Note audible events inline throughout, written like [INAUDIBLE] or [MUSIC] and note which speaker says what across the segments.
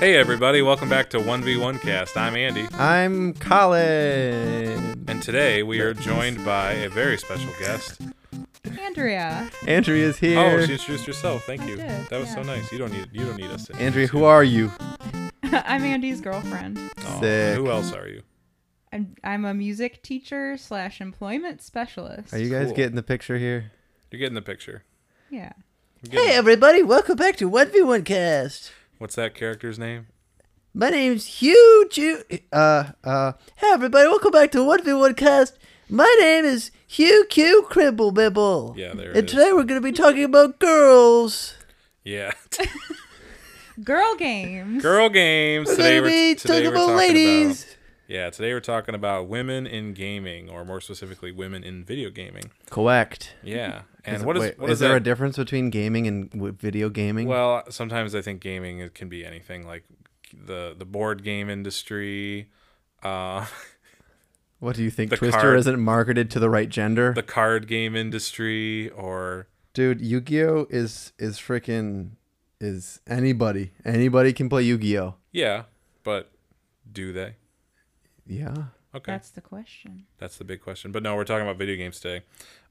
Speaker 1: Hey everybody, welcome back to 1v1 Cast. I'm Andy,
Speaker 2: I'm Colin.
Speaker 1: and today we are joined by a very special guest.
Speaker 3: Andrea. [LAUGHS]
Speaker 2: Andrea is here.
Speaker 1: Oh, she introduced herself. Thank you.
Speaker 3: I did,
Speaker 1: That was so
Speaker 3: yeah.
Speaker 1: nice. You don't need you don't need us. To
Speaker 2: Andrea, who are you?
Speaker 3: I'm Andy's girlfriend.
Speaker 1: Aw,
Speaker 2: Sick.
Speaker 1: Who else are you?
Speaker 3: I'm, I'm a music teacher slash employment specialist.
Speaker 2: Are you guys
Speaker 1: Cool.
Speaker 2: getting the picture here?
Speaker 1: You're getting the picture.
Speaker 3: Yeah.
Speaker 1: You're getting-
Speaker 4: everybody, welcome back to 1v1 Cast.
Speaker 1: What's that character's name?
Speaker 4: My name's Hugh Ju- uh, uh, hey everybody, welcome back to 1v1 Cast. My name is Hugh Q Cribble Bibble.
Speaker 1: Yeah, there it
Speaker 4: And
Speaker 1: is.
Speaker 4: today we're gonna be talking about girls.
Speaker 1: Yeah. [LAUGHS]
Speaker 3: Girl games.
Speaker 1: Girl games.
Speaker 4: We're
Speaker 1: Today
Speaker 4: gonna
Speaker 1: we're
Speaker 4: be
Speaker 1: today
Speaker 4: talking
Speaker 1: we're talking
Speaker 4: about ladies.
Speaker 1: about Yeah, today we're talking about women in gaming or more specifically women in video gaming.
Speaker 2: Correct.
Speaker 1: Yeah.
Speaker 2: Is-
Speaker 1: And what is
Speaker 2: wait,
Speaker 1: what
Speaker 2: is,
Speaker 1: does
Speaker 2: there
Speaker 1: that
Speaker 2: a difference between gaming and w- video gaming?
Speaker 1: Well, sometimes I think gaming it can be anything like the the board game industry, uh, [LAUGHS]
Speaker 2: what do you think?
Speaker 1: the
Speaker 2: Twister
Speaker 1: card-
Speaker 2: isn't marketed to the right gender,
Speaker 1: the card game industry, or
Speaker 2: dude. Yu-Gi-Oh is is freaking is anybody anybody can play Yu-Gi-Oh.
Speaker 1: yeah, but do they?
Speaker 2: Yeah.
Speaker 1: Okay, that's,
Speaker 3: That's the question.
Speaker 1: the big question. But no, we're talking about video games today.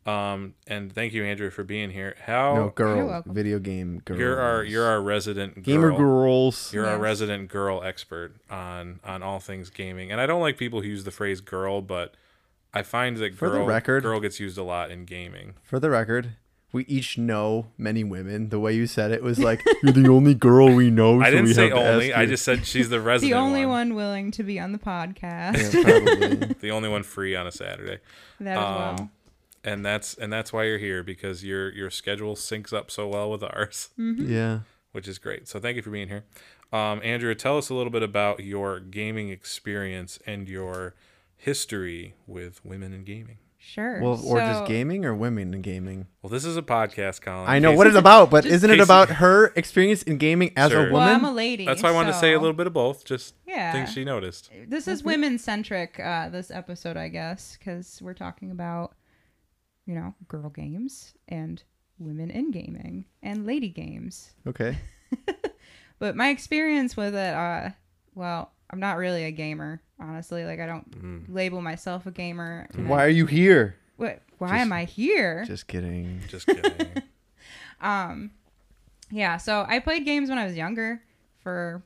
Speaker 1: Um, and thank you, Andrew, for being here. How
Speaker 2: no girl
Speaker 3: welcome.
Speaker 2: video game girl.
Speaker 1: you're our you're our resident
Speaker 2: gamer
Speaker 1: girl.
Speaker 2: girls.
Speaker 1: You're our
Speaker 3: Yes.
Speaker 1: resident girl expert on on all things gaming, and I don't like people who use the phrase "girl," but I find that
Speaker 2: For the
Speaker 1: girl
Speaker 2: record-
Speaker 1: girl gets used a lot in gaming.
Speaker 2: For the record, we each know many women. The way you said it was like [LAUGHS] you're the only girl we know.
Speaker 1: I
Speaker 2: so
Speaker 1: didn't
Speaker 2: we
Speaker 1: say
Speaker 2: have to
Speaker 1: only.
Speaker 2: ask
Speaker 1: I
Speaker 2: you.
Speaker 1: just said she's the
Speaker 3: [LAUGHS]
Speaker 1: resident.
Speaker 3: The only one. willing to be on the
Speaker 2: [LAUGHS]
Speaker 3: podcast.
Speaker 2: Yeah, [LAUGHS] probably.
Speaker 1: The only one free on a Saturday,
Speaker 3: that
Speaker 1: Um,
Speaker 3: as well.
Speaker 1: and that's and that's why you're here because your your schedule syncs up so well with ours,
Speaker 3: Mm.
Speaker 2: yeah.
Speaker 1: which is great. So thank you for being here, um, Andrea. Tell us a little bit about your gaming experience and your history with women in gaming.
Speaker 3: Sure.
Speaker 2: Well, or just
Speaker 3: So-
Speaker 2: gaming or women in gaming.
Speaker 1: Well, this is a podcast, Colin.
Speaker 2: I know
Speaker 1: Casey-
Speaker 2: what it's about, but
Speaker 3: Just
Speaker 2: isn't it
Speaker 1: Casey-
Speaker 2: about her experience in gaming as
Speaker 1: Sure.
Speaker 2: a
Speaker 1: Well,
Speaker 3: Well,
Speaker 2: woman?
Speaker 3: I'm a lady.
Speaker 1: That's why I wanted to say a
Speaker 3: so-
Speaker 1: little bit of both. Just
Speaker 3: Yeah.
Speaker 1: things she noticed.
Speaker 3: This
Speaker 2: Mm-hmm.
Speaker 3: is women centric, uh, this episode, I guess, because we're talking about, you know, girl games and women in gaming and lady games.
Speaker 2: okay.
Speaker 3: But my experience with it, uh, well, I'm not really a gamer, honestly. Like I don't label myself a gamer.
Speaker 2: Why are you here?
Speaker 3: What? Why am I here?
Speaker 2: Just kidding.
Speaker 3: [LAUGHS]
Speaker 1: Just kidding.
Speaker 3: yeah. So I played games when I was younger for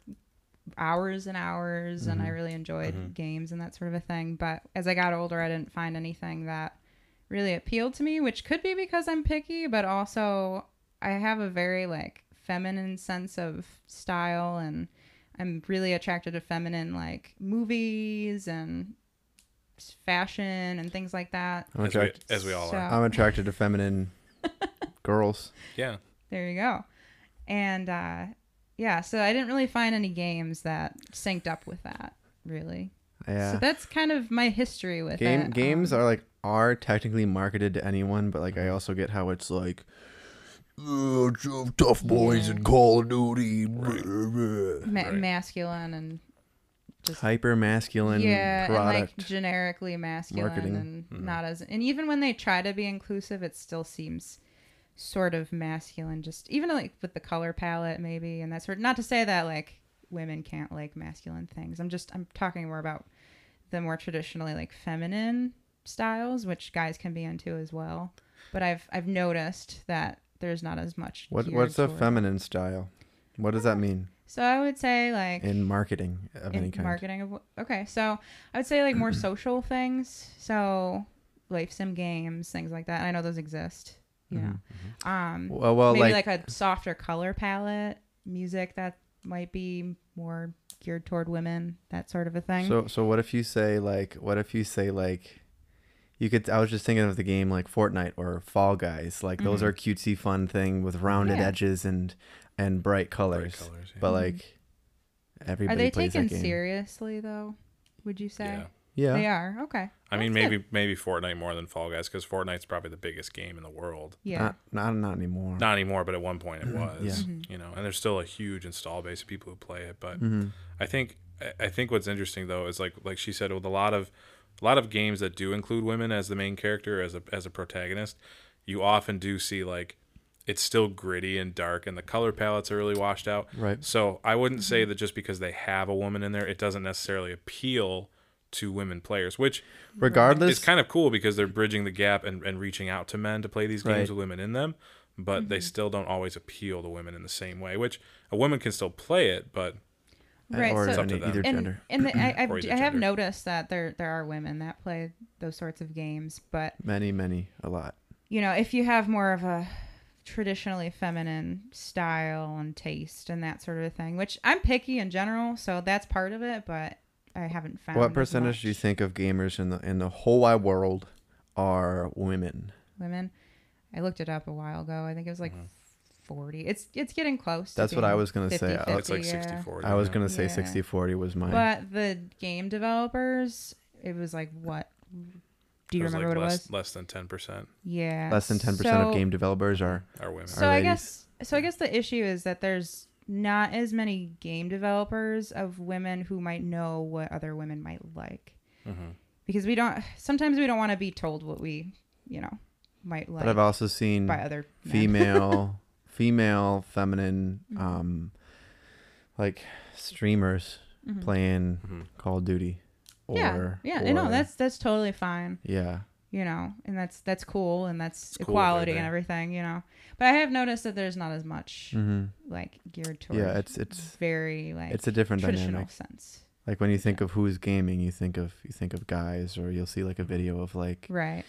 Speaker 3: hours and hours, and I really enjoyed games and that sort of a thing. But as I got older, I didn't find anything that really appealed to me, which could be because I'm picky, but also I have a very like feminine sense of style and I'm really attracted to feminine like movies and fashion and things like that.
Speaker 2: I'm
Speaker 1: as, we,
Speaker 2: attracted,
Speaker 1: as we all
Speaker 3: So-
Speaker 1: are.
Speaker 2: I'm attracted to
Speaker 3: [LAUGHS]
Speaker 2: feminine girls.
Speaker 1: Yeah.
Speaker 3: There you go. And uh, yeah, so I didn't really find any games that synced up with that, really.
Speaker 2: Yeah.
Speaker 3: So that's kind of my history with
Speaker 2: Game
Speaker 3: it.
Speaker 2: games
Speaker 3: Um,
Speaker 2: are like are technically marketed to anyone, but
Speaker 3: Mm-hmm.
Speaker 2: like I also get how it's like
Speaker 4: Uh, t- tough boys and Call of Duty.
Speaker 3: ma-
Speaker 1: right.
Speaker 3: masculine and
Speaker 2: hyper masculine
Speaker 3: yeah,
Speaker 2: product.
Speaker 3: and like generically masculine
Speaker 2: Marketing. Mm-hmm.
Speaker 3: and not as. And even when they try to be inclusive, it still seems sort of masculine. Just even like with the color palette, maybe, and that sort. Not to say that like women can't like masculine things. I'm just I'm talking more about the more traditionally like feminine styles, which guys can be into as well. But I've I've noticed that there's not as much.
Speaker 2: what
Speaker 3: geared
Speaker 2: what's a
Speaker 3: toward-
Speaker 2: feminine style? What does that mean
Speaker 3: So I would say like
Speaker 2: in marketing of any
Speaker 3: in
Speaker 2: kind?
Speaker 3: marketing of okay so i would say
Speaker 2: [CLEARS THROAT]
Speaker 3: like more social things so life sim games things like that i know those exist you know um
Speaker 2: Mm-hmm, uh, Well, well,
Speaker 3: maybe
Speaker 2: like,
Speaker 3: like, a softer color palette music that might be more geared toward women that sort of a thing
Speaker 2: so so what if you say like what if you say like you could I was just thinking of the game like Fortnite or Fall Guys like those are cutesy fun thing with rounded
Speaker 3: Mm-hmm. Yeah.
Speaker 2: edges and and bright colors,
Speaker 1: colors, yeah.
Speaker 2: but like
Speaker 3: are
Speaker 2: everybody
Speaker 3: they
Speaker 2: plays
Speaker 3: taken
Speaker 2: that game.
Speaker 3: seriously though would you say
Speaker 1: Yeah.
Speaker 2: Yeah,
Speaker 3: they are okay
Speaker 1: I mean,
Speaker 3: That's good.
Speaker 1: maybe maybe Fortnite more than Fall Guys because Fortnite's probably the biggest game in the world.
Speaker 3: yeah
Speaker 2: Not, not not anymore.
Speaker 1: Not anymore, but at one point it was.
Speaker 2: Mm-hmm. Yeah.
Speaker 1: You know, and there's still a huge install base of people who play it. But
Speaker 2: Mm-hmm.
Speaker 1: I think I- I think what's interesting though is like like she said with a lot of a lot of games that do include women as the main character as a as a protagonist, you often do see like it's still gritty and dark, and the color palettes are really washed out.
Speaker 2: Right.
Speaker 1: So I wouldn't say that just because they have a woman in there, it doesn't necessarily appeal to women players, which
Speaker 2: Regardless,
Speaker 1: is kind of cool because they're bridging the gap and, and reaching out to men to play these games
Speaker 2: Right.
Speaker 1: with women in them. But
Speaker 3: Mm-hmm.
Speaker 1: they still don't always appeal to women in the same way, which a woman can still play it, but
Speaker 3: Right,
Speaker 2: uh, or
Speaker 3: so-
Speaker 1: It's up to
Speaker 2: any-
Speaker 1: them.
Speaker 2: either
Speaker 3: and,
Speaker 2: gender.
Speaker 3: And the,
Speaker 1: [CLEARS THROAT]
Speaker 3: I, I've,
Speaker 1: Or either
Speaker 3: I have
Speaker 1: gender.
Speaker 3: noticed that there there are women that play those sorts of games, but
Speaker 2: Many, many, a lot.
Speaker 3: you know, if you have more of a traditionally feminine style and taste and that sort of thing, which I'm picky in general, so that's part of it, but I haven't found
Speaker 2: What percentage do you
Speaker 3: much
Speaker 2: think of gamers in the in the whole wide world are women?
Speaker 3: women? I looked it up a while ago. I think it was like 40. It's it's getting close.
Speaker 2: That's
Speaker 3: to
Speaker 2: what
Speaker 3: being
Speaker 2: I was gonna say. I
Speaker 3: 50-50,
Speaker 1: Mm-hmm. it's like
Speaker 3: yeah.
Speaker 1: 60 40.
Speaker 2: I was gonna say
Speaker 3: Yeah.
Speaker 2: 60-40 was mine.
Speaker 3: But the game developers, it was like what? Do you remember what
Speaker 1: less,
Speaker 3: it was?
Speaker 1: Less than 10%
Speaker 3: Yeah.
Speaker 2: Less than ten percent
Speaker 3: so-
Speaker 2: of game developers are
Speaker 1: are women.
Speaker 3: So I
Speaker 2: ladies.
Speaker 3: guess so I guess the issue is that there's not as many game developers of women who might know what other women might like.
Speaker 1: Mm-hmm.
Speaker 3: Because we don't sometimes we don't want to be told what we, you know, might like
Speaker 2: but I've also seen
Speaker 3: by other men. [LAUGHS] Mm-hmm.
Speaker 2: female female feminine um like streamers playing
Speaker 1: Mm-hmm.
Speaker 2: Call of Duty. Or,
Speaker 3: Mm-hmm. yeah. Yeah, I know
Speaker 2: or-
Speaker 3: that's that's totally fine,
Speaker 2: yeah.
Speaker 3: you know, and that's that's cool and that's
Speaker 1: cool
Speaker 3: equality
Speaker 1: they're
Speaker 3: and
Speaker 1: there.
Speaker 3: everything, you know. But I have noticed that there's not as much
Speaker 2: hmm
Speaker 3: like geared towards
Speaker 2: Yeah, it's it's
Speaker 3: very like
Speaker 2: it's a different
Speaker 3: traditional
Speaker 2: dynamic.
Speaker 3: sense.
Speaker 2: Like when you think of who's gaming, you think of you think of guys, or you'll see like a video of like
Speaker 3: Right.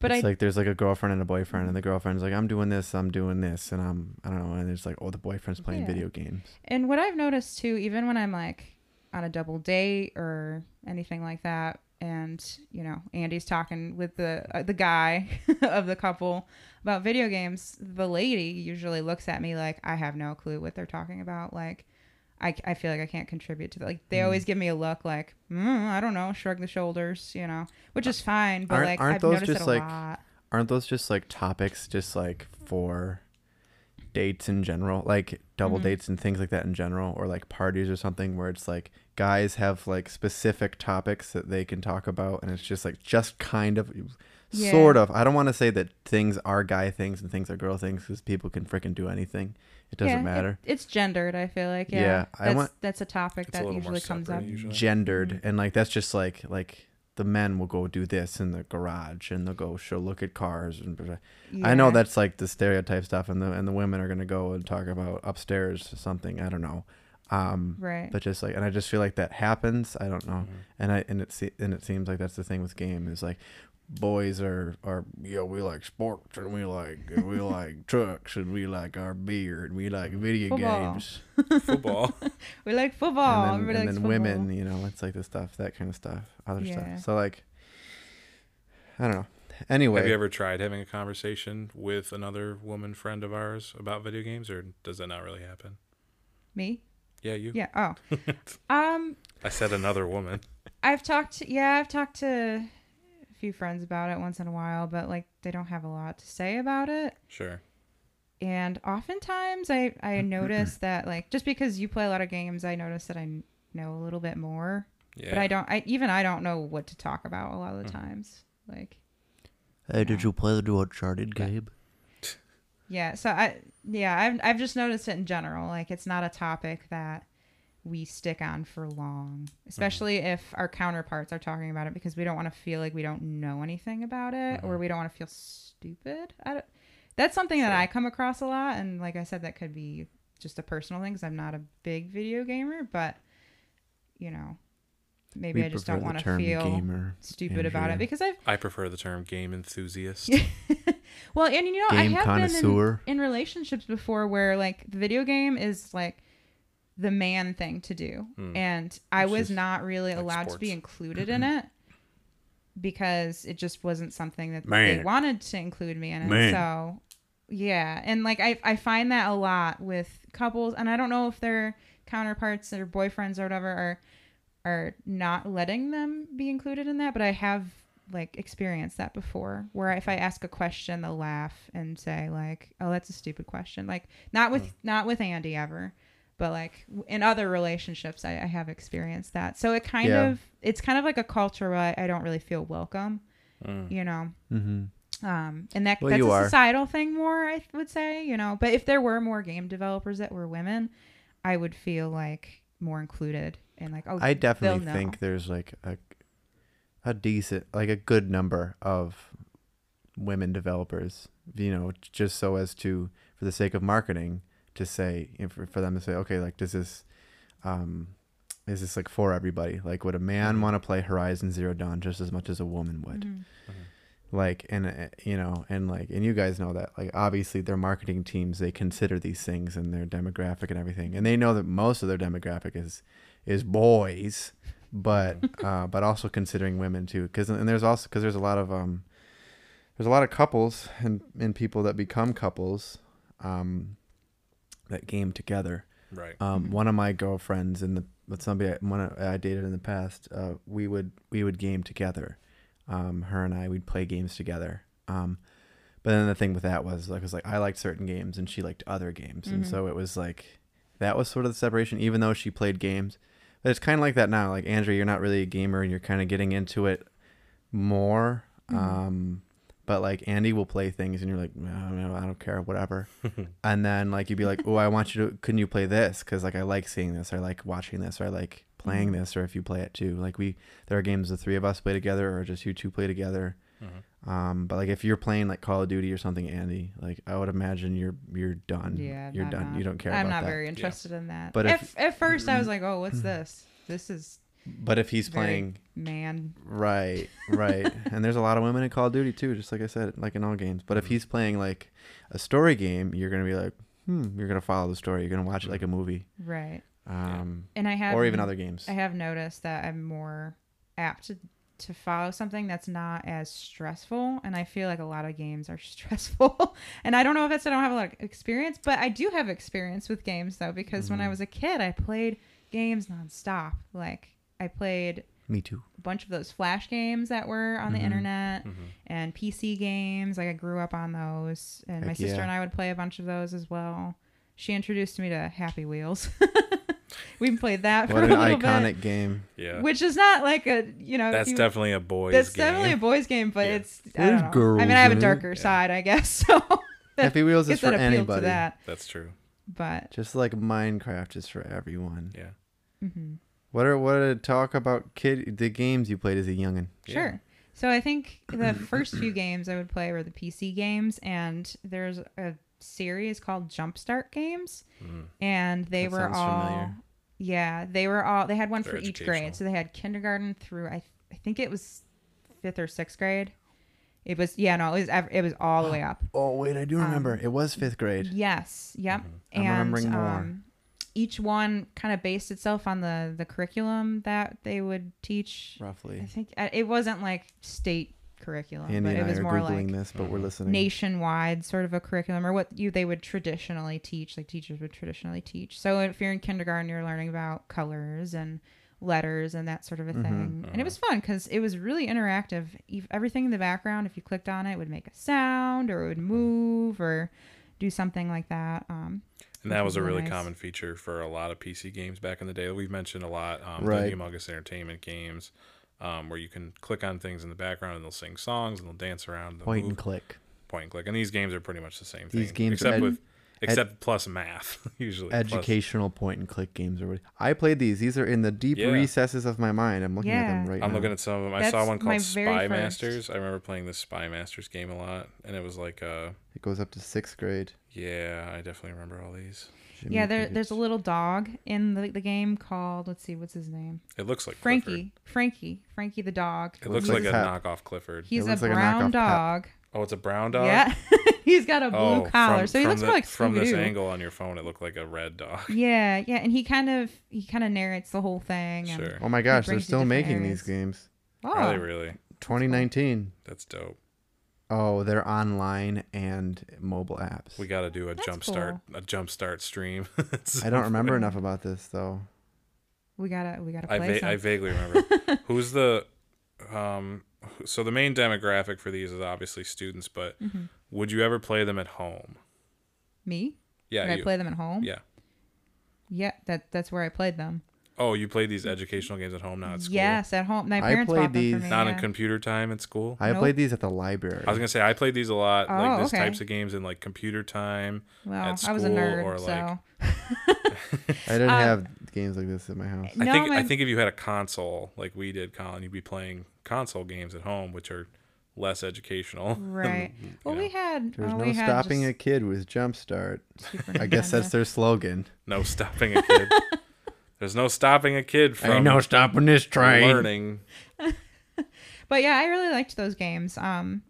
Speaker 3: But I Mm-hmm.
Speaker 2: it's like there's like a girlfriend and a boyfriend, and the girlfriend's like, I'm doing this, I'm doing this, and I'm I don't know, and it's like, oh, the boyfriend's playing
Speaker 3: Yeah.
Speaker 2: video games.
Speaker 3: And what I've noticed too, even when I'm like on a double date or anything like that, and you know, Andy's talking with the uh, the guy [LAUGHS] of the couple about video games, the lady usually looks at me like I have no clue what they're talking about. Like, I, I feel like I can't contribute to that. Like,
Speaker 2: Mm.
Speaker 3: they always give me a look like, mm, I don't know, shrug the shoulders, you know, which is fine. But
Speaker 2: Aren't-
Speaker 3: like,
Speaker 2: aren't
Speaker 3: I've
Speaker 2: those
Speaker 3: noticed
Speaker 2: just,
Speaker 3: it a
Speaker 2: like,
Speaker 3: lot.
Speaker 2: Aren't those just like topics, just like for dates in general, like double
Speaker 3: Mm-hmm.
Speaker 2: dates and things like that in general, or like parties or something where it's like guys have like specific topics that they can talk about, and it's just like just kind of.
Speaker 3: Yeah.
Speaker 2: Sort of. I don't want to say that things are guy things and things are girl things because people can freaking do anything. It doesn't
Speaker 3: Yeah, it-
Speaker 2: matter.
Speaker 3: it's gendered. I feel like yeah,
Speaker 2: Yeah, I
Speaker 3: that's,
Speaker 2: want-
Speaker 3: that's a topic
Speaker 1: It's a
Speaker 3: that
Speaker 1: little more
Speaker 3: usually comes
Speaker 1: separate
Speaker 3: up.
Speaker 1: usually.
Speaker 2: gendered
Speaker 3: Mm-hmm.
Speaker 2: and like that's just like like the men will go do this in the garage and they'll go show look at cars and blah, blah. I know
Speaker 3: Yeah.
Speaker 2: that's like the stereotype stuff and the and the women are gonna go and talk about upstairs something I don't know um
Speaker 3: Right.
Speaker 2: but just like and I just feel like that happens I don't know
Speaker 1: Mm-hmm.
Speaker 3: [LAUGHS]
Speaker 2: and I and it se- and it seems like that's the thing with game is like boys are are you know we like sports and we like and
Speaker 3: [LAUGHS]
Speaker 2: we like trucks and we like our beer and we like video
Speaker 3: Football.
Speaker 2: games
Speaker 1: Football.
Speaker 3: [LAUGHS] We like football.
Speaker 2: and then,
Speaker 3: Everybody
Speaker 2: and
Speaker 3: likes
Speaker 2: then women, you know, it's like the stuff, that kind of stuff, other
Speaker 3: Yeah.
Speaker 2: stuff. So like, I don't know. Anyway,
Speaker 1: Have you ever tried having a conversation with another woman friend of ours about video games, or does that not really happen? [LAUGHS]
Speaker 3: Me?
Speaker 1: Yeah, you.
Speaker 3: Yeah. Oh.
Speaker 1: [LAUGHS]
Speaker 3: um,
Speaker 1: I said another woman.
Speaker 3: I've talked. To, yeah, I've talked to a few friends about it once in a while, but like they don't have a lot to say about it.
Speaker 1: Sure.
Speaker 3: And oftentimes, I
Speaker 2: [CLEARS THROAT]
Speaker 3: I notice that like just because you play a lot of games, I notice that I kn- know a little bit more.
Speaker 1: Yeah. Mm.
Speaker 3: But I don't. I even I don't know what to talk about a lot of the times. Like
Speaker 4: Hey, did you play the new Uncharted game?
Speaker 3: Yeah, so I yeah, I've I've just noticed it in general. Like it's not a topic that we stick on for long, especially if our counterparts are talking about it because we don't want to feel like we don't know anything about it or we don't want to feel stupid. I don't, that's something that I come across a lot and like I said that could be just a personal thing cuz I'm not a big video gamer, but you know, maybe I just don't want to feel
Speaker 2: gamer.
Speaker 3: stupid about it
Speaker 2: Andrea.
Speaker 3: because I've
Speaker 1: I prefer the term game
Speaker 3: [LAUGHS]
Speaker 1: enthusiast.
Speaker 3: Well, and you know, I
Speaker 2: Game
Speaker 3: have
Speaker 2: connoisseur.
Speaker 3: been in, in relationships before where like the video game is like the man thing to do, and I
Speaker 2: It's
Speaker 3: was
Speaker 2: just
Speaker 3: not really
Speaker 1: Hmm. like
Speaker 3: allowed to be
Speaker 1: sports. [CLEARS THROAT]
Speaker 3: included in it because it just wasn't something that they
Speaker 1: Man.
Speaker 3: wanted to include me in it.
Speaker 1: Man.
Speaker 3: So, yeah, and like I I find that a lot with couples, and I don't know if their counterparts or boyfriends or whatever are are not letting them be included in that, but I have like experienced that before where if I ask a question they'll laugh and say like, "Oh, that's a stupid question." Like not with
Speaker 2: Hmm.
Speaker 3: not with Andy ever, but like w- in other relationships I, I have experienced that. So it kind
Speaker 2: Yeah.
Speaker 1: Mm. Mm-hmm.
Speaker 3: of it's kind of like a culture where I, I don't really feel welcome, you know.
Speaker 2: Mhm.
Speaker 3: Um, and that
Speaker 2: Hmm. Well,
Speaker 3: that's
Speaker 2: you
Speaker 3: a
Speaker 2: are.
Speaker 3: societal thing more, I th- would say, you know. But if there were more game developers that were women, I would feel like more included and like oh,
Speaker 2: I
Speaker 3: they'll
Speaker 2: definitely
Speaker 3: know.
Speaker 2: think there's like a a decent like a good number of women developers, you know, just so as to for the sake of marketing to say you know, for, for them to say, okay, like does this um is this like for everybody? Like would a
Speaker 3: Mm-hmm.
Speaker 2: man want to play Horizon Zero Dawn just as much as a woman would? Like and uh, you know and like and you guys know that like obviously their marketing teams they consider these things and their demographic and everything and they know that most of their demographic is is boys, but uh, but also considering women too, because and there's also because there's a lot of um, there's a lot of couples and and people that become couples, um, that game together.
Speaker 1: Right. [LAUGHS]
Speaker 2: Um, one of my girlfriends in the with somebody I, one I dated in the past, uh, we would we would game together. Um, her and I would play games together. Um, but then the thing with that was like was like I liked certain games and she liked other games, and so it was like that was sort of the separation. Even though she played games, but it's kind of like that now. Like Andrew, you're not really a gamer, and you're kind of getting into it more. Um, but like Andy will play things, and you're like, no, no, I don't care, whatever. and then like you'd be like, oh, I want
Speaker 3: [LAUGHS]
Speaker 2: you to. Couldn't you play this? Because like I like seeing this, or I like watching this, or I like playing
Speaker 3: Mm-hmm.
Speaker 2: this, or if you play it too. Like we, there are games the three of us play together, or just you two play together.
Speaker 1: Mm-hmm.
Speaker 2: Um, but like if you're playing like Call of Duty or something, Andy, like I would imagine you're you're done.
Speaker 3: Yeah,
Speaker 2: you're
Speaker 3: I'm
Speaker 2: done.
Speaker 3: not-
Speaker 2: You don't care.
Speaker 3: I'm
Speaker 2: about
Speaker 3: not
Speaker 2: that.
Speaker 3: very interested in that.
Speaker 2: But
Speaker 3: But
Speaker 2: if- Hmm.
Speaker 3: at, at first, I was like, oh, what's this? This is
Speaker 2: But if he's
Speaker 3: very
Speaker 2: playing
Speaker 3: man.
Speaker 2: Right,
Speaker 3: [LAUGHS]
Speaker 2: right. and there's a lot of women in Call of Duty too, just like I said, like in all games. But
Speaker 3: Mm-hmm.
Speaker 2: if he's playing like a story game, you're gonna be like, hmm, you're gonna follow the story. You're gonna watch it like a movie,
Speaker 3: Right.
Speaker 2: um,
Speaker 3: And I Mm-hmm. have
Speaker 2: or even other games.
Speaker 3: I have noticed that I'm more apt to, to follow something that's not as stressful. And I feel like a lot of games are [LAUGHS] stressful. and I don't know if that's I don't have a lot of experience, but I do have experience with games though, because
Speaker 2: Mm-hmm.
Speaker 3: when I was a kid, I played games nonstop. Like I played
Speaker 2: Me too.
Speaker 3: a bunch of those flash games that were on the
Speaker 2: Mm-hmm.
Speaker 3: internet
Speaker 1: Mm-hmm.
Speaker 3: and PC games. Like I grew up on those, and my
Speaker 2: Heck
Speaker 3: sister
Speaker 2: yeah.
Speaker 3: and I would play a bunch of those as well. She introduced me to Happy Wheels. [LAUGHS] we played that for
Speaker 2: What
Speaker 3: a
Speaker 2: an
Speaker 3: little
Speaker 2: iconic game.
Speaker 1: Yeah.
Speaker 3: bit, which is not like a you know
Speaker 1: that's
Speaker 3: you-
Speaker 1: definitely a boy's
Speaker 3: that's
Speaker 1: game.
Speaker 3: definitely a boys game, but
Speaker 1: Yeah.
Speaker 3: it's I, don't
Speaker 2: There's
Speaker 3: know. I
Speaker 2: girls
Speaker 3: mean I have a
Speaker 2: in it.
Speaker 3: darker side, I guess. [LAUGHS] So that-
Speaker 2: Happy Wheels
Speaker 3: guess
Speaker 2: is for
Speaker 3: that appealed
Speaker 2: anybody.
Speaker 3: to that,
Speaker 1: That's true.
Speaker 3: but
Speaker 2: Just like Minecraft is for everyone.
Speaker 1: Yeah.
Speaker 3: mm-hmm.
Speaker 2: What are what a talk about kid the games you played as a youngin?
Speaker 1: Yeah.
Speaker 3: Sure. So I think
Speaker 2: [CLEARS THROAT]
Speaker 3: the first few games I would play were the PC games, and there's a series called Jumpstart Games, and they
Speaker 2: Mm. That
Speaker 3: were
Speaker 2: sounds
Speaker 3: all
Speaker 2: familiar.
Speaker 3: yeah, they were all they had one
Speaker 1: They're
Speaker 3: for each
Speaker 1: educational.
Speaker 3: grade, so they had kindergarten through I I think it was fifth or sixth grade. It was yeah no it was ev- it was all
Speaker 2: [GASPS]
Speaker 3: the way up.
Speaker 2: Oh wait, I do
Speaker 3: Um,
Speaker 2: remember. it was fifth grade.
Speaker 3: Yes. Yep.
Speaker 2: I'm
Speaker 3: And
Speaker 2: remembering more.
Speaker 3: Um, each one kind of based itself on the the curriculum that they would teach. I
Speaker 2: Roughly.
Speaker 3: think uh, it wasn't like state curriculum,
Speaker 2: Andy
Speaker 3: but
Speaker 2: and
Speaker 3: it
Speaker 2: I
Speaker 3: was
Speaker 2: are
Speaker 3: more
Speaker 2: googling
Speaker 3: like
Speaker 2: this, but we're listening.
Speaker 3: nationwide sort of a curriculum or what you they would traditionally teach, like teachers would traditionally teach. So if you're in kindergarten, you're learning about colors and letters and that sort
Speaker 2: Mm-hmm.
Speaker 3: of a thing. And
Speaker 1: Uh-huh.
Speaker 3: it was fun because it was really interactive. Ev- Everything in the background, if you clicked on it, would make a sound or it would move or do something like that. Um,
Speaker 1: And that was a
Speaker 3: Really
Speaker 1: really
Speaker 3: nice.
Speaker 1: common feature for a lot of PC games back in the day. We've mentioned a lot, um,
Speaker 2: Right.
Speaker 1: the Humongous Entertainment games, um, where you can click on things in the background and they'll sing songs and they'll dance around. They'll
Speaker 2: Point
Speaker 1: move,
Speaker 2: and click.
Speaker 1: point and click. And these games are pretty much the same thing.
Speaker 2: These games
Speaker 1: except
Speaker 2: ed-
Speaker 1: with except plus math [LAUGHS] usually. plus-
Speaker 2: educational point and click games or what I played these. These are in the deep
Speaker 1: Yeah.
Speaker 2: recesses of my mind. I'm looking at them
Speaker 3: Yeah.
Speaker 2: right
Speaker 1: I'm
Speaker 2: now.
Speaker 1: looking at some of them. I
Speaker 3: That's
Speaker 1: saw one
Speaker 3: my
Speaker 1: called
Speaker 3: very
Speaker 1: Spy
Speaker 3: first.
Speaker 1: Masters. I remember playing this Spy Masters game a lot, and it was like, uh,
Speaker 2: it goes up to sixth grade.
Speaker 1: yeah, I definitely remember all these.
Speaker 2: Jiminy
Speaker 3: yeah, there,
Speaker 2: Cricket.
Speaker 3: there's a little dog in the, the game called, let's see, what's his name?
Speaker 1: It looks like
Speaker 3: Frankie. Frankie. Frankie the dog.
Speaker 1: Clifford. It looks
Speaker 2: Looks
Speaker 1: like a
Speaker 2: like-
Speaker 1: knockoff Clifford.
Speaker 3: He's
Speaker 2: It
Speaker 3: a
Speaker 2: looks like a
Speaker 3: brown
Speaker 2: knockoff Pep.
Speaker 3: dog.
Speaker 1: Oh, it's a brown dog.
Speaker 3: Yeah. [LAUGHS] he's got a blue
Speaker 1: Oh,
Speaker 3: collar.
Speaker 1: from-
Speaker 3: so he
Speaker 1: from
Speaker 3: looks
Speaker 1: the-
Speaker 3: more like
Speaker 1: from this
Speaker 3: Scooby-Doo.
Speaker 1: angle on your phone, it looked like a red dog. [LAUGHS]
Speaker 3: Yeah, yeah, and he kind of he kind of narrates the whole thing. And,
Speaker 1: Sure.
Speaker 2: Oh my gosh, they're
Speaker 3: brings you
Speaker 2: still
Speaker 3: different
Speaker 2: making these
Speaker 3: areas.
Speaker 2: games.
Speaker 1: Are they
Speaker 3: Oh,
Speaker 1: really?
Speaker 2: 2019.
Speaker 1: That's dope.
Speaker 2: Oh, they're online and mobile apps.
Speaker 1: We got to do a
Speaker 3: That's
Speaker 1: jumpstart a jumpstart stream. [LAUGHS] It's-
Speaker 2: I
Speaker 1: [LAUGHS]
Speaker 2: don't remember enough about this though.
Speaker 3: we gotta we gotta
Speaker 1: I,
Speaker 3: play
Speaker 1: va- I
Speaker 3: some.
Speaker 1: vaguely remember.
Speaker 3: [LAUGHS]
Speaker 1: Who's the um who- so the main demographic for these is obviously students, but would you ever play them at home?
Speaker 3: Mm-hmm. Me?
Speaker 1: Yeah,
Speaker 3: Would I
Speaker 1: you.
Speaker 3: play them at home?
Speaker 1: yeah.
Speaker 3: Yeah, that that's where I played them.
Speaker 1: Oh, you played these educational games at home, not at school.
Speaker 3: Mm-hmm. Yes, at home. My
Speaker 2: I
Speaker 3: parents
Speaker 2: played
Speaker 3: bought them
Speaker 2: these-
Speaker 3: for me.
Speaker 1: Not
Speaker 3: yeah.
Speaker 1: in computer time at school. I,
Speaker 2: I
Speaker 3: Nope.
Speaker 2: played these at the library.
Speaker 1: was gonna say I played these a lot,
Speaker 3: Oh,
Speaker 1: like these
Speaker 3: okay.
Speaker 1: types of games in like computer time.
Speaker 3: well,
Speaker 1: at
Speaker 3: I was a
Speaker 1: school
Speaker 3: nerd,
Speaker 1: or, like-
Speaker 3: so
Speaker 2: I didn't
Speaker 3: um,
Speaker 2: have games like this at my house.
Speaker 1: I
Speaker 3: No,
Speaker 1: think
Speaker 3: my-
Speaker 1: I think if you had a console like we did, Colin, you'd be playing console games at home, which are less educational.
Speaker 3: [LAUGHS] [LAUGHS] right.
Speaker 1: [LAUGHS]
Speaker 3: Well,
Speaker 1: Yeah.
Speaker 3: we had.
Speaker 2: There's
Speaker 3: well,
Speaker 2: no
Speaker 3: we had
Speaker 2: stopping a
Speaker 3: just
Speaker 2: kid with Jumpstart. [LAUGHS]
Speaker 3: Super
Speaker 2: I
Speaker 3: [LAUGHS]
Speaker 2: guess that's
Speaker 3: Nintendo.
Speaker 2: their slogan.
Speaker 1: No stopping a kid. There's no stopping a kid from
Speaker 2: stopping this
Speaker 1: learning.
Speaker 3: But yeah, I really liked those games. Um,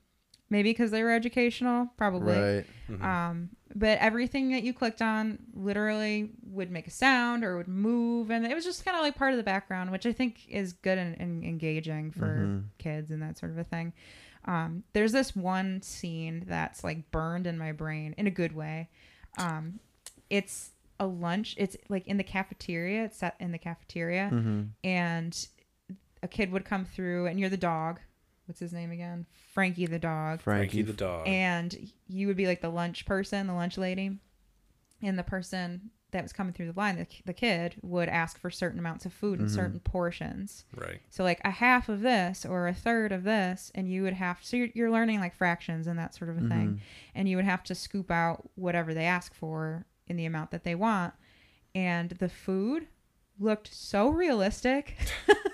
Speaker 3: maybe because they were educational, probably.
Speaker 2: Right.
Speaker 3: Um, but everything that you clicked on literally would make a sound or would move, and it was just kind of like part of the background, which I think is good and, and engaging for kids and that sort of a thing. Um, there's this one scene that's like burned in my brain in a good way. Um, it's a lunch. It's like in the cafeteria. It's set in the cafeteria,
Speaker 2: Mm. Mm-hmm.
Speaker 3: and a kid would come through, and you're the dog. What's his name again? Frankie the dog
Speaker 1: Frankie
Speaker 2: Frankie.
Speaker 1: the dog.
Speaker 3: and you would be like the lunch person, the lunch lady, and the person that was coming through the line, the, the kid would ask for certain amounts of food
Speaker 1: Mm-hmm.
Speaker 3: in certain portions.
Speaker 1: right.
Speaker 3: So like a half of this or a third of this, and you would have so you're, you're learning like fractions and that sort of a thing,
Speaker 1: Mm-hmm.
Speaker 3: and you would have to scoop out whatever they ask for in the amount that they want, and the food looked so realistic.
Speaker 2: mm-hmm.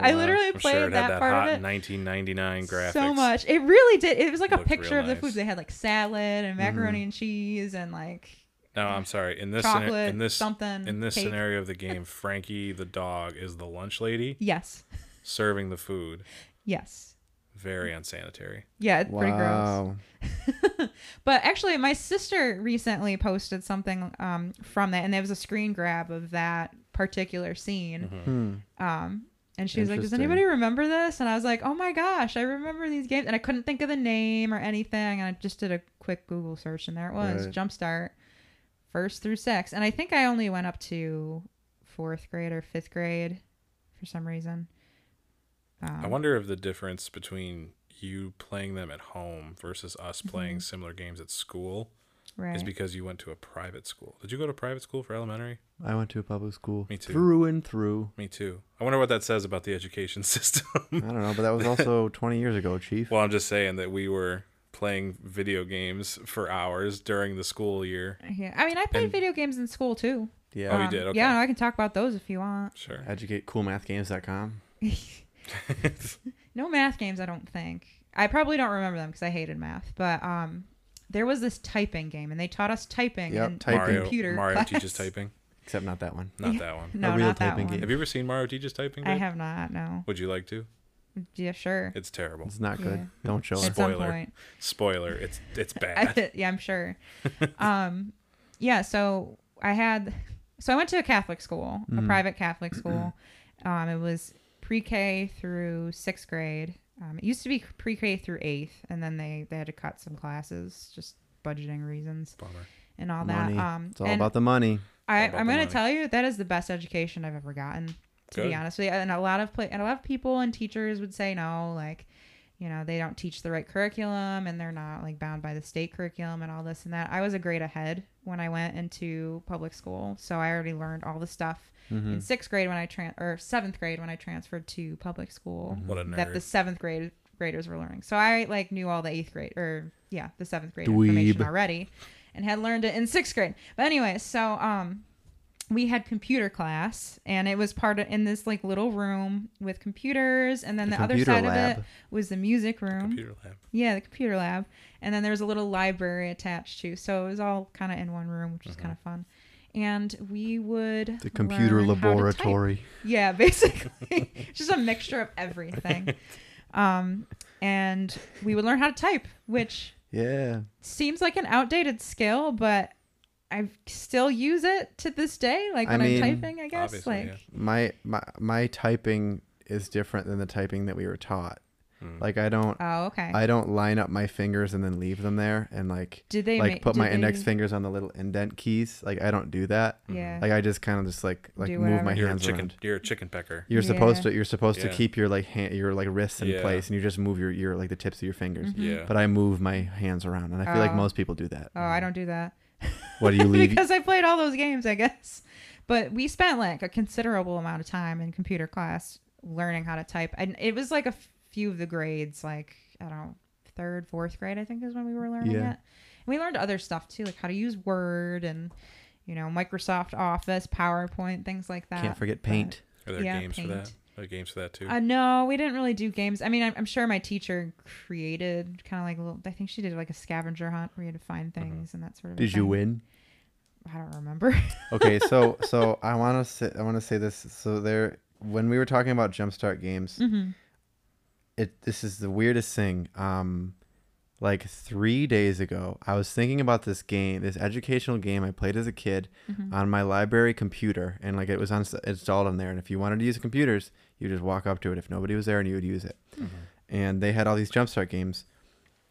Speaker 3: I
Speaker 2: Oh,
Speaker 3: literally
Speaker 1: I'm
Speaker 3: played
Speaker 1: Oh, sure it
Speaker 3: that,
Speaker 1: had that
Speaker 3: part
Speaker 1: hot
Speaker 3: of it
Speaker 1: 1999 graphics.
Speaker 3: so much. It really did. It was like a
Speaker 1: Looked real
Speaker 3: picture of the
Speaker 1: nice.
Speaker 3: foods. They had like salad and macaroni and cheese and like
Speaker 1: No, I'm sorry. In this
Speaker 3: chocolate,
Speaker 1: scenario, in this
Speaker 3: something.
Speaker 1: in this
Speaker 3: cake.
Speaker 1: scenario of the game, Frankie the dog is the lunch lady
Speaker 3: Yes.
Speaker 1: serving the food.
Speaker 3: Yes.
Speaker 1: Very unsanitary.
Speaker 3: Yeah, it's pretty gross.
Speaker 2: Wow.
Speaker 3: [LAUGHS] But actually, my sister recently posted something um, from that, and there was a screen grab of that particular scene.
Speaker 2: Hmm.
Speaker 3: Um, and she was like, "Does
Speaker 2: Interesting.
Speaker 3: anybody remember this?" And I was like, "Oh my gosh, I remember these games." And I couldn't think of the name or anything. And I just did a quick Google search, and there it was:
Speaker 2: Right.
Speaker 3: Jumpstart, first through six. And I think I only went up to fourth grade or fifth grade for some reason. Um, Mm-hmm.
Speaker 1: I wonder if the difference between you playing them at home versus us playing similar games at school
Speaker 3: Mm-hmm. Right.
Speaker 1: is because you went to a private school. Did you go to private school for elementary?
Speaker 2: I went to a public school.
Speaker 1: Me too.
Speaker 2: Through and through.
Speaker 1: Me too. I wonder what that says about the education [LAUGHS] system.
Speaker 2: I don't know, but that was
Speaker 1: [LAUGHS]
Speaker 2: also 20 years ago, Chief.
Speaker 1: well, I'm just saying that we were playing video games for hours during the school year.
Speaker 3: yeah. I mean, I played
Speaker 1: And-
Speaker 3: video games in school too. Um,
Speaker 1: Oh, you
Speaker 2: yeah.
Speaker 1: did? Okay.
Speaker 3: Yeah, no, I can talk about those if you want. [LAUGHS]
Speaker 1: Sure.
Speaker 2: Educate coolmathgames.com.
Speaker 1: [LAUGHS]
Speaker 3: No math games, I don't think. I probably don't remember them because I hated math. But um, there was this typing game, and they taught us typing.
Speaker 2: Yep,
Speaker 3: in
Speaker 2: typing.
Speaker 1: Mario
Speaker 3: Computer
Speaker 1: Mario
Speaker 3: class.
Speaker 1: teaches typing.
Speaker 2: Except not that one.
Speaker 1: Not that one.
Speaker 3: [LAUGHS] No,
Speaker 2: real
Speaker 3: not that
Speaker 2: typing
Speaker 3: one.
Speaker 2: game.
Speaker 1: Have you ever seen Mario teaches typing?
Speaker 3: I
Speaker 1: babe?
Speaker 3: have not. No.
Speaker 1: Would you like to?
Speaker 3: Yeah, sure.
Speaker 1: It's terrible.
Speaker 2: It's not good.
Speaker 3: Yeah.
Speaker 2: Don't show
Speaker 3: At
Speaker 2: it.
Speaker 3: some
Speaker 1: Spoiler.
Speaker 3: point.
Speaker 1: [LAUGHS] Spoiler. It's it's
Speaker 3: [LAUGHS] I-
Speaker 1: bad.
Speaker 3: yeah, I'm sure. um, yeah, so I had, so I went to a Catholic school,
Speaker 2: Mm.
Speaker 3: a
Speaker 2: [CLEARS THROAT]
Speaker 3: private Catholic school. um, it was pre-K through sixth grade. Um, it used to be pre-K through eighth, and then they they had to cut some classes, just budgeting reasons
Speaker 1: Bummer.
Speaker 3: and all
Speaker 2: Money.
Speaker 3: that. Um,
Speaker 2: it's all
Speaker 3: and
Speaker 2: about the money.
Speaker 3: I,
Speaker 1: all about
Speaker 3: I'm
Speaker 1: the
Speaker 3: going
Speaker 1: money.
Speaker 3: to tell you that is the best education I've ever gotten. To
Speaker 1: Good.
Speaker 3: be honest with you, and a lot of pla and a lot of people and teachers would say no, like, you know, they don't teach the right curriculum and they're not like bound by the state curriculum and all this and that. I was a grade ahead when I went into public school, so I already learned all the stuff in sixth grade when I tran or seventh grade when I transferred to public school
Speaker 1: What a
Speaker 3: that the
Speaker 1: nerd.
Speaker 3: seventh grade graders were learning. So I like knew all the eighth grade or yeah, the seventh grade
Speaker 2: Dweeb.
Speaker 3: information already and had learned it in sixth grade. But anyway, so um we had computer class and it was part of in this like little room with computers and then
Speaker 2: The
Speaker 3: the, other
Speaker 2: computer
Speaker 3: side of
Speaker 2: lab.
Speaker 3: it was the music room.
Speaker 1: Computer lab.
Speaker 3: Yeah, the computer lab. And then there was a little library attached to. So it was all kind of in one room, which was kind of fun. And we would
Speaker 2: Uh-huh. The computer
Speaker 3: learn how to type.
Speaker 2: laboratory.
Speaker 3: Yeah, [LAUGHS] basically, just a mixture of everything. Um, and we would learn how to type, which
Speaker 2: Yeah.
Speaker 3: seems like an outdated skill, but I still use it to this day. Like
Speaker 2: I
Speaker 3: when
Speaker 2: mean,
Speaker 3: I'm typing, I guess.
Speaker 1: obviously,
Speaker 3: Like,
Speaker 1: yeah.
Speaker 2: My my my typing is different than the typing that we were taught.
Speaker 1: Hmm.
Speaker 2: Like I don't
Speaker 3: oh, okay.
Speaker 2: I don't line up my fingers and then leave them there and like
Speaker 3: Did they
Speaker 2: like
Speaker 3: ma-
Speaker 2: put
Speaker 3: did
Speaker 2: my
Speaker 3: they-
Speaker 2: index fingers on the little indent keys. Like I don't do that.
Speaker 3: Yeah.
Speaker 2: Like I just kind of just like like
Speaker 3: Do
Speaker 2: move my
Speaker 3: whatever.
Speaker 1: You're a
Speaker 2: hands
Speaker 1: chicken.
Speaker 2: around.
Speaker 1: You're a chicken pecker.
Speaker 2: You're supposed
Speaker 3: Yeah.
Speaker 2: to you're supposed
Speaker 1: Yeah.
Speaker 2: to keep your like hand your like wrists in
Speaker 1: Yeah.
Speaker 2: place and you just move your your like the tips of your fingers.
Speaker 1: Yeah.
Speaker 2: But I move my hands around and I feel like
Speaker 3: Mm-hmm. Oh.
Speaker 2: most people do that.
Speaker 3: oh, I don't do that. [LAUGHS]
Speaker 2: What do you leave?
Speaker 3: because I played all those games, I guess. But we spent like a considerable amount of time in computer class learning how to type, and it was like a few of the grades, like I don't know, third, fourth grade, I think is when we were learning
Speaker 2: Yeah.
Speaker 3: it. And we learned other stuff too, like how to use Word and you know Microsoft Office, PowerPoint, things like that.
Speaker 2: Can't forget paint.
Speaker 1: Are there
Speaker 3: Yeah,
Speaker 1: games for that?
Speaker 3: paint.
Speaker 1: Are there games for that too?
Speaker 3: Uh, no, we didn't really do games. I mean, I'm, I'm sure my teacher created kind of like a little. I think she did like a scavenger hunt where you had to find things and that sort of. a
Speaker 2: Uh-huh. Did you
Speaker 3: thing.
Speaker 2: win?
Speaker 3: I don't remember. [LAUGHS]
Speaker 2: okay, so so I want to say I want to say this. So there, when we were talking about jumpstart games,
Speaker 3: Mm.
Speaker 2: it this is the weirdest thing. Um, like three days ago, I was thinking about this game, this educational game I played as a kid on my library computer, and like it was on, installed on there. And if you wanted to use computers, you just walk up to it. If nobody was there, and you would use it. And they had all these jumpstart games,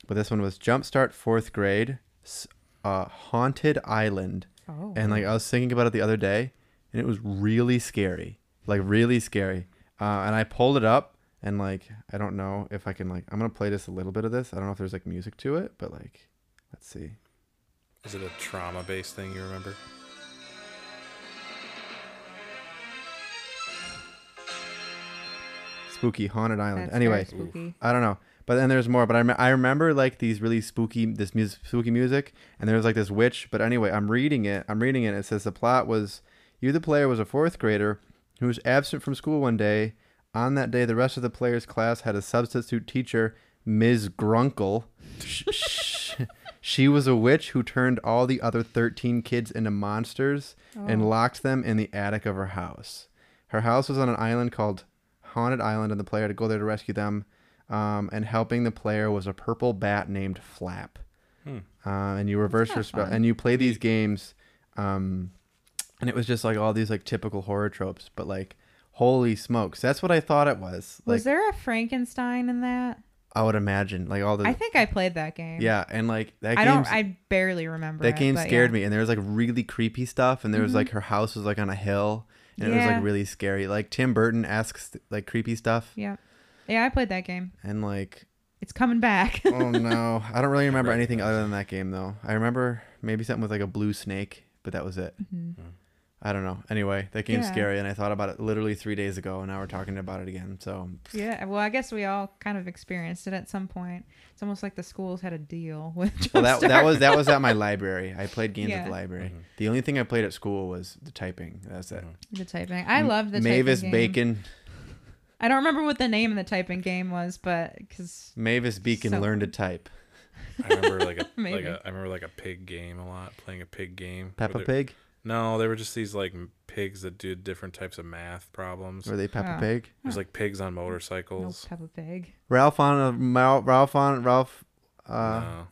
Speaker 2: but this one was Jumpstart Fourth Grade, S- uh, Haunted Island.
Speaker 3: oh.
Speaker 2: And like I was thinking about it the other day, and it was really scary, like really scary. Uh, and I pulled it up, and like I don't know if I can like I'm gonna play just a little bit of this. I don't know if there's like music to it, but like let's see.
Speaker 1: Is it a trauma based thing you remember?
Speaker 2: Spooky haunted island.
Speaker 3: That's
Speaker 2: anyway,
Speaker 3: very spooky.
Speaker 2: I don't know. But then there's more. But I, rem- I remember like these really spooky this music spooky music, and there was like this witch. But anyway, I'm reading it. I'm reading it. and It says the plot was you the player was a fourth grader who was absent from school one day. On that day, the rest of the players' class had a substitute teacher, Ms. Grunkle. Sh- sh- [LAUGHS] she was a witch who turned all the other 13 kids into monsters
Speaker 3: Oh. Mm.
Speaker 2: and locked them in the attic of her house. Her house was on an island called Haunted Island, and the player had to go there to rescue them. Um, and helping the player was a purple bat named Flap. Uh, and you reverse your spell, and you play these games. Um, and it was just like all these like typical horror tropes, but like, holy smokes, that's what I thought it was. Like,
Speaker 3: was there a Frankenstein in that?
Speaker 2: I would imagine, like all the
Speaker 3: I think I played that game.
Speaker 2: yeah, and like that.
Speaker 3: I don't.
Speaker 2: game's-
Speaker 3: I barely remember.
Speaker 2: that
Speaker 3: it,
Speaker 2: game
Speaker 3: but
Speaker 2: scared
Speaker 3: yeah. Mm-hmm.
Speaker 2: me, and there was like really creepy stuff, and there was like her house was like on a hill, and it was
Speaker 3: Yeah.
Speaker 2: like really scary. Like Tim Burton asks like creepy stuff,
Speaker 3: Yeah. Yeah, I played that game.
Speaker 2: and like
Speaker 3: It's coming back.
Speaker 2: [LAUGHS]
Speaker 3: [LAUGHS]
Speaker 2: oh no, I don't really [LAUGHS] remember anything other than that game though. I remember maybe something with like a blue snake, but that was it. I don't know. Anyway, that game's
Speaker 3: Yeah.
Speaker 2: scary, and I thought about it literally three days ago, and now we're talking about it again.
Speaker 3: [LAUGHS]
Speaker 2: So
Speaker 3: yeah. Well, I guess we all kind of experienced it at some point. It's almost like the schools had a deal [LAUGHS] with. Jumpstart.
Speaker 2: well, that that was that was
Speaker 3: [LAUGHS]
Speaker 2: at my library. I played games at
Speaker 3: Yeah.
Speaker 2: the library. The only thing I played at school was the typing. That's it.
Speaker 1: Oh.
Speaker 3: the typing. I love the
Speaker 2: Mavis
Speaker 3: typing game.
Speaker 2: Bacon.
Speaker 3: I don't remember what the name of the typing game was, but because
Speaker 2: Mavis Beacon
Speaker 3: So-
Speaker 2: learned to type.
Speaker 1: I remember
Speaker 3: [LAUGHS]
Speaker 1: like a like
Speaker 3: Maybe.
Speaker 1: a I remember like a pig game a lot. Playing a pig game.
Speaker 2: Peppa
Speaker 1: Were there-
Speaker 2: Pig?
Speaker 1: No, they were just these like m- pigs that do different types of math problems.
Speaker 2: Were they Peppa
Speaker 3: Oh.
Speaker 2: Pig?
Speaker 1: There's like pigs on
Speaker 3: no
Speaker 1: motorcycles.
Speaker 3: Peppa Pig.
Speaker 2: Ralph on a Mal- Ralph on Ralph uh
Speaker 1: No,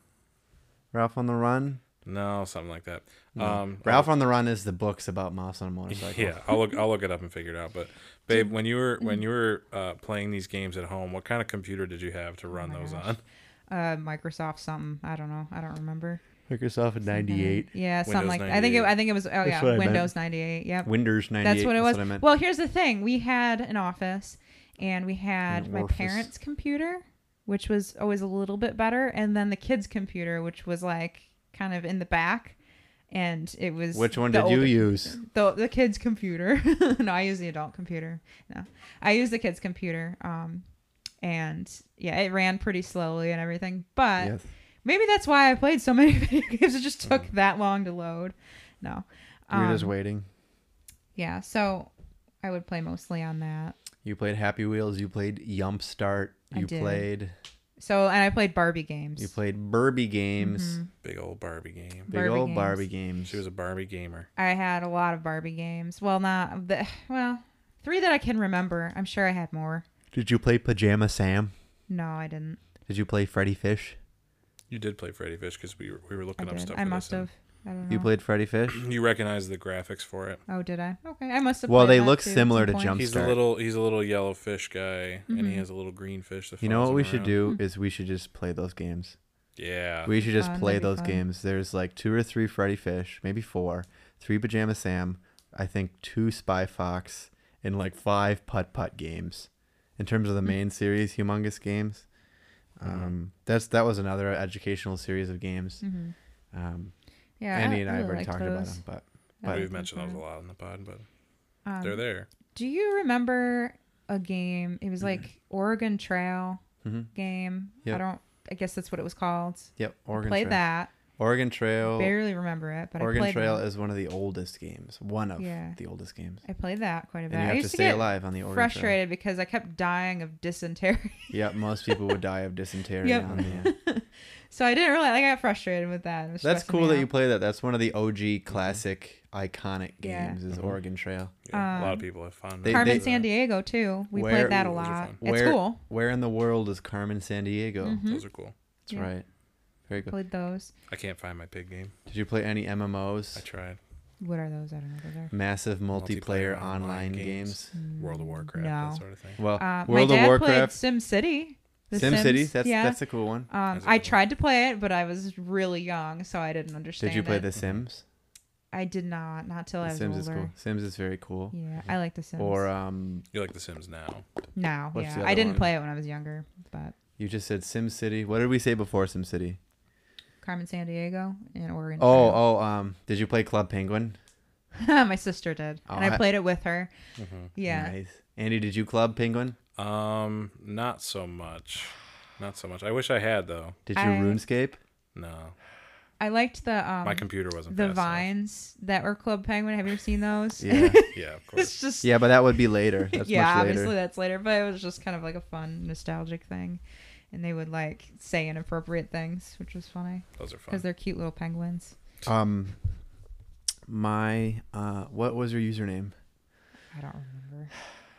Speaker 2: Ralph on the Run.
Speaker 1: no, something like that. Um,
Speaker 2: Ralph on the Run is the books about mouse on a motorcycle.
Speaker 1: [LAUGHS] Yeah, I'll look. I'll look it up and figure it out. But babe, when you were
Speaker 3: Mm-hmm.
Speaker 1: when you were uh, playing these games at home, what kind of computer did you have to
Speaker 3: Oh
Speaker 1: run those on? [LAUGHS]
Speaker 3: Uh, Microsoft something. I don't know. I don't remember.
Speaker 2: Microsoft in ninety eight.
Speaker 3: Mm-hmm. Yeah, something
Speaker 1: Windows
Speaker 3: like I think it,
Speaker 1: 98.
Speaker 3: I think it was oh
Speaker 2: what I
Speaker 3: yeah,
Speaker 2: meant.
Speaker 3: Windows 98. Yep.
Speaker 2: Windows ninety eight.
Speaker 3: That's what it was.
Speaker 2: I meant.
Speaker 3: well, here's the thing: we had an office, and we had
Speaker 2: An
Speaker 3: my
Speaker 2: orifice.
Speaker 3: parents' computer, which was always a little bit better, and then the kids' computer, which was like kind of in the back, and it was.
Speaker 2: Which one
Speaker 3: the
Speaker 2: did you
Speaker 3: older-
Speaker 2: use?
Speaker 3: The the kids' computer. [LAUGHS] no, I use the adult computer. No, I use the kids' computer. Um, and yeah, it ran pretty slowly and everything, but.
Speaker 2: Yes.
Speaker 3: Maybe that's why I played so many [LAUGHS] video games. It just took that long to load. No.
Speaker 2: You're
Speaker 3: Um,
Speaker 2: Mm. just waiting.
Speaker 3: yeah, so I would play mostly on that.
Speaker 2: You played Happy Wheels, you played Yump Start,
Speaker 3: I
Speaker 2: you
Speaker 3: did.
Speaker 2: played
Speaker 3: So and I played Barbie games.
Speaker 2: you played Barbie games.
Speaker 1: Big old Barbie game.
Speaker 2: Big
Speaker 3: Mm-hmm. Barbie
Speaker 2: old
Speaker 3: games.
Speaker 2: Barbie games.
Speaker 1: She was a Barbie gamer.
Speaker 3: I had a lot of Barbie games. Well, not the well, three that I can remember. I'm sure I had more.
Speaker 2: Did you play Pajama Sam?
Speaker 3: No, I didn't.
Speaker 2: Did you play Freddy Fish?
Speaker 1: You did play Freddy Fish because we were, we were
Speaker 3: I
Speaker 1: looking up
Speaker 3: did.
Speaker 1: stuff.
Speaker 3: I
Speaker 1: for
Speaker 3: must
Speaker 1: this,
Speaker 3: have. I don't know.
Speaker 2: You played Freddy Fish?
Speaker 1: and [CLEARS THROAT] You recognize the graphics for it.
Speaker 3: Oh, did I? Okay, I must have.
Speaker 2: Well,
Speaker 3: played
Speaker 2: they
Speaker 3: that
Speaker 2: look
Speaker 3: too at
Speaker 2: similar
Speaker 3: some
Speaker 2: to
Speaker 3: point.
Speaker 2: Jump-
Speaker 1: He's a
Speaker 2: Start.
Speaker 1: little he's a little yellow fish guy, and
Speaker 3: Mm-hmm.
Speaker 1: he has a little green fish. That
Speaker 2: You know what
Speaker 1: follows
Speaker 2: we
Speaker 1: him
Speaker 2: should
Speaker 1: around.
Speaker 2: do is we should just play those games.
Speaker 1: Yeah.
Speaker 2: We should just
Speaker 3: fun,
Speaker 2: play
Speaker 3: that'd be
Speaker 2: those
Speaker 3: fun.
Speaker 2: games. There's like two or three Freddy Fish, maybe four, three Pajama Sam, I think two Spy Fox, and like five Putt Putt games. In terms of the main
Speaker 3: [LAUGHS]
Speaker 2: series, Humongous Games, um, that's that was another educational series of games. Um,
Speaker 3: Yeah,
Speaker 2: Andy
Speaker 3: I
Speaker 2: and I have
Speaker 3: Mm-hmm. Mm. really
Speaker 2: already
Speaker 3: liked
Speaker 2: talked about
Speaker 3: those.
Speaker 2: them, but
Speaker 3: That
Speaker 1: We've
Speaker 3: I've
Speaker 1: mentioned those a
Speaker 3: been
Speaker 1: lot on the pod, but
Speaker 3: fun. Um,
Speaker 1: they're there.
Speaker 3: Do you remember a game? It was
Speaker 2: Mm-hmm.
Speaker 3: like Oregon Trail
Speaker 2: Mhm.
Speaker 3: game. I
Speaker 2: Yep.
Speaker 3: don't. I guess that's what it was called.
Speaker 2: Yep, Oregon
Speaker 3: Played
Speaker 2: Trail.
Speaker 3: that.
Speaker 2: Oregon Trail.
Speaker 3: Barely remember it, but I
Speaker 2: Oregon
Speaker 3: played
Speaker 2: Trail
Speaker 3: That.
Speaker 2: is one of the oldest games. One of
Speaker 3: Yeah.
Speaker 2: the oldest games.
Speaker 3: I played that quite a bit.
Speaker 2: And you
Speaker 3: I
Speaker 2: have
Speaker 3: used
Speaker 2: to
Speaker 3: to
Speaker 2: stay
Speaker 3: get
Speaker 2: alive on the Oregon
Speaker 3: frustrated because I kept dying of dysentery. [LAUGHS]
Speaker 2: Trail. Yep, most people would die of dysentery
Speaker 3: Yep.
Speaker 2: on the.
Speaker 3: so I didn't really. I got frustrated with that. It was
Speaker 2: That's
Speaker 3: stressing me
Speaker 2: cool that you
Speaker 3: out.
Speaker 2: play that. That's one of the OG classic iconic
Speaker 3: Mm-hmm. Yeah.
Speaker 2: games
Speaker 1: Mm-hmm.
Speaker 2: is Oregon Trail.
Speaker 1: Yeah, a lot
Speaker 3: Um,
Speaker 1: of people have fond
Speaker 2: they-
Speaker 3: Carmen
Speaker 2: they-
Speaker 3: San Diego too. We
Speaker 2: Where-
Speaker 3: played that a
Speaker 1: Ooh, those are
Speaker 3: lot.
Speaker 1: fun.
Speaker 3: It's
Speaker 2: Where-
Speaker 3: cool.
Speaker 2: Where in the world is Carmen San Diego?
Speaker 1: Those are cool.
Speaker 2: That's
Speaker 3: Mm-hmm. Yeah.
Speaker 2: right. Very good.
Speaker 3: Played those.
Speaker 1: I can't find my pig game.
Speaker 2: Did you play any
Speaker 1: I
Speaker 2: MMOs?
Speaker 1: tried
Speaker 3: What are those? I don't know. Those are. Mm,
Speaker 2: Massive multiplayer,
Speaker 1: Multiplayer online
Speaker 2: online
Speaker 1: games.
Speaker 2: games.
Speaker 1: World of Warcraft,
Speaker 3: no.
Speaker 1: that sort of thing.
Speaker 2: Well,
Speaker 3: Uh,
Speaker 2: World
Speaker 3: my
Speaker 2: of
Speaker 3: dad
Speaker 2: Warcraft,
Speaker 3: played SimCity. The
Speaker 2: Sim
Speaker 3: Sims,
Speaker 2: City. That's
Speaker 3: yeah.
Speaker 2: that's a cool one.
Speaker 3: Um,
Speaker 1: That's a
Speaker 3: I
Speaker 1: good one.
Speaker 3: tried to play it, but I was really young, so I didn't understand.
Speaker 2: Did you play
Speaker 3: it.
Speaker 2: The Sims?
Speaker 3: I did not, not till I
Speaker 2: The
Speaker 3: was
Speaker 2: Sims is
Speaker 3: older.
Speaker 2: cool. Sims is very cool.
Speaker 3: Yeah, I like The Sims.
Speaker 2: Or um,
Speaker 1: You like The Sims now?
Speaker 3: now,
Speaker 2: what's
Speaker 3: yeah,
Speaker 2: the
Speaker 3: I
Speaker 2: other
Speaker 3: didn't
Speaker 2: one?
Speaker 3: play it when I was younger, but
Speaker 2: you just said Sim City. What did we say before Sim City?
Speaker 3: Carmen San Diego and Oregon.
Speaker 2: Oh,
Speaker 3: Trail.
Speaker 2: oh, um, did you play Club Penguin?
Speaker 3: [LAUGHS] my sister did,
Speaker 2: Oh,
Speaker 3: and I,
Speaker 2: I-
Speaker 3: played it with her.
Speaker 2: Mm-hmm.
Speaker 3: Yeah,
Speaker 2: Nice. Andy, did you Club Penguin?
Speaker 1: Um, not so much. Not so much. I wish I had though.
Speaker 2: Did you
Speaker 3: I- [LAUGHS]
Speaker 2: RuneScape?
Speaker 1: No,
Speaker 3: I liked the um,
Speaker 1: my computer wasn't.
Speaker 3: the
Speaker 1: fast enough.
Speaker 3: vines that were Club Penguin. Have you ever seen those?
Speaker 2: Yeah.
Speaker 1: Yeah, of course.
Speaker 3: [LAUGHS] it's just [LAUGHS]
Speaker 2: yeah, but that would be later. That's
Speaker 3: yeah,
Speaker 2: much later.
Speaker 3: obviously that's later, but it was just kind of like a fun nostalgic thing, and they would like say inappropriate things, which was funny
Speaker 1: Those are
Speaker 3: because
Speaker 1: fun.
Speaker 3: they're cute little penguins.
Speaker 2: Um, my uh, what was your username?
Speaker 3: I don't remember.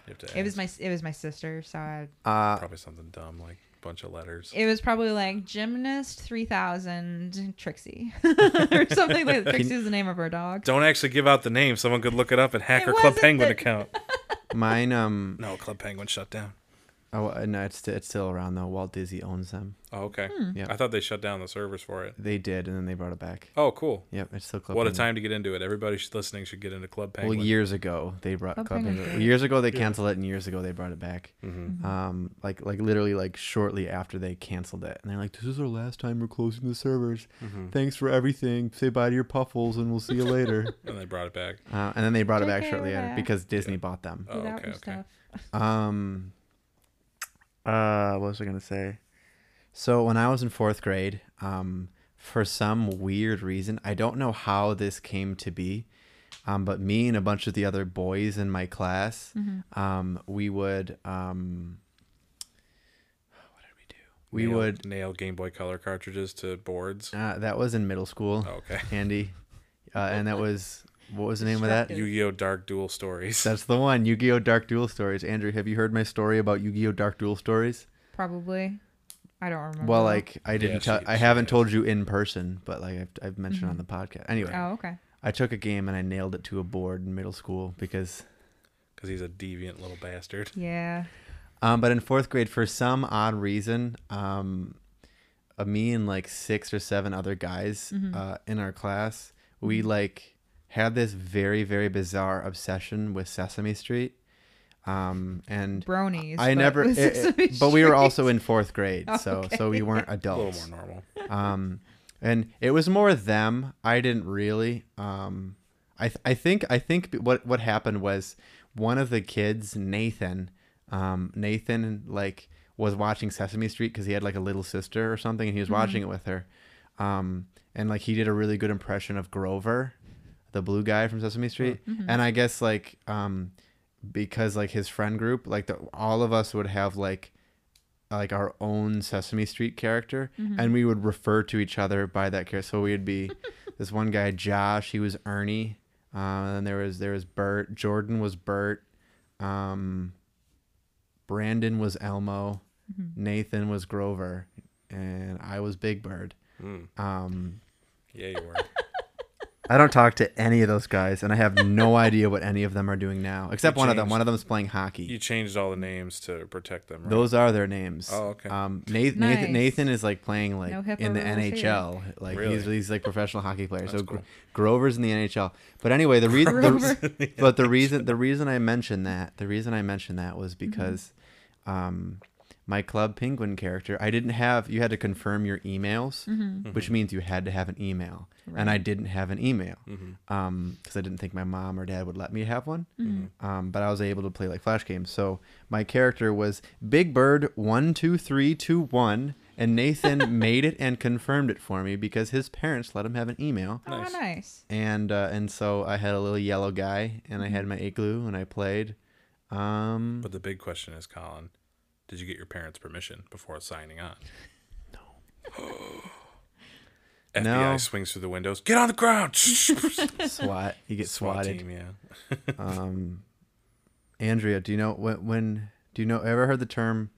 Speaker 1: You have to
Speaker 3: It was
Speaker 1: ask.
Speaker 3: my it was my sister, so I,
Speaker 2: Uh,
Speaker 1: probably something dumb like bunch of letters.
Speaker 3: it was probably like gymnast three thousand Trixie [LAUGHS] or something like that. Trixie is the name of our dog.
Speaker 1: Don't actually give out the name. Someone could look it up and hack
Speaker 3: It
Speaker 1: her Club
Speaker 3: wasn't
Speaker 1: Penguin
Speaker 3: the- [LAUGHS]
Speaker 1: account.
Speaker 2: mine. Um,
Speaker 1: No, Club Penguin shut down.
Speaker 2: oh uh, no, it's st- it's still around though. Walt Disney owns them.
Speaker 1: Oh, okay.
Speaker 3: Hmm.
Speaker 2: Yeah.
Speaker 1: I thought they shut down the servers for it.
Speaker 2: They did, and then they brought it back.
Speaker 1: Oh, cool.
Speaker 2: Yep, it's still Club.
Speaker 1: What a
Speaker 2: Penguin.
Speaker 1: time to get into it. Everybody should, listening should get into Club Penguin.
Speaker 2: Well, years ago they brought
Speaker 3: Club
Speaker 2: Club,
Speaker 3: Penguin.
Speaker 2: Penguin. Years ago they canceled it, and years ago they brought it back.
Speaker 1: Mm-hmm.
Speaker 3: Hmm. Mm-hmm.
Speaker 2: Um, like like literally like shortly after they canceled it, and they're like, "This is our last time we're closing the servers.
Speaker 1: Mm-hmm.
Speaker 2: Thanks for everything. Say bye to your puffles, and we'll see you
Speaker 3: [LAUGHS]
Speaker 2: later."
Speaker 1: And they brought it back.
Speaker 2: uh, and then they brought it
Speaker 3: Take
Speaker 2: back
Speaker 3: care,
Speaker 2: shortly after
Speaker 3: relax.
Speaker 2: because Disney bought them.
Speaker 1: Oh,
Speaker 3: Without
Speaker 1: okay,
Speaker 3: your
Speaker 1: okay.
Speaker 3: stuff.
Speaker 2: Um, uh, what was I gonna say? So when I was in fourth grade, um, for some weird reason, I don't know how this came to be, um, but me and a bunch of the other boys in my class, um, we would, um, what did we do? We
Speaker 1: Nailed-
Speaker 2: would.
Speaker 1: nail Game Boy Color cartridges to boards.
Speaker 2: Uh, that was in middle school,
Speaker 1: Oh, okay. [LAUGHS]
Speaker 3: [LAUGHS]
Speaker 2: Andy, uh, and that was what was the name of that?
Speaker 3: Destructive.
Speaker 1: Yu-Gi-Oh! Dark Duel Stories.
Speaker 2: That's the one, Yu-Gi-Oh! Dark Duel Stories. Andrew, have you heard my story about Yu-Gi-Oh! Dark Duel Stories?
Speaker 3: Probably. I don't remember.
Speaker 2: Well, like I didn't
Speaker 1: she-
Speaker 2: tell, I
Speaker 1: she
Speaker 2: haven't
Speaker 1: has.
Speaker 2: told you in person, but like I've, I've mentioned on the podcast. Anyway,
Speaker 3: oh okay.
Speaker 2: I took a game and I nailed it to a board in middle school because,
Speaker 1: Because he's a deviant little bastard.
Speaker 3: Yeah.
Speaker 2: um, but in fourth grade, for some odd reason, um, uh, me and like six or seven other guys
Speaker 3: Mm-hmm.
Speaker 2: uh, in our class, we like had this very very bizarre obsession with Sesame Street, um, and
Speaker 3: Bronies.
Speaker 2: I
Speaker 3: but [LAUGHS]
Speaker 2: never,
Speaker 3: with
Speaker 2: it- it-
Speaker 3: Sesame
Speaker 2: but we were
Speaker 3: Street. Oh,
Speaker 2: also in fourth
Speaker 3: [LAUGHS]
Speaker 2: grade, so so we weren't
Speaker 1: A
Speaker 2: adults.
Speaker 1: little more normal.
Speaker 2: um and it was more them i didn't really um i th- i think i think b- what what happened was one of the kids nathan um nathan like was watching sesame street because he had like a little sister or something and he was watching it with her um and like he did a really good impression of grover the blue guy from sesame street and i guess like um because like his friend group like the, all of us would have like like our own Sesame Street character, and we would refer to each other by that character. So we'd be this one guy, Josh. He was Ernie. Um, and then there was there was Bert. Jordan was Bert. Um, Brandon was Elmo. Nathan was Grover, and I was Big Bird.
Speaker 1: Mm.
Speaker 2: Um,
Speaker 1: Yeah, you
Speaker 2: [LAUGHS]
Speaker 1: were.
Speaker 2: I don't talk to any of those guys, and I have no idea what any of them are doing now,
Speaker 1: You
Speaker 2: except one of them.
Speaker 1: changed.
Speaker 2: One of them is playing hockey.
Speaker 1: you changed all the names to protect them, right?
Speaker 2: Those are their names.
Speaker 1: Oh, okay.
Speaker 2: Um, Nathan,
Speaker 3: Nice.
Speaker 2: Nathan, Nathan is like playing like
Speaker 3: No HIPAA
Speaker 2: in the
Speaker 3: rules here.
Speaker 2: NHL. Like he's,
Speaker 1: Really?
Speaker 2: he's like professional hockey player. so
Speaker 1: That's
Speaker 2: Gro-
Speaker 1: cool.
Speaker 2: Grover's in the NHL. But anyway, the reason, the, [LAUGHS]
Speaker 1: Grover.
Speaker 3: Mm-hmm.
Speaker 2: but the reason, the reason I mentioned that, the reason I mentioned that was because, um, my Club Penguin character, I didn't have. You had to confirm your emails, which means you had to have an email, and I didn't have an email
Speaker 1: Mm-hmm.
Speaker 2: because I didn't think my mom or dad would let me have one.
Speaker 1: Mm-hmm.
Speaker 2: Um, but I was able to play like flash games, so my character was Big Bird one two three two one. And Nathan made it and confirmed it for me because his parents let him have an email
Speaker 3: Oh,
Speaker 1: Nice.
Speaker 3: nice.
Speaker 2: and uh, and so I had a little yellow guy, and I had my igloo, and I played. Um,
Speaker 1: But the big question is, Colin, did you get your parents' permission before signing on? [GASPS] No. FBI
Speaker 2: No.
Speaker 1: swings through the windows. Get on the ground.
Speaker 2: SWAT, you get
Speaker 1: SWAT
Speaker 2: swatted.
Speaker 1: team, yeah.
Speaker 2: Um, Andrea, do you know when? when do you know? Ever heard the term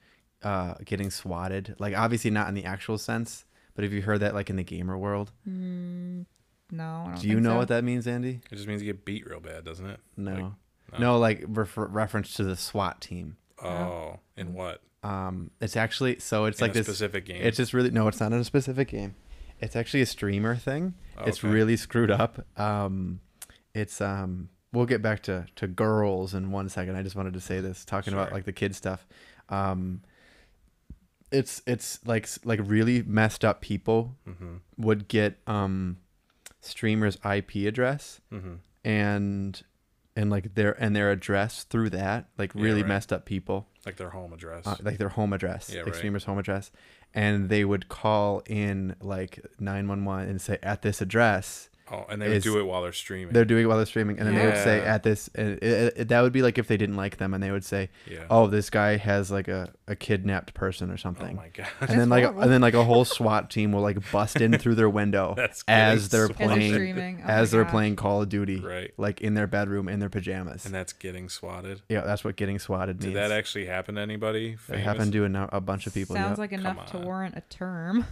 Speaker 2: uh, "getting swatted"? Like, obviously not in the actual sense, but have you heard that like in the gamer world?
Speaker 3: Mm, No, I don't
Speaker 2: Do you
Speaker 3: think
Speaker 2: know
Speaker 3: so.
Speaker 2: what that means, Andy?
Speaker 1: It just means you get beat real bad, doesn't it?
Speaker 2: No.
Speaker 1: Like,
Speaker 2: no. like refer- reference to the SWAT team.
Speaker 1: oh, in what?
Speaker 2: Um, it's actually so it's
Speaker 1: In
Speaker 2: like
Speaker 1: a
Speaker 2: this
Speaker 1: specific game?
Speaker 2: It's just really no, it's not in a specific game. It's actually a streamer thing. It's
Speaker 1: Oh, Okay.
Speaker 2: really screwed up. Um, it's um, we'll get back to to girls in one second. I just wanted to say this, talking about
Speaker 1: Sure.
Speaker 2: like the kid stuff. Um, it's it's like s- like really messed up people
Speaker 1: Mm-hmm,
Speaker 2: would get um, streamers' IP address
Speaker 1: Mm-hmm.
Speaker 2: and and like their and their address through that like
Speaker 1: Yeah,
Speaker 2: really
Speaker 1: right.
Speaker 2: messed up people
Speaker 1: Like their home address.
Speaker 2: uh, like their home address,
Speaker 1: Yeah,
Speaker 2: like
Speaker 1: right.
Speaker 2: streamer's home address, and they would call in like 911 and say at this address.
Speaker 1: oh, and they would
Speaker 2: is-
Speaker 1: do it while they're streaming.
Speaker 2: They're doing it while they're streaming, and then they would say
Speaker 1: Yeah.
Speaker 2: at this. And it, it- that would be like if they didn't like them, and they would say,
Speaker 1: yeah.
Speaker 2: "Oh, this guy has like a, a kidnapped person or
Speaker 1: Oh
Speaker 2: something."
Speaker 1: my god. [LAUGHS]
Speaker 2: and then like and then like a whole SWAT team will like bust in through their
Speaker 1: [LAUGHS]
Speaker 2: window
Speaker 1: That's
Speaker 2: as
Speaker 1: getting
Speaker 2: they're
Speaker 1: swatted.
Speaker 3: As they're
Speaker 2: playing
Speaker 3: streaming. Oh my
Speaker 2: as they're
Speaker 3: gosh.
Speaker 2: playing Call of Duty,
Speaker 1: Right.
Speaker 2: Like in their bedroom in their pajamas.
Speaker 1: and that's getting swatted.
Speaker 2: yeah, that's what getting swatted
Speaker 1: Did
Speaker 2: means.
Speaker 1: that actually happen to anybody?
Speaker 2: it happened to a, no- a bunch of people. yep.
Speaker 3: Sounds like enough to
Speaker 1: on.
Speaker 3: warrant a
Speaker 2: [LAUGHS]
Speaker 3: term.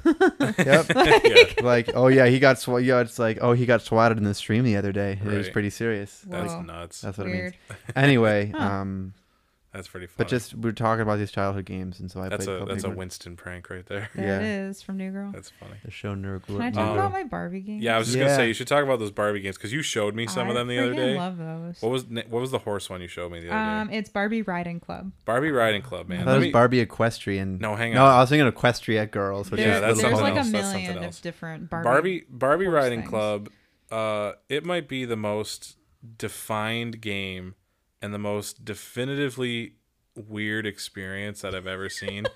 Speaker 2: yep.
Speaker 1: [LAUGHS]
Speaker 3: [LAUGHS]
Speaker 1: yeah.
Speaker 2: [LAUGHS] like, oh yeah, he got swat. Yeah, it's like, oh, he got swatted in the stream the other day. It was
Speaker 1: Right.
Speaker 2: pretty serious.
Speaker 1: That's
Speaker 3: Whoa.
Speaker 1: nuts.
Speaker 2: That's what
Speaker 3: Weird.
Speaker 2: it means. Anyway,
Speaker 3: [LAUGHS]
Speaker 2: um,
Speaker 1: That's pretty funny.
Speaker 2: but just we were talking about these childhood games, and so I
Speaker 1: that's
Speaker 2: played.
Speaker 1: a
Speaker 2: Club
Speaker 1: that's a
Speaker 2: Penguin.
Speaker 1: Winston prank right there. [LAUGHS]
Speaker 3: There it
Speaker 2: Yeah.
Speaker 3: is from New Girl.
Speaker 1: That's funny.
Speaker 2: The show Nerd
Speaker 3: Can I talk
Speaker 1: Um,
Speaker 3: about my Barbie game?
Speaker 1: Yeah, I was just gonna say
Speaker 2: Yeah.
Speaker 1: you should talk about those Barbie games because you showed me some of them the other day.
Speaker 3: love those.
Speaker 1: What was na- what was the horse one you showed me the other
Speaker 3: um,
Speaker 1: day?
Speaker 3: it's Barbie Riding Club.
Speaker 1: Barbie Riding Club, man.
Speaker 2: That
Speaker 1: Let
Speaker 2: was
Speaker 1: me-
Speaker 2: Barbie Equestrian.
Speaker 1: No, hang
Speaker 2: No,
Speaker 1: on.
Speaker 2: I was thinking Equestria Girls, which
Speaker 1: Yeah,
Speaker 2: is
Speaker 1: that's
Speaker 2: little
Speaker 3: there's
Speaker 1: something
Speaker 3: like
Speaker 1: else.
Speaker 3: a
Speaker 1: That's something
Speaker 3: million
Speaker 1: else.
Speaker 3: of different
Speaker 1: Barbie
Speaker 3: Barbie.
Speaker 1: Barbie
Speaker 3: horse
Speaker 1: Riding
Speaker 3: things.
Speaker 1: Club. Uh, it might be the most defined game and the most definitively weird experience that I've ever
Speaker 3: [LAUGHS]
Speaker 1: seen.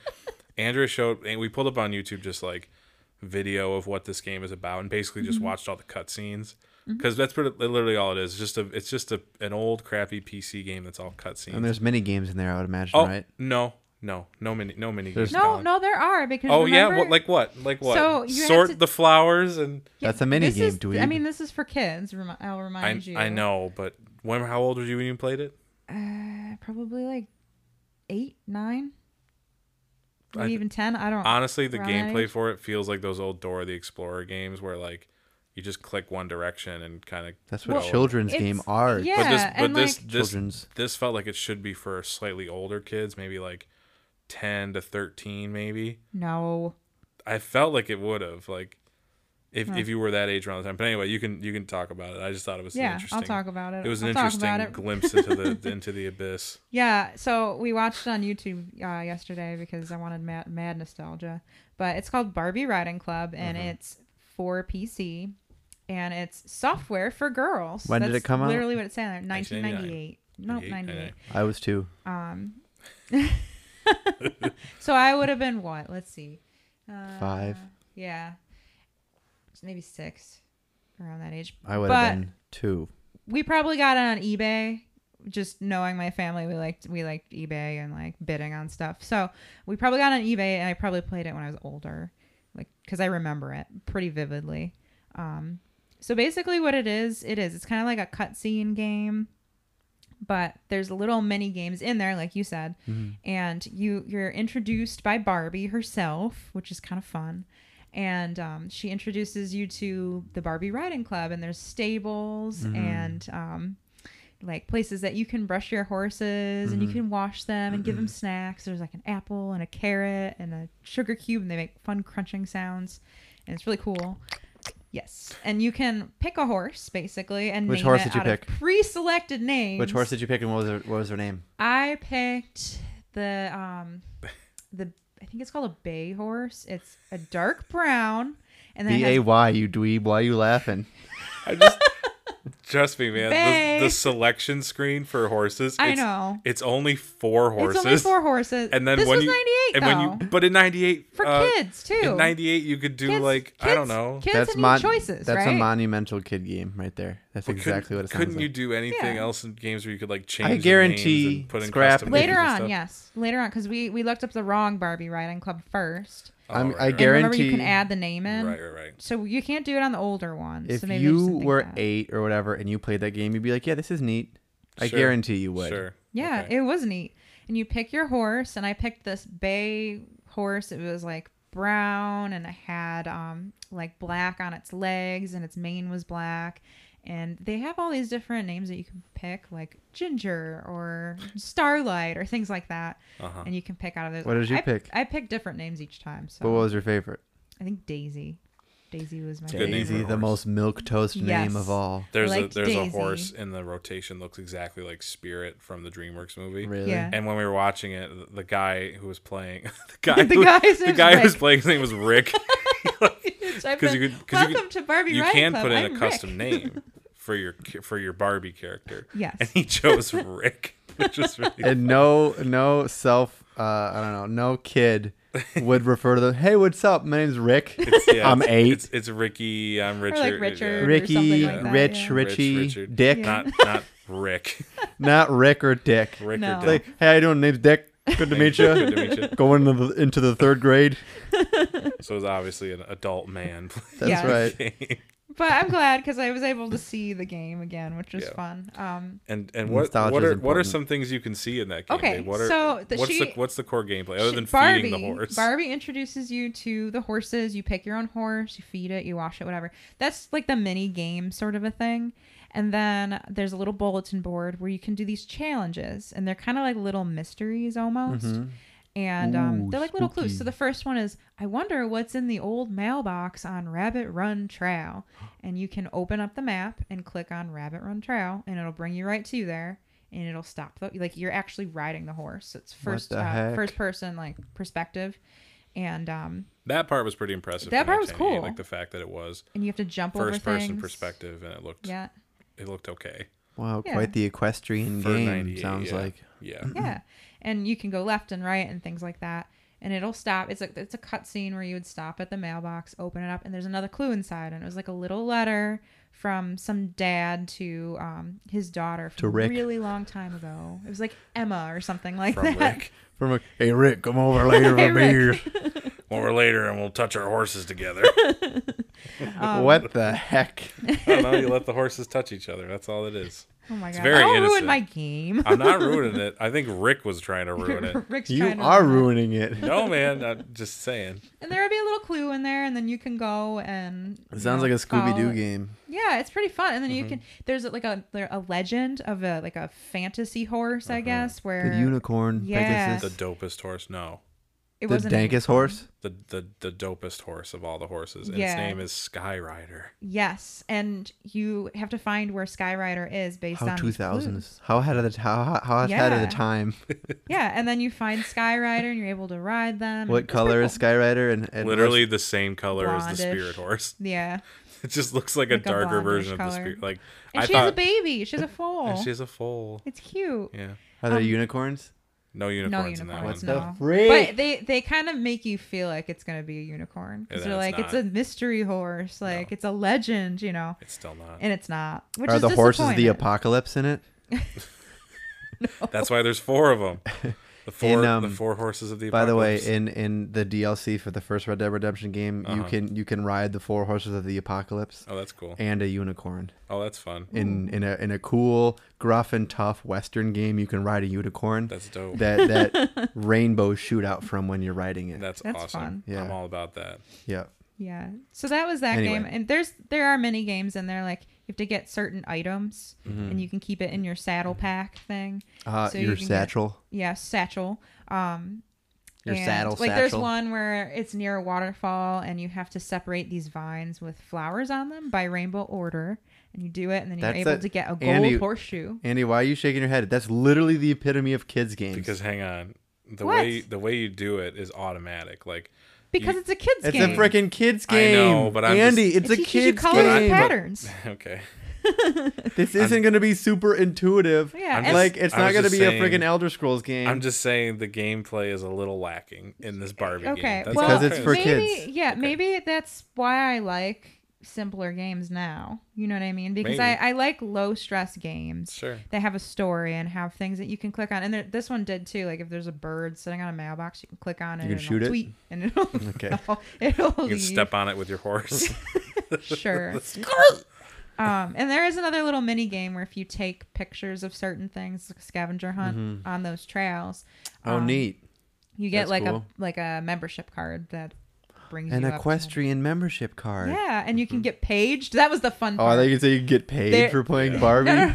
Speaker 1: Andrea showed, and we pulled up on YouTube just like video of what this game is about, and basically just
Speaker 3: Mm-hmm.
Speaker 1: watched all the cutscenes because that's pretty, literally all it is. It's just a, it's just a, an old crappy PC game that's all
Speaker 2: And
Speaker 1: cutscenes.
Speaker 2: there's many games in there, I would imagine,
Speaker 1: Oh
Speaker 2: right?
Speaker 1: no, no, no mini, no mini.
Speaker 2: There's-
Speaker 1: games,
Speaker 3: No,
Speaker 1: Colin.
Speaker 3: no, there are because.
Speaker 1: Oh yeah,
Speaker 3: remember-
Speaker 1: what like what like what?
Speaker 3: So you have
Speaker 1: Sort
Speaker 3: to-
Speaker 1: the flowers and
Speaker 3: Yeah,
Speaker 2: That's a mini
Speaker 3: this
Speaker 2: game,
Speaker 3: is- I
Speaker 2: dweeb.
Speaker 3: mean, this is for kids. remi- I'll
Speaker 1: I,
Speaker 3: remind you.
Speaker 1: I know, but when how old were you when you played it?
Speaker 3: Uh, probably like eight, nine, maybe
Speaker 1: I-
Speaker 3: even ten. I don't.
Speaker 1: Honestly, the
Speaker 3: Around that
Speaker 1: gameplay
Speaker 3: age?
Speaker 1: for it feels like those old Dora the Explorer games where like you just click one direction and kind of
Speaker 2: That's what
Speaker 1: Well,
Speaker 2: children's
Speaker 3: it's-
Speaker 2: game are.
Speaker 3: yeah.
Speaker 1: But this but
Speaker 3: and,
Speaker 1: this
Speaker 3: like-
Speaker 1: this
Speaker 2: Children's.
Speaker 1: this felt like it should be for slightly older kids, maybe like 10 to 13 maybe.
Speaker 3: no.
Speaker 1: I felt like it would have like if, if you were that age around the time. But anyway, you can you can talk about it. I just thought it was an
Speaker 3: Yeah,
Speaker 1: interesting.
Speaker 3: I'll talk about it.
Speaker 1: It was an
Speaker 3: I'll talk about
Speaker 1: interesting
Speaker 3: it.
Speaker 1: glimpse into the into
Speaker 3: [LAUGHS]
Speaker 1: the abyss.
Speaker 3: Yeah, so we watched it on YouTube uh, yesterday because I wanted mad, mad nostalgia. But it's called Barbie Riding Club, and
Speaker 2: Mm-hmm.
Speaker 3: it's for PC, and it's software for girls.
Speaker 2: When did it come out?
Speaker 3: Literally what it's saying there,
Speaker 1: 1998.
Speaker 3: 1998. Nope,
Speaker 1: 98.
Speaker 3: 98.
Speaker 2: I was two.
Speaker 3: So I would have been what? Let's see. Uh,
Speaker 2: Five.
Speaker 3: Yeah, maybe six, around that age.
Speaker 2: I would
Speaker 3: but-
Speaker 2: have been two.
Speaker 3: we probably got it on eBay. Just knowing my family, we liked we liked eBay and like bidding on stuff. So we probably got it on eBay, and I probably played it when I was older, like because I remember it pretty vividly. Um, so basically, what it is, it is it's kind of like a cutscene game, but there's little mini games in there, like you said, and you you're introduced by Barbie herself, which is kind of fun and um, she introduces you to the Barbie Riding Club, and there's stables
Speaker 2: Mm-hmm.
Speaker 3: and um, like places that you can brush your horses and you
Speaker 2: Mm-hmm.
Speaker 3: can wash them and give them snacks. There's like an apple and a carrot and a sugar cube, and they make fun crunching sounds, and it's really cool. Yes, and you can pick a horse basically, and
Speaker 2: Which
Speaker 3: name
Speaker 2: horse
Speaker 3: it
Speaker 2: did you
Speaker 3: out of
Speaker 2: pick?
Speaker 3: Pre-selected names.
Speaker 2: Which horse did you pick, and what was her, what was her name?
Speaker 3: I picked the um the I think it's called a bay horse. It's a dark brown, and then
Speaker 2: B
Speaker 3: it
Speaker 2: A
Speaker 3: has
Speaker 2: Y, you dweeb. Why you laughing?
Speaker 1: I just [LAUGHS] trust me, man. The,
Speaker 3: Bay.
Speaker 1: the selection screen for horses.
Speaker 3: I
Speaker 1: it's-
Speaker 3: know.
Speaker 1: it's only four horses.
Speaker 3: It's only four horses.
Speaker 1: And then
Speaker 3: this
Speaker 1: when
Speaker 3: was
Speaker 1: you
Speaker 3: '98
Speaker 1: and
Speaker 3: though.
Speaker 1: when you but in '98
Speaker 3: for
Speaker 1: uh,
Speaker 3: kids too.
Speaker 1: In '98, you could do
Speaker 3: Kids-
Speaker 1: like I
Speaker 3: kids-
Speaker 1: don't know.
Speaker 3: Kids have new
Speaker 2: mon-
Speaker 3: choices,
Speaker 2: That's
Speaker 3: right?
Speaker 2: a monumental kid game right there. That's
Speaker 1: But couldn't-
Speaker 2: exactly what it sounds
Speaker 1: Couldn't
Speaker 2: like.
Speaker 1: you do anything
Speaker 3: Yeah.
Speaker 1: else in games where you could like change? the
Speaker 2: guarantee
Speaker 1: names and put in
Speaker 2: Scrap
Speaker 1: custom
Speaker 2: Later
Speaker 1: names
Speaker 3: Later
Speaker 1: and
Speaker 3: on,
Speaker 1: stuff?
Speaker 3: yes, later on, because we we looked up the wrong Barbie riding club first.
Speaker 1: Oh,
Speaker 2: I'm- I
Speaker 1: right,
Speaker 3: And remember, you can
Speaker 2: Guarantee-
Speaker 3: add the name in.
Speaker 1: Right, right, right.
Speaker 3: So you can't do it on the older one.
Speaker 2: If
Speaker 3: so maybe
Speaker 2: you
Speaker 3: there's something
Speaker 2: were
Speaker 3: that-
Speaker 2: eight or whatever and you played that game, you'd be like, yeah, this is neat. I
Speaker 1: Sure.
Speaker 2: guarantee you would.
Speaker 1: Sure.
Speaker 3: Yeah,
Speaker 1: Okay.
Speaker 3: it was neat. And you pick your horse, and I picked this bay horse. It was like brown, and it had um like black on its legs, and its mane was black. And they have all these different names that you can pick, like Ginger or Starlight or things like that.
Speaker 1: Uh-huh.
Speaker 3: And you can pick out of those.
Speaker 2: What did you
Speaker 3: I-
Speaker 2: pick?
Speaker 3: I picked different names each time. So
Speaker 2: But what was your favorite?
Speaker 3: I think Daisy. Daisy was my
Speaker 1: Good name
Speaker 2: Daisy,
Speaker 3: [LAUGHS]
Speaker 1: for a
Speaker 2: the
Speaker 1: horse.
Speaker 2: most milk toast name
Speaker 3: Yes.
Speaker 2: of all.
Speaker 1: There's a
Speaker 3: liked
Speaker 1: there's a
Speaker 3: Daisy.
Speaker 1: horse in the rotation looks exactly like Spirit from the DreamWorks movie.
Speaker 2: Really?
Speaker 3: Yeah.
Speaker 1: And when we were watching it, th- the guy who was playing [LAUGHS] the guy
Speaker 3: [LAUGHS] The
Speaker 1: who,
Speaker 3: guy
Speaker 1: the
Speaker 3: says
Speaker 1: guy who was
Speaker 3: Rick.
Speaker 1: playing his name was
Speaker 3: [LAUGHS]
Speaker 1: Rick.
Speaker 3: Because
Speaker 1: 'Cause you could- 'cause you
Speaker 3: welcome
Speaker 1: could-
Speaker 3: to Barbie
Speaker 1: you
Speaker 3: Riding
Speaker 1: can
Speaker 3: Club.
Speaker 1: put in
Speaker 3: I'm
Speaker 1: a
Speaker 3: Rick."
Speaker 1: custom
Speaker 3: [LAUGHS]
Speaker 1: name for your for your Barbie character.
Speaker 3: Yes.
Speaker 1: [LAUGHS] And he chose Rick, [LAUGHS] which is really
Speaker 2: And no, no self, uh, I don't know, no [LAUGHS] kid would refer to them, hey, what's up? My name's Rick.
Speaker 1: it's- yeah,
Speaker 2: I'm
Speaker 1: it's-
Speaker 2: eight.
Speaker 1: It's, it's Ricky. I'm Richard. yeah.
Speaker 3: Richard. Or
Speaker 2: Ricky,
Speaker 3: something like that,
Speaker 2: Rich,
Speaker 3: yeah.
Speaker 1: Rich,
Speaker 2: Richie,
Speaker 1: Richard.
Speaker 2: Dick,
Speaker 3: Yeah.
Speaker 1: Not not Rick. [LAUGHS]
Speaker 2: not Rick or Dick.
Speaker 1: Rick
Speaker 3: No.
Speaker 1: or Dick.
Speaker 2: Like, hey, how you doing? Name's Dick. [LAUGHS] Good to meet you.
Speaker 1: Good to meet you.
Speaker 2: Going into the, into the third grade.
Speaker 1: So it was obviously an adult man.
Speaker 2: That's
Speaker 3: Yes.
Speaker 2: right.
Speaker 1: playing.
Speaker 3: but I'm glad because I was able to see the game again, which was
Speaker 1: Yeah.
Speaker 3: fun. Um,
Speaker 1: And and what
Speaker 2: Nostalgia
Speaker 1: what are what
Speaker 2: is
Speaker 1: are
Speaker 2: important.
Speaker 1: some things you can see in that game?
Speaker 3: Okay,
Speaker 1: Dave? what are,
Speaker 3: so the-
Speaker 1: what's the
Speaker 3: she-
Speaker 1: what's the core gameplay other
Speaker 3: sh-
Speaker 1: than feeding the horse?
Speaker 3: Barbie introduces you to the horses. You pick your own horse, you feed it, you wash it, whatever. That's like the mini game sort of a thing. And then there's a little bulletin board where you can do these challenges, and they're kind of like little mysteries almost.
Speaker 1: Mm-hmm.
Speaker 3: And um,
Speaker 2: Ooh,
Speaker 3: they're like little clues.
Speaker 2: spooky.
Speaker 3: So the first one is, I wonder what's in the old mailbox on Rabbit Run Trail.
Speaker 2: [GASPS]
Speaker 3: And you can open up the map and click on Rabbit Run Trail, and it'll bring you right to there, and it'll stop. The, like you're actually riding the horse. So it's first
Speaker 2: the
Speaker 3: uh,
Speaker 2: heck?
Speaker 3: first person like perspective, and um
Speaker 1: that part was pretty impressive.
Speaker 3: That
Speaker 1: for
Speaker 3: part was
Speaker 1: 1988,
Speaker 3: cool.
Speaker 1: Like the fact that it was
Speaker 3: and you have to jump over
Speaker 1: first person
Speaker 3: things.
Speaker 1: perspective and it looked
Speaker 3: Yeah,
Speaker 1: it looked okay.
Speaker 2: Wow,
Speaker 3: Yeah.
Speaker 2: quite the equestrian
Speaker 1: For
Speaker 2: game,
Speaker 1: 98,
Speaker 2: sounds
Speaker 1: yeah.
Speaker 3: [LAUGHS]
Speaker 2: like.
Speaker 1: Yeah.
Speaker 3: yeah, [CLEARS THROAT] and you can go left and right and things like that. And it'll stop. It's like it's a cutscene where you would stop at the mailbox, open it up, and there's another clue inside. And it was like a little letter from some dad to um, his daughter from
Speaker 2: To Rick.
Speaker 3: a really long time ago. It was like Emma or something like
Speaker 1: From
Speaker 3: that.
Speaker 1: Rick.
Speaker 2: From a, hey Rick, come over later
Speaker 3: Hey,
Speaker 2: for
Speaker 3: Rick.
Speaker 2: beers.
Speaker 1: Well, we're later and we'll touch our horses
Speaker 3: [LAUGHS]
Speaker 1: together.
Speaker 3: Um,
Speaker 2: what the heck?
Speaker 1: I don't know. You let the horses touch each other. That's all it is.
Speaker 3: Oh my god!
Speaker 1: very
Speaker 3: Don't ruin
Speaker 1: innocent.
Speaker 3: my game.
Speaker 1: I'm not ruining it. I think Rick was trying to ruin
Speaker 3: [LAUGHS]
Speaker 1: it.
Speaker 3: Rick's
Speaker 2: You
Speaker 3: trying to
Speaker 2: are
Speaker 3: ruin it.
Speaker 2: ruining it.
Speaker 1: No, man. I'm just saying.
Speaker 3: And there would be a little clue in there, and then you can go and.
Speaker 2: It sounds like a Scooby
Speaker 3: uh,
Speaker 2: Doo game.
Speaker 3: Yeah, it's pretty fun. And then
Speaker 2: Mm-hmm.
Speaker 3: you can. There's like a there, a legend of a like a fantasy horse, I guess, where
Speaker 2: Uh-huh. The unicorn,
Speaker 3: Yeah.
Speaker 1: The
Speaker 2: Pegasus,
Speaker 1: dopest horse. No.
Speaker 3: it
Speaker 2: the
Speaker 3: wasn't a-
Speaker 2: dankest horse.
Speaker 1: The the the dopest horse of all the horses. And
Speaker 3: Yeah.
Speaker 1: its name is Skyrider.
Speaker 3: Yes, and you have to find where Skyrider is based
Speaker 2: How
Speaker 3: on
Speaker 2: two
Speaker 3: these
Speaker 2: thousands?
Speaker 3: clues.
Speaker 2: How ahead of the t- how how ahead of
Speaker 3: Yeah.
Speaker 2: the time?
Speaker 3: Yeah, and then you find Skyrider, and you're able to ride them.
Speaker 2: What
Speaker 3: It's
Speaker 2: color
Speaker 3: pretty
Speaker 2: is Skyrider? And, and
Speaker 1: Literally the same color as the
Speaker 3: Blondish.
Speaker 1: spirit horse. [LAUGHS]
Speaker 3: cool. Yeah,
Speaker 1: It just looks like,
Speaker 3: Like
Speaker 1: a
Speaker 3: a
Speaker 1: darker
Speaker 3: blondish
Speaker 1: version of the
Speaker 3: color.
Speaker 1: spirit. Like
Speaker 3: and
Speaker 1: I
Speaker 3: she has a
Speaker 1: thought,
Speaker 3: baby. She has a foal.
Speaker 1: [LAUGHS] and she has a foal.
Speaker 3: It's cute.
Speaker 1: Yeah.
Speaker 2: are there
Speaker 3: um,
Speaker 2: unicorns?
Speaker 1: No unicorns, in that
Speaker 3: unicorns,
Speaker 1: one.
Speaker 3: no.
Speaker 2: The freak.
Speaker 3: But they they kind of make you feel like it's gonna be a unicorn
Speaker 1: And
Speaker 3: because
Speaker 1: then
Speaker 3: they're
Speaker 1: it's
Speaker 3: like it's
Speaker 1: not.
Speaker 3: a mystery horse, like it's a legend, you know,
Speaker 1: It's still not.
Speaker 3: and it's not. Which
Speaker 2: Are
Speaker 3: is
Speaker 2: the horses the
Speaker 3: disappointing.
Speaker 2: apocalypse in it?
Speaker 3: oh.
Speaker 1: That's why there's four of
Speaker 3: [LAUGHS]
Speaker 1: them. The four,
Speaker 2: In, um,
Speaker 1: the four horses of the.
Speaker 2: By the way,
Speaker 1: apocalypse.
Speaker 2: in in the DLC for the first Red Dead Redemption game, you
Speaker 1: Uh-huh.
Speaker 2: can you can ride the four horses of the apocalypse
Speaker 1: oh, that's cool.
Speaker 2: and a unicorn.
Speaker 1: Oh, that's fun.
Speaker 2: in in a in a cool gruff and tough western game you can ride a unicorn
Speaker 1: That's dope.
Speaker 2: that
Speaker 3: [LAUGHS]
Speaker 2: that rainbows shoot out from when you're riding it
Speaker 1: that's,
Speaker 3: That's
Speaker 1: awesome.
Speaker 3: fun.
Speaker 2: Yeah.
Speaker 1: I'm all about that.
Speaker 2: yeah
Speaker 3: Yeah. So that was that
Speaker 2: Anyway.
Speaker 3: game, and there's there are many games in there. Like you have to get certain items,
Speaker 2: Mm-hmm.
Speaker 3: and you can keep it in your saddle pack thing.
Speaker 2: uh,
Speaker 3: So you
Speaker 2: your
Speaker 3: can get-
Speaker 2: satchel
Speaker 3: Yeah, satchel. Um,
Speaker 2: Your
Speaker 3: and,
Speaker 2: saddle
Speaker 3: Like there's
Speaker 2: satchel.
Speaker 3: one where it's near a waterfall, and you have to separate these vines with flowers on them by rainbow order, and you do it, and then you're
Speaker 2: That's
Speaker 3: able
Speaker 2: that-
Speaker 3: to get a gold
Speaker 2: Andy-
Speaker 3: horseshoe.
Speaker 2: andy why are you shaking your head that's literally the epitome of kids games
Speaker 1: Because hang on, the
Speaker 3: What?
Speaker 1: way the way you do it is automatic. Like [LAUGHS]
Speaker 3: because
Speaker 1: You-
Speaker 3: it's a kids
Speaker 2: It's
Speaker 3: game.
Speaker 2: a freaking kids
Speaker 1: I know,
Speaker 2: game.
Speaker 1: but I'm
Speaker 2: Andy,
Speaker 1: just-
Speaker 2: it's
Speaker 3: It
Speaker 2: a
Speaker 3: teaches you
Speaker 2: kids
Speaker 3: colors and
Speaker 1: game. But-
Speaker 2: [LAUGHS]
Speaker 3: patterns.
Speaker 1: okay,
Speaker 2: This isn't going to be super intuitive.
Speaker 3: Oh, Yeah,
Speaker 1: I'm
Speaker 3: and-
Speaker 2: Like it's
Speaker 1: I was
Speaker 2: not going to
Speaker 1: just
Speaker 2: be
Speaker 1: saying-
Speaker 2: a freaking Elder Scrolls game.
Speaker 1: I'm just saying the gameplay is a little lacking in this Barbie game.
Speaker 3: okay,
Speaker 1: That's
Speaker 3: well,
Speaker 1: all I'm
Speaker 2: Because it's
Speaker 1: trying to
Speaker 2: for
Speaker 1: say.
Speaker 2: kids.
Speaker 3: maybe, Yeah,
Speaker 1: Okay.
Speaker 3: maybe that's why I like simpler games now. You know what I mean? Because I,
Speaker 1: Maybe.
Speaker 3: I like low stress games.
Speaker 1: Sure.
Speaker 3: They have a story and have things that you can click on. And there, this one did too. Like if there's a bird sitting on a mailbox, you can click on it.
Speaker 2: You can
Speaker 3: and
Speaker 2: shoot
Speaker 3: it'll
Speaker 2: it?
Speaker 3: Tweet, and it'll [LAUGHS]
Speaker 2: Okay.
Speaker 3: it'll
Speaker 1: You can
Speaker 3: leave.
Speaker 1: step [LAUGHS] on it with your horse.
Speaker 3: sure. um, and there is another little mini game where if you take pictures of certain things, like a scavenger hunt on those trails,
Speaker 2: oh,
Speaker 3: um,
Speaker 2: neat.
Speaker 3: you get
Speaker 2: That's
Speaker 3: like
Speaker 2: cool.
Speaker 3: a like a membership card that brings
Speaker 2: An
Speaker 3: you up to-
Speaker 2: equestrian membership card.
Speaker 3: Yeah, and you can get paged. That was the fun
Speaker 2: Mm-hmm. Oh, I
Speaker 3: part.
Speaker 2: thought you could say you could get paid
Speaker 3: There-
Speaker 2: for playing
Speaker 3: [LAUGHS]
Speaker 2: Barbie.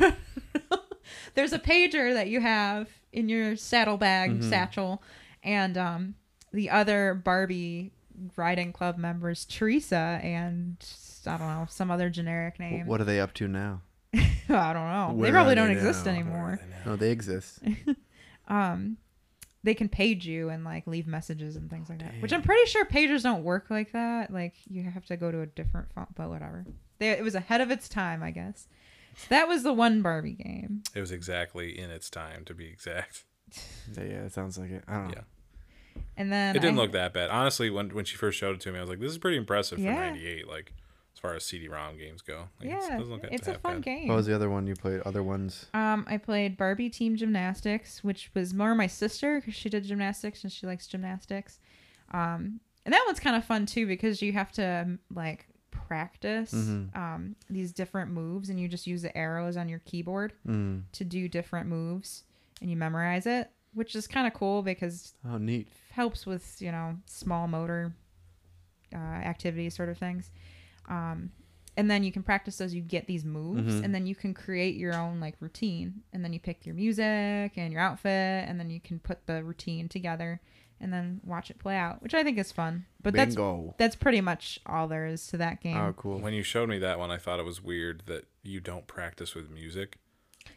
Speaker 3: There's a pager that you have in your saddlebag
Speaker 2: Mm-hmm.
Speaker 3: satchel, and um, the other Barbie riding club members, Teresa and I don't know some other generic name.
Speaker 2: What are they up to now?
Speaker 3: [LAUGHS] I don't know.
Speaker 2: Where
Speaker 3: they probably
Speaker 2: are
Speaker 3: don't
Speaker 2: they
Speaker 3: exist
Speaker 2: now?
Speaker 3: anymore.
Speaker 2: No, they
Speaker 3: [LAUGHS]
Speaker 2: exist.
Speaker 3: Um, they can page you and like leave messages and things like that. Which I'm pretty sure pagers don't work like that. Like you have to go to a different phone, but whatever. They, it was ahead of its time, I guess. So that was the one Barbie game.
Speaker 1: It was exactly in its time, to be exact. [LAUGHS]
Speaker 2: Yeah, yeah, it sounds like it. I don't know.
Speaker 1: Yeah.
Speaker 3: And then
Speaker 1: It didn't
Speaker 3: I-
Speaker 1: look that bad, honestly. When when she first showed it to me, I was like, "This is pretty impressive for
Speaker 3: Yeah.
Speaker 1: '98." Like as far as CD-ROM games go, like, it's-
Speaker 3: Yeah,
Speaker 1: doesn't look that-
Speaker 3: it's a
Speaker 1: that
Speaker 3: fun
Speaker 1: bad.
Speaker 3: game.
Speaker 2: What was the other one you played? Other ones?
Speaker 3: Um, I played Barbie Team Gymnastics, which was more my sister because she did gymnastics and she likes gymnastics. Um, and that one's kind of fun too because you have to um, like practice
Speaker 2: Mhm.
Speaker 3: um, these different moves and you just use the arrows on your keyboard
Speaker 2: Mm.
Speaker 3: to do different moves and you memorize it, which is kind of cool because
Speaker 2: Oh, neat.
Speaker 3: it helps with you know small motor uh, activities sort of things. Um, and then you can practice those. You get these moves,
Speaker 2: Mhm.
Speaker 3: and then you can create your own like routine. And then you pick your music and your outfit, and then you can put the routine together, and then watch it play out, which I think is fun. But that's
Speaker 2: Bingo.
Speaker 3: that's pretty much all there is to that game.
Speaker 2: Oh, cool.
Speaker 1: When you showed me that one, I thought it was weird that you don't practice with music.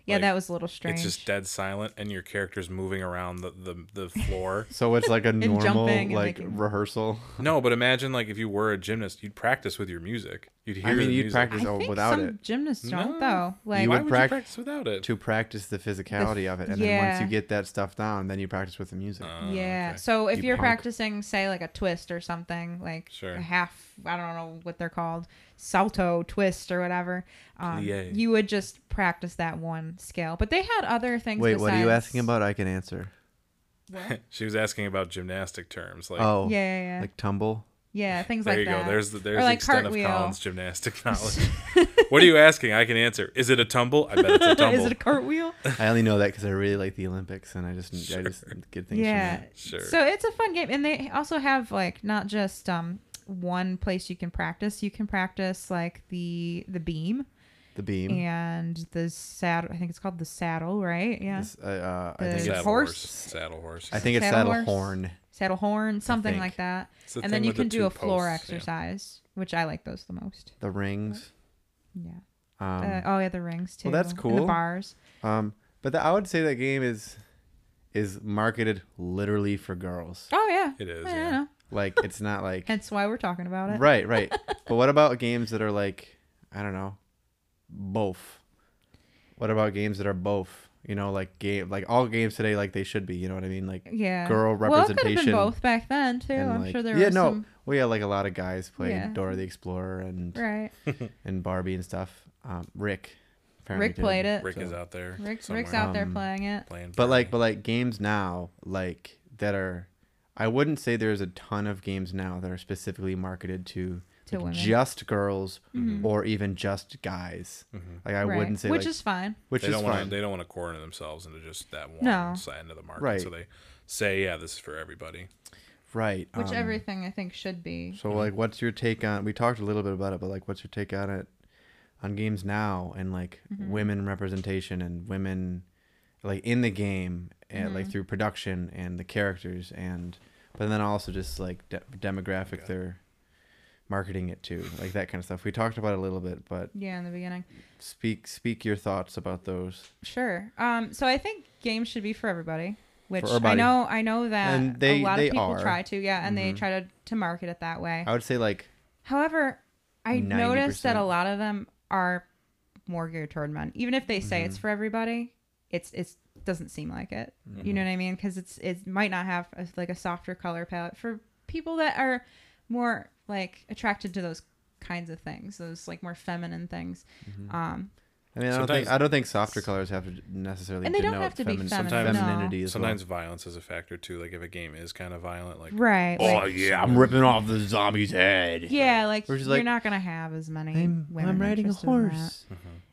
Speaker 3: yeah,
Speaker 1: like,
Speaker 3: that was a little strange.
Speaker 1: It's just dead silent, and your character's moving around the the, the floor. [LAUGHS]
Speaker 2: So it's like a normal
Speaker 3: jumping [LAUGHS] and
Speaker 2: like
Speaker 3: making-
Speaker 2: rehearsal.
Speaker 1: no, but imagine like if you were a gymnast, you'd practice with your music. You'd hear.
Speaker 2: I mean,
Speaker 1: the
Speaker 2: you'd
Speaker 1: music.
Speaker 2: practice
Speaker 3: I
Speaker 2: oh,
Speaker 3: think
Speaker 2: without
Speaker 3: some
Speaker 2: it
Speaker 3: gymnasts
Speaker 1: No.
Speaker 3: don't though. Like
Speaker 2: You
Speaker 1: Why
Speaker 2: would
Speaker 1: would
Speaker 2: prac-
Speaker 1: you practice without it?
Speaker 2: to practice the physicality of it, and then
Speaker 3: yeah.
Speaker 2: once you get that stuff down, then you practice with the music.
Speaker 1: Uh,
Speaker 3: Yeah.
Speaker 1: okay.
Speaker 3: So if
Speaker 2: You
Speaker 3: you're
Speaker 2: punk.
Speaker 3: practicing, say, like a twist or something, like
Speaker 1: Sure.
Speaker 3: a half, I don't know what they're called, salto twist or whatever, um,
Speaker 1: Plie.
Speaker 3: you would just practice that one skill. But they had other things.
Speaker 2: Wait, what are you
Speaker 3: besides-
Speaker 2: asking about? I can answer.
Speaker 3: What?
Speaker 1: [LAUGHS] She was asking about gymnastic terms, like
Speaker 2: oh,
Speaker 3: yeah, yeah, yeah.
Speaker 2: like tumble. [LAUGHS]
Speaker 3: yeah, things
Speaker 1: There
Speaker 3: like
Speaker 1: you
Speaker 3: that.
Speaker 1: go.
Speaker 3: [LAUGHS]
Speaker 1: There's the there's
Speaker 3: Or,
Speaker 1: the
Speaker 3: like,
Speaker 1: extent
Speaker 3: cartwheel.
Speaker 1: of Colin's
Speaker 3: [LAUGHS]
Speaker 1: gymnastic knowledge. what are you asking? I can answer. Is it a tumble? I bet it's
Speaker 3: [LAUGHS]
Speaker 1: a tumble.
Speaker 3: Is it a cartwheel?
Speaker 1: [LAUGHS]
Speaker 2: I only know that because I really like the Olympics, and I just I just get things.
Speaker 3: yeah.
Speaker 2: From
Speaker 1: Sure.
Speaker 3: So it's a fun game, and they also have like not just um one place you can practice. You can practice like the the beam
Speaker 2: that. The beam.
Speaker 3: and the saddle. I think it's called the saddle, right? Yeah.
Speaker 2: This- I, uh, I think
Speaker 3: The-
Speaker 1: saddle
Speaker 2: it's,
Speaker 1: horse.
Speaker 3: horse.
Speaker 1: Saddle horse.
Speaker 2: I think it's saddle
Speaker 3: Saddle horse.
Speaker 2: horn.
Speaker 3: saddle horn, something
Speaker 2: think.
Speaker 3: like that.
Speaker 1: It's the
Speaker 3: and then
Speaker 1: thing
Speaker 3: you
Speaker 1: with the
Speaker 3: can do
Speaker 1: two
Speaker 3: a floor
Speaker 1: posts, yeah.
Speaker 3: exercise, which I like those the most.
Speaker 2: The rings.
Speaker 3: Yeah.
Speaker 2: Um,
Speaker 3: uh, oh yeah, the rings too.
Speaker 2: well, that's
Speaker 3: and the
Speaker 2: cool.
Speaker 3: bars.
Speaker 2: um, but the, I would say that game is is marketed literally for girls.
Speaker 3: Oh yeah.
Speaker 1: It is,
Speaker 3: I don't
Speaker 1: yeah.
Speaker 3: know.
Speaker 2: Like it's not
Speaker 3: [LAUGHS]
Speaker 2: like
Speaker 3: Hence why we're talking about it.
Speaker 2: right,
Speaker 3: [LAUGHS]
Speaker 2: right. but what about games that are like I don't know, both? What about games that are both? You know, like game, like all games today, like they should be. You know what I mean? Like
Speaker 3: Yeah.
Speaker 2: girl
Speaker 3: Well, it could have
Speaker 2: representation.
Speaker 3: been both back then too.
Speaker 2: and,
Speaker 3: I'm
Speaker 2: like-
Speaker 3: sure there
Speaker 2: yeah,
Speaker 3: was
Speaker 2: no,
Speaker 3: some.
Speaker 2: well, yeah, like a lot of guys played
Speaker 3: Yeah.
Speaker 2: Dora the Explorer and
Speaker 3: Right.
Speaker 2: and Barbie and stuff. Um, Rick, apparently
Speaker 3: Rick
Speaker 2: did.
Speaker 3: played it.
Speaker 1: Rick is
Speaker 2: So-
Speaker 1: out there.
Speaker 3: Rick,
Speaker 1: somewhere
Speaker 3: Rick's out there
Speaker 2: Um,
Speaker 3: playing it.
Speaker 1: Playing
Speaker 2: But like,
Speaker 1: Barbie.
Speaker 2: but like games now, like that are, I wouldn't say there's a ton of games now that are specifically marketed to,
Speaker 3: To
Speaker 2: like,
Speaker 3: women. Mm-hmm.
Speaker 2: just girls or even just guys. Like I
Speaker 3: Right.
Speaker 2: wouldn't say
Speaker 3: Which
Speaker 2: like,
Speaker 3: is fine.
Speaker 2: which
Speaker 1: Mm-hmm. they
Speaker 2: is
Speaker 1: don't
Speaker 2: fine.
Speaker 1: want they don't want to corner themselves into just that one
Speaker 3: No.
Speaker 1: side of the market.
Speaker 2: Right.
Speaker 1: So they say, yeah, this is for everybody.
Speaker 2: right.
Speaker 3: Which
Speaker 2: um,
Speaker 3: everything I think should be.
Speaker 2: So like, what's your take on? We talked a little bit about it, but like, what's your take on it, on games now and like
Speaker 3: Mm-hmm.
Speaker 2: women representation and women, like in the game and
Speaker 3: Mm-hmm.
Speaker 2: like through production and the characters and, but then also just like de- demographic they're marketing it to, like that kind of stuff. We talked about it a little bit, but
Speaker 3: Yeah, in the beginning.
Speaker 2: speak speak your thoughts about those.
Speaker 3: Sure. Um, so I think games should be for everybody. which
Speaker 2: our
Speaker 3: I
Speaker 2: body.
Speaker 3: know I know that
Speaker 2: And they-
Speaker 3: a lot
Speaker 2: they
Speaker 3: of people
Speaker 2: are. Mm-hmm.
Speaker 3: try to, yeah, and they try to to market it that way.
Speaker 2: I would say like
Speaker 3: However, I noticed that a
Speaker 2: 90%.
Speaker 3: lot of them are more geared toward men. Even if they say
Speaker 2: Mm-hmm.
Speaker 3: it's for everybody, it's it's doesn't seem like it. You
Speaker 2: Mm-hmm.
Speaker 3: know what I mean? Because it's it might not have a, like a softer color palette for people that are more like attracted to those kinds of things, those like more feminine things.
Speaker 2: Mm-hmm.
Speaker 3: Um,
Speaker 2: I mean I don't
Speaker 1: Sometimes-
Speaker 2: think I don't think softer colors have to necessarily
Speaker 3: And they don't
Speaker 2: denote
Speaker 3: have to be
Speaker 2: femin-
Speaker 1: feminine,
Speaker 2: femininity as
Speaker 1: Sometimes violence is a factor too. Like if a game is kind of violent, like
Speaker 3: right?
Speaker 2: well.
Speaker 3: like-
Speaker 2: yeah, I'm ripping off the zombie's head.
Speaker 3: yeah, like
Speaker 2: Which is
Speaker 3: you're
Speaker 2: like,
Speaker 3: not gonna have as many.
Speaker 2: I'm,
Speaker 3: women
Speaker 2: I'm riding a
Speaker 3: interested in that.
Speaker 2: horse.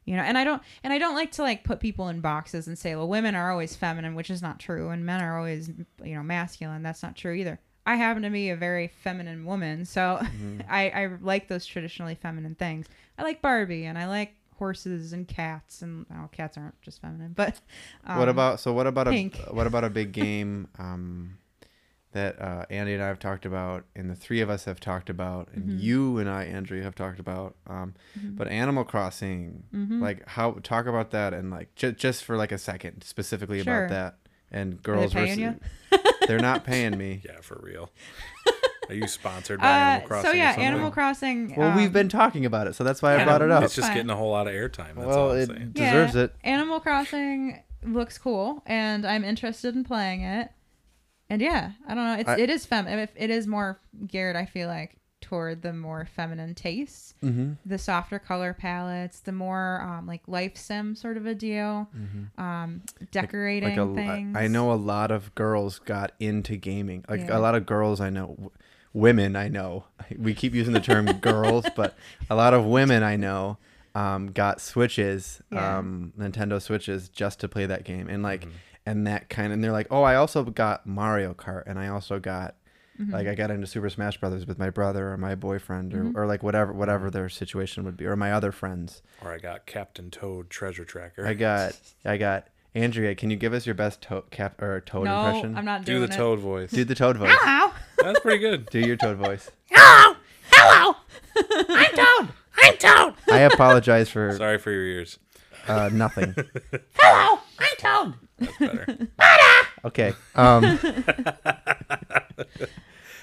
Speaker 3: you know and i don't and i don't like to like put people in boxes and say well women are always feminine which is not true and men are always you know masculine that's not true either i happen to be a very feminine woman so
Speaker 2: Mm-hmm.
Speaker 3: [LAUGHS] i i like those traditionally feminine things i like barbie and i like horses and cats and oh cats aren't just feminine but um,
Speaker 2: what about so what about
Speaker 3: pink.
Speaker 2: a what about a big game um that uh Andy and I have talked about and the three of us have talked about and you and I Andrea have talked about um but Animal Crossing like how talk about that and like ju- just for like a second specifically
Speaker 3: Sure.
Speaker 2: about that and girls
Speaker 3: paying
Speaker 2: versus [LAUGHS] they're not
Speaker 1: [LAUGHS]
Speaker 2: paying me
Speaker 1: yeah, for real.
Speaker 3: [LAUGHS]
Speaker 1: Are you sponsored by Animal
Speaker 3: uh,
Speaker 1: Crossing?
Speaker 3: so
Speaker 1: or
Speaker 3: yeah
Speaker 1: something?
Speaker 3: animal crossing
Speaker 2: well we've
Speaker 3: um,
Speaker 2: been talking about it so that's why I
Speaker 3: Yeah,
Speaker 2: brought it up
Speaker 1: It's just
Speaker 3: Fine.
Speaker 1: getting a whole lot of airtime. That's
Speaker 2: Well,
Speaker 1: all I'm
Speaker 2: it-
Speaker 1: saying.
Speaker 2: deserves it.
Speaker 3: Animal Crossing looks cool, and I'm interested in playing it. And yeah, I don't know. It's
Speaker 2: I-
Speaker 3: it is fem. if- It is more geared, I feel like, toward the more feminine tastes, mm-hmm. the softer color palettes, the more um, like life sim sort of a deal, um, decorating
Speaker 2: Mm-hmm. like a lo-
Speaker 3: things.
Speaker 2: I know a lot of girls got into gaming. Like
Speaker 3: Yeah.
Speaker 2: a lot of girls I know, w- women I know. [LAUGHS] We keep using the
Speaker 3: [LAUGHS]
Speaker 2: term girls, but a lot of women I know um, got switches,
Speaker 3: Yeah.
Speaker 2: um, Nintendo switches, just to play that game and like
Speaker 3: Mm-hmm.
Speaker 2: and that kind. And they're like, oh, I also got Mario Kart, and I also got.
Speaker 3: Mm-hmm.
Speaker 2: Like I got into Super Smash Brothers with my brother or my boyfriend or,
Speaker 3: Mm-hmm.
Speaker 2: or like whatever whatever their situation would be or my other friends.
Speaker 1: Or I got Captain Toad Treasure Tracker.
Speaker 2: I got I got Andrea. Can you give us your best to- cap or toad
Speaker 3: No,
Speaker 2: impression?
Speaker 3: I'm not
Speaker 1: Do
Speaker 3: doing
Speaker 1: the
Speaker 3: it.
Speaker 1: Toad voice.
Speaker 2: Do the toad
Speaker 3: [LAUGHS]
Speaker 2: voice.
Speaker 1: [LAUGHS]
Speaker 3: Ow!
Speaker 1: That's pretty
Speaker 2: [LAUGHS]
Speaker 1: good.
Speaker 2: Do your toad voice.
Speaker 4: Hello! Hello! I'm Toad! I'm Toad!
Speaker 2: I apologize
Speaker 1: [LAUGHS]
Speaker 2: for
Speaker 1: Sorry for your ears.
Speaker 2: uh,
Speaker 1: [LAUGHS]
Speaker 2: nothing.
Speaker 4: Hello! I'm Toad!
Speaker 1: That's
Speaker 3: [LAUGHS]
Speaker 1: better.
Speaker 2: Okay. Um,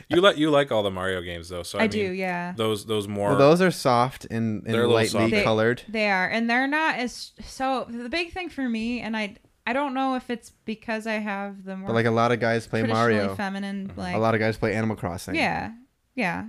Speaker 1: you like you like all the Mario games though, so I,
Speaker 3: I
Speaker 1: mean,
Speaker 3: do, yeah.
Speaker 1: Those those more
Speaker 2: well, those are soft and,
Speaker 1: They're a
Speaker 2: and
Speaker 1: little
Speaker 2: lightly
Speaker 1: soft.
Speaker 3: They-
Speaker 2: colored.
Speaker 3: They are, and they're not as so. The big thing for me, and I, I don't know if it's because I have the more
Speaker 2: But like a lot of guys play
Speaker 3: traditionally
Speaker 2: Mario. Mm-hmm.
Speaker 3: feminine, like
Speaker 2: A lot of guys play Animal Crossing.
Speaker 3: Yeah, yeah.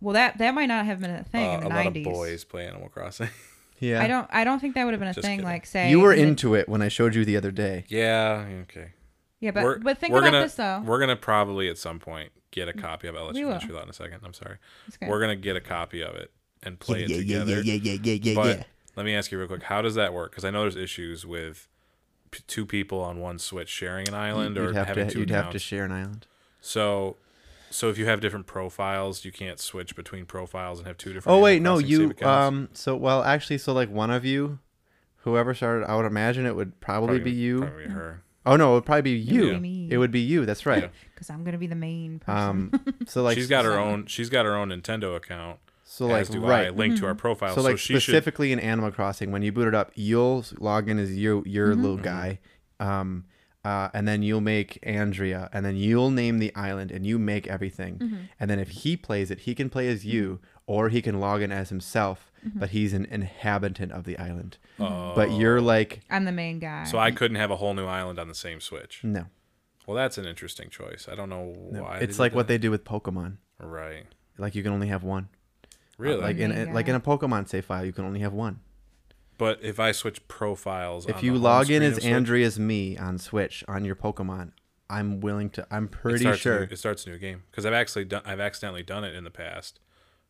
Speaker 3: Well, that that might not have been a thing
Speaker 1: uh,
Speaker 3: in
Speaker 1: a
Speaker 3: the
Speaker 1: lot of
Speaker 3: nineties.
Speaker 1: boys play Animal Crossing. [LAUGHS]
Speaker 2: Yeah.
Speaker 3: I don't. I don't think that would have been a
Speaker 1: Just
Speaker 3: thing.
Speaker 1: kidding.
Speaker 3: Like, say
Speaker 2: you were
Speaker 3: in the-
Speaker 2: into it when I showed you the other day.
Speaker 1: yeah, okay.
Speaker 3: Yeah, but
Speaker 1: we're,
Speaker 3: but think
Speaker 1: we're
Speaker 3: about
Speaker 1: gonna,
Speaker 3: this though. Mm,
Speaker 1: We're gonna probably at some point get a copy of it. I'll let
Speaker 3: We
Speaker 1: you finish
Speaker 3: will.
Speaker 1: your thought in a second. I'm sorry.
Speaker 3: okay.
Speaker 1: We're gonna get a copy of it and play it
Speaker 4: yeah, yeah,
Speaker 1: together.
Speaker 4: yeah, yeah, yeah, yeah, yeah,
Speaker 1: But
Speaker 4: yeah.
Speaker 1: let me ask you real quick: How does that work? Because I know there's issues with p- two people on one Switch sharing an island or
Speaker 2: You'd have
Speaker 1: having
Speaker 2: to
Speaker 1: 2
Speaker 2: you'd
Speaker 1: accounts.
Speaker 2: have to share an island.
Speaker 1: so, so if you have different profiles, you can't switch between profiles and have two different.
Speaker 2: Oh wait,
Speaker 1: Animal
Speaker 2: no,
Speaker 1: Crossing
Speaker 2: you
Speaker 1: save accounts?
Speaker 2: um so well actually so like one of you whoever started I would imagine it would probably, be you.
Speaker 1: Probably her.
Speaker 2: Oh no, it would probably be you.
Speaker 1: Yeah.
Speaker 3: Me.
Speaker 2: It would be you. That's right.
Speaker 3: Because I'm gonna be the main person.
Speaker 2: [LAUGHS] Um so like
Speaker 1: she's got her own. She's got her own Nintendo account.
Speaker 2: so
Speaker 1: as
Speaker 2: like
Speaker 1: do I,
Speaker 2: right. mm-hmm.
Speaker 1: linked to our profile.
Speaker 2: So, like
Speaker 1: she should.
Speaker 2: specifically in Animal Crossing, when you boot it up, you'll log in as your your little guy, um, uh, and then you'll make Andrea, and then you'll name the island, and you make everything, and then if he plays it, he can play as you, or he can log in as himself, but he's an inhabitant of the island. But you're like
Speaker 3: I'm the main guy.
Speaker 1: Oh. So I couldn't have a whole new island on the same Switch.
Speaker 2: no,
Speaker 1: Well, that's an interesting choice. I don't know why.
Speaker 2: it's like what they do with Pokemon.
Speaker 1: they did that. right.
Speaker 2: Like you can only have one.
Speaker 1: Really?
Speaker 2: Uh, Like in a,
Speaker 3: Yeah.
Speaker 2: like in a Pokemon save file, you can only have one.
Speaker 1: but if I switch profiles, on
Speaker 2: If you
Speaker 1: the home
Speaker 2: log in
Speaker 1: screen
Speaker 2: as
Speaker 1: of Switch,
Speaker 2: Andrea's me on Switch on your Pokemon, I'm willing to. I'm
Speaker 1: it
Speaker 2: pretty
Speaker 1: starts a new-
Speaker 2: sure.
Speaker 1: it starts a new game because I've actually done. I've accidentally done it in the past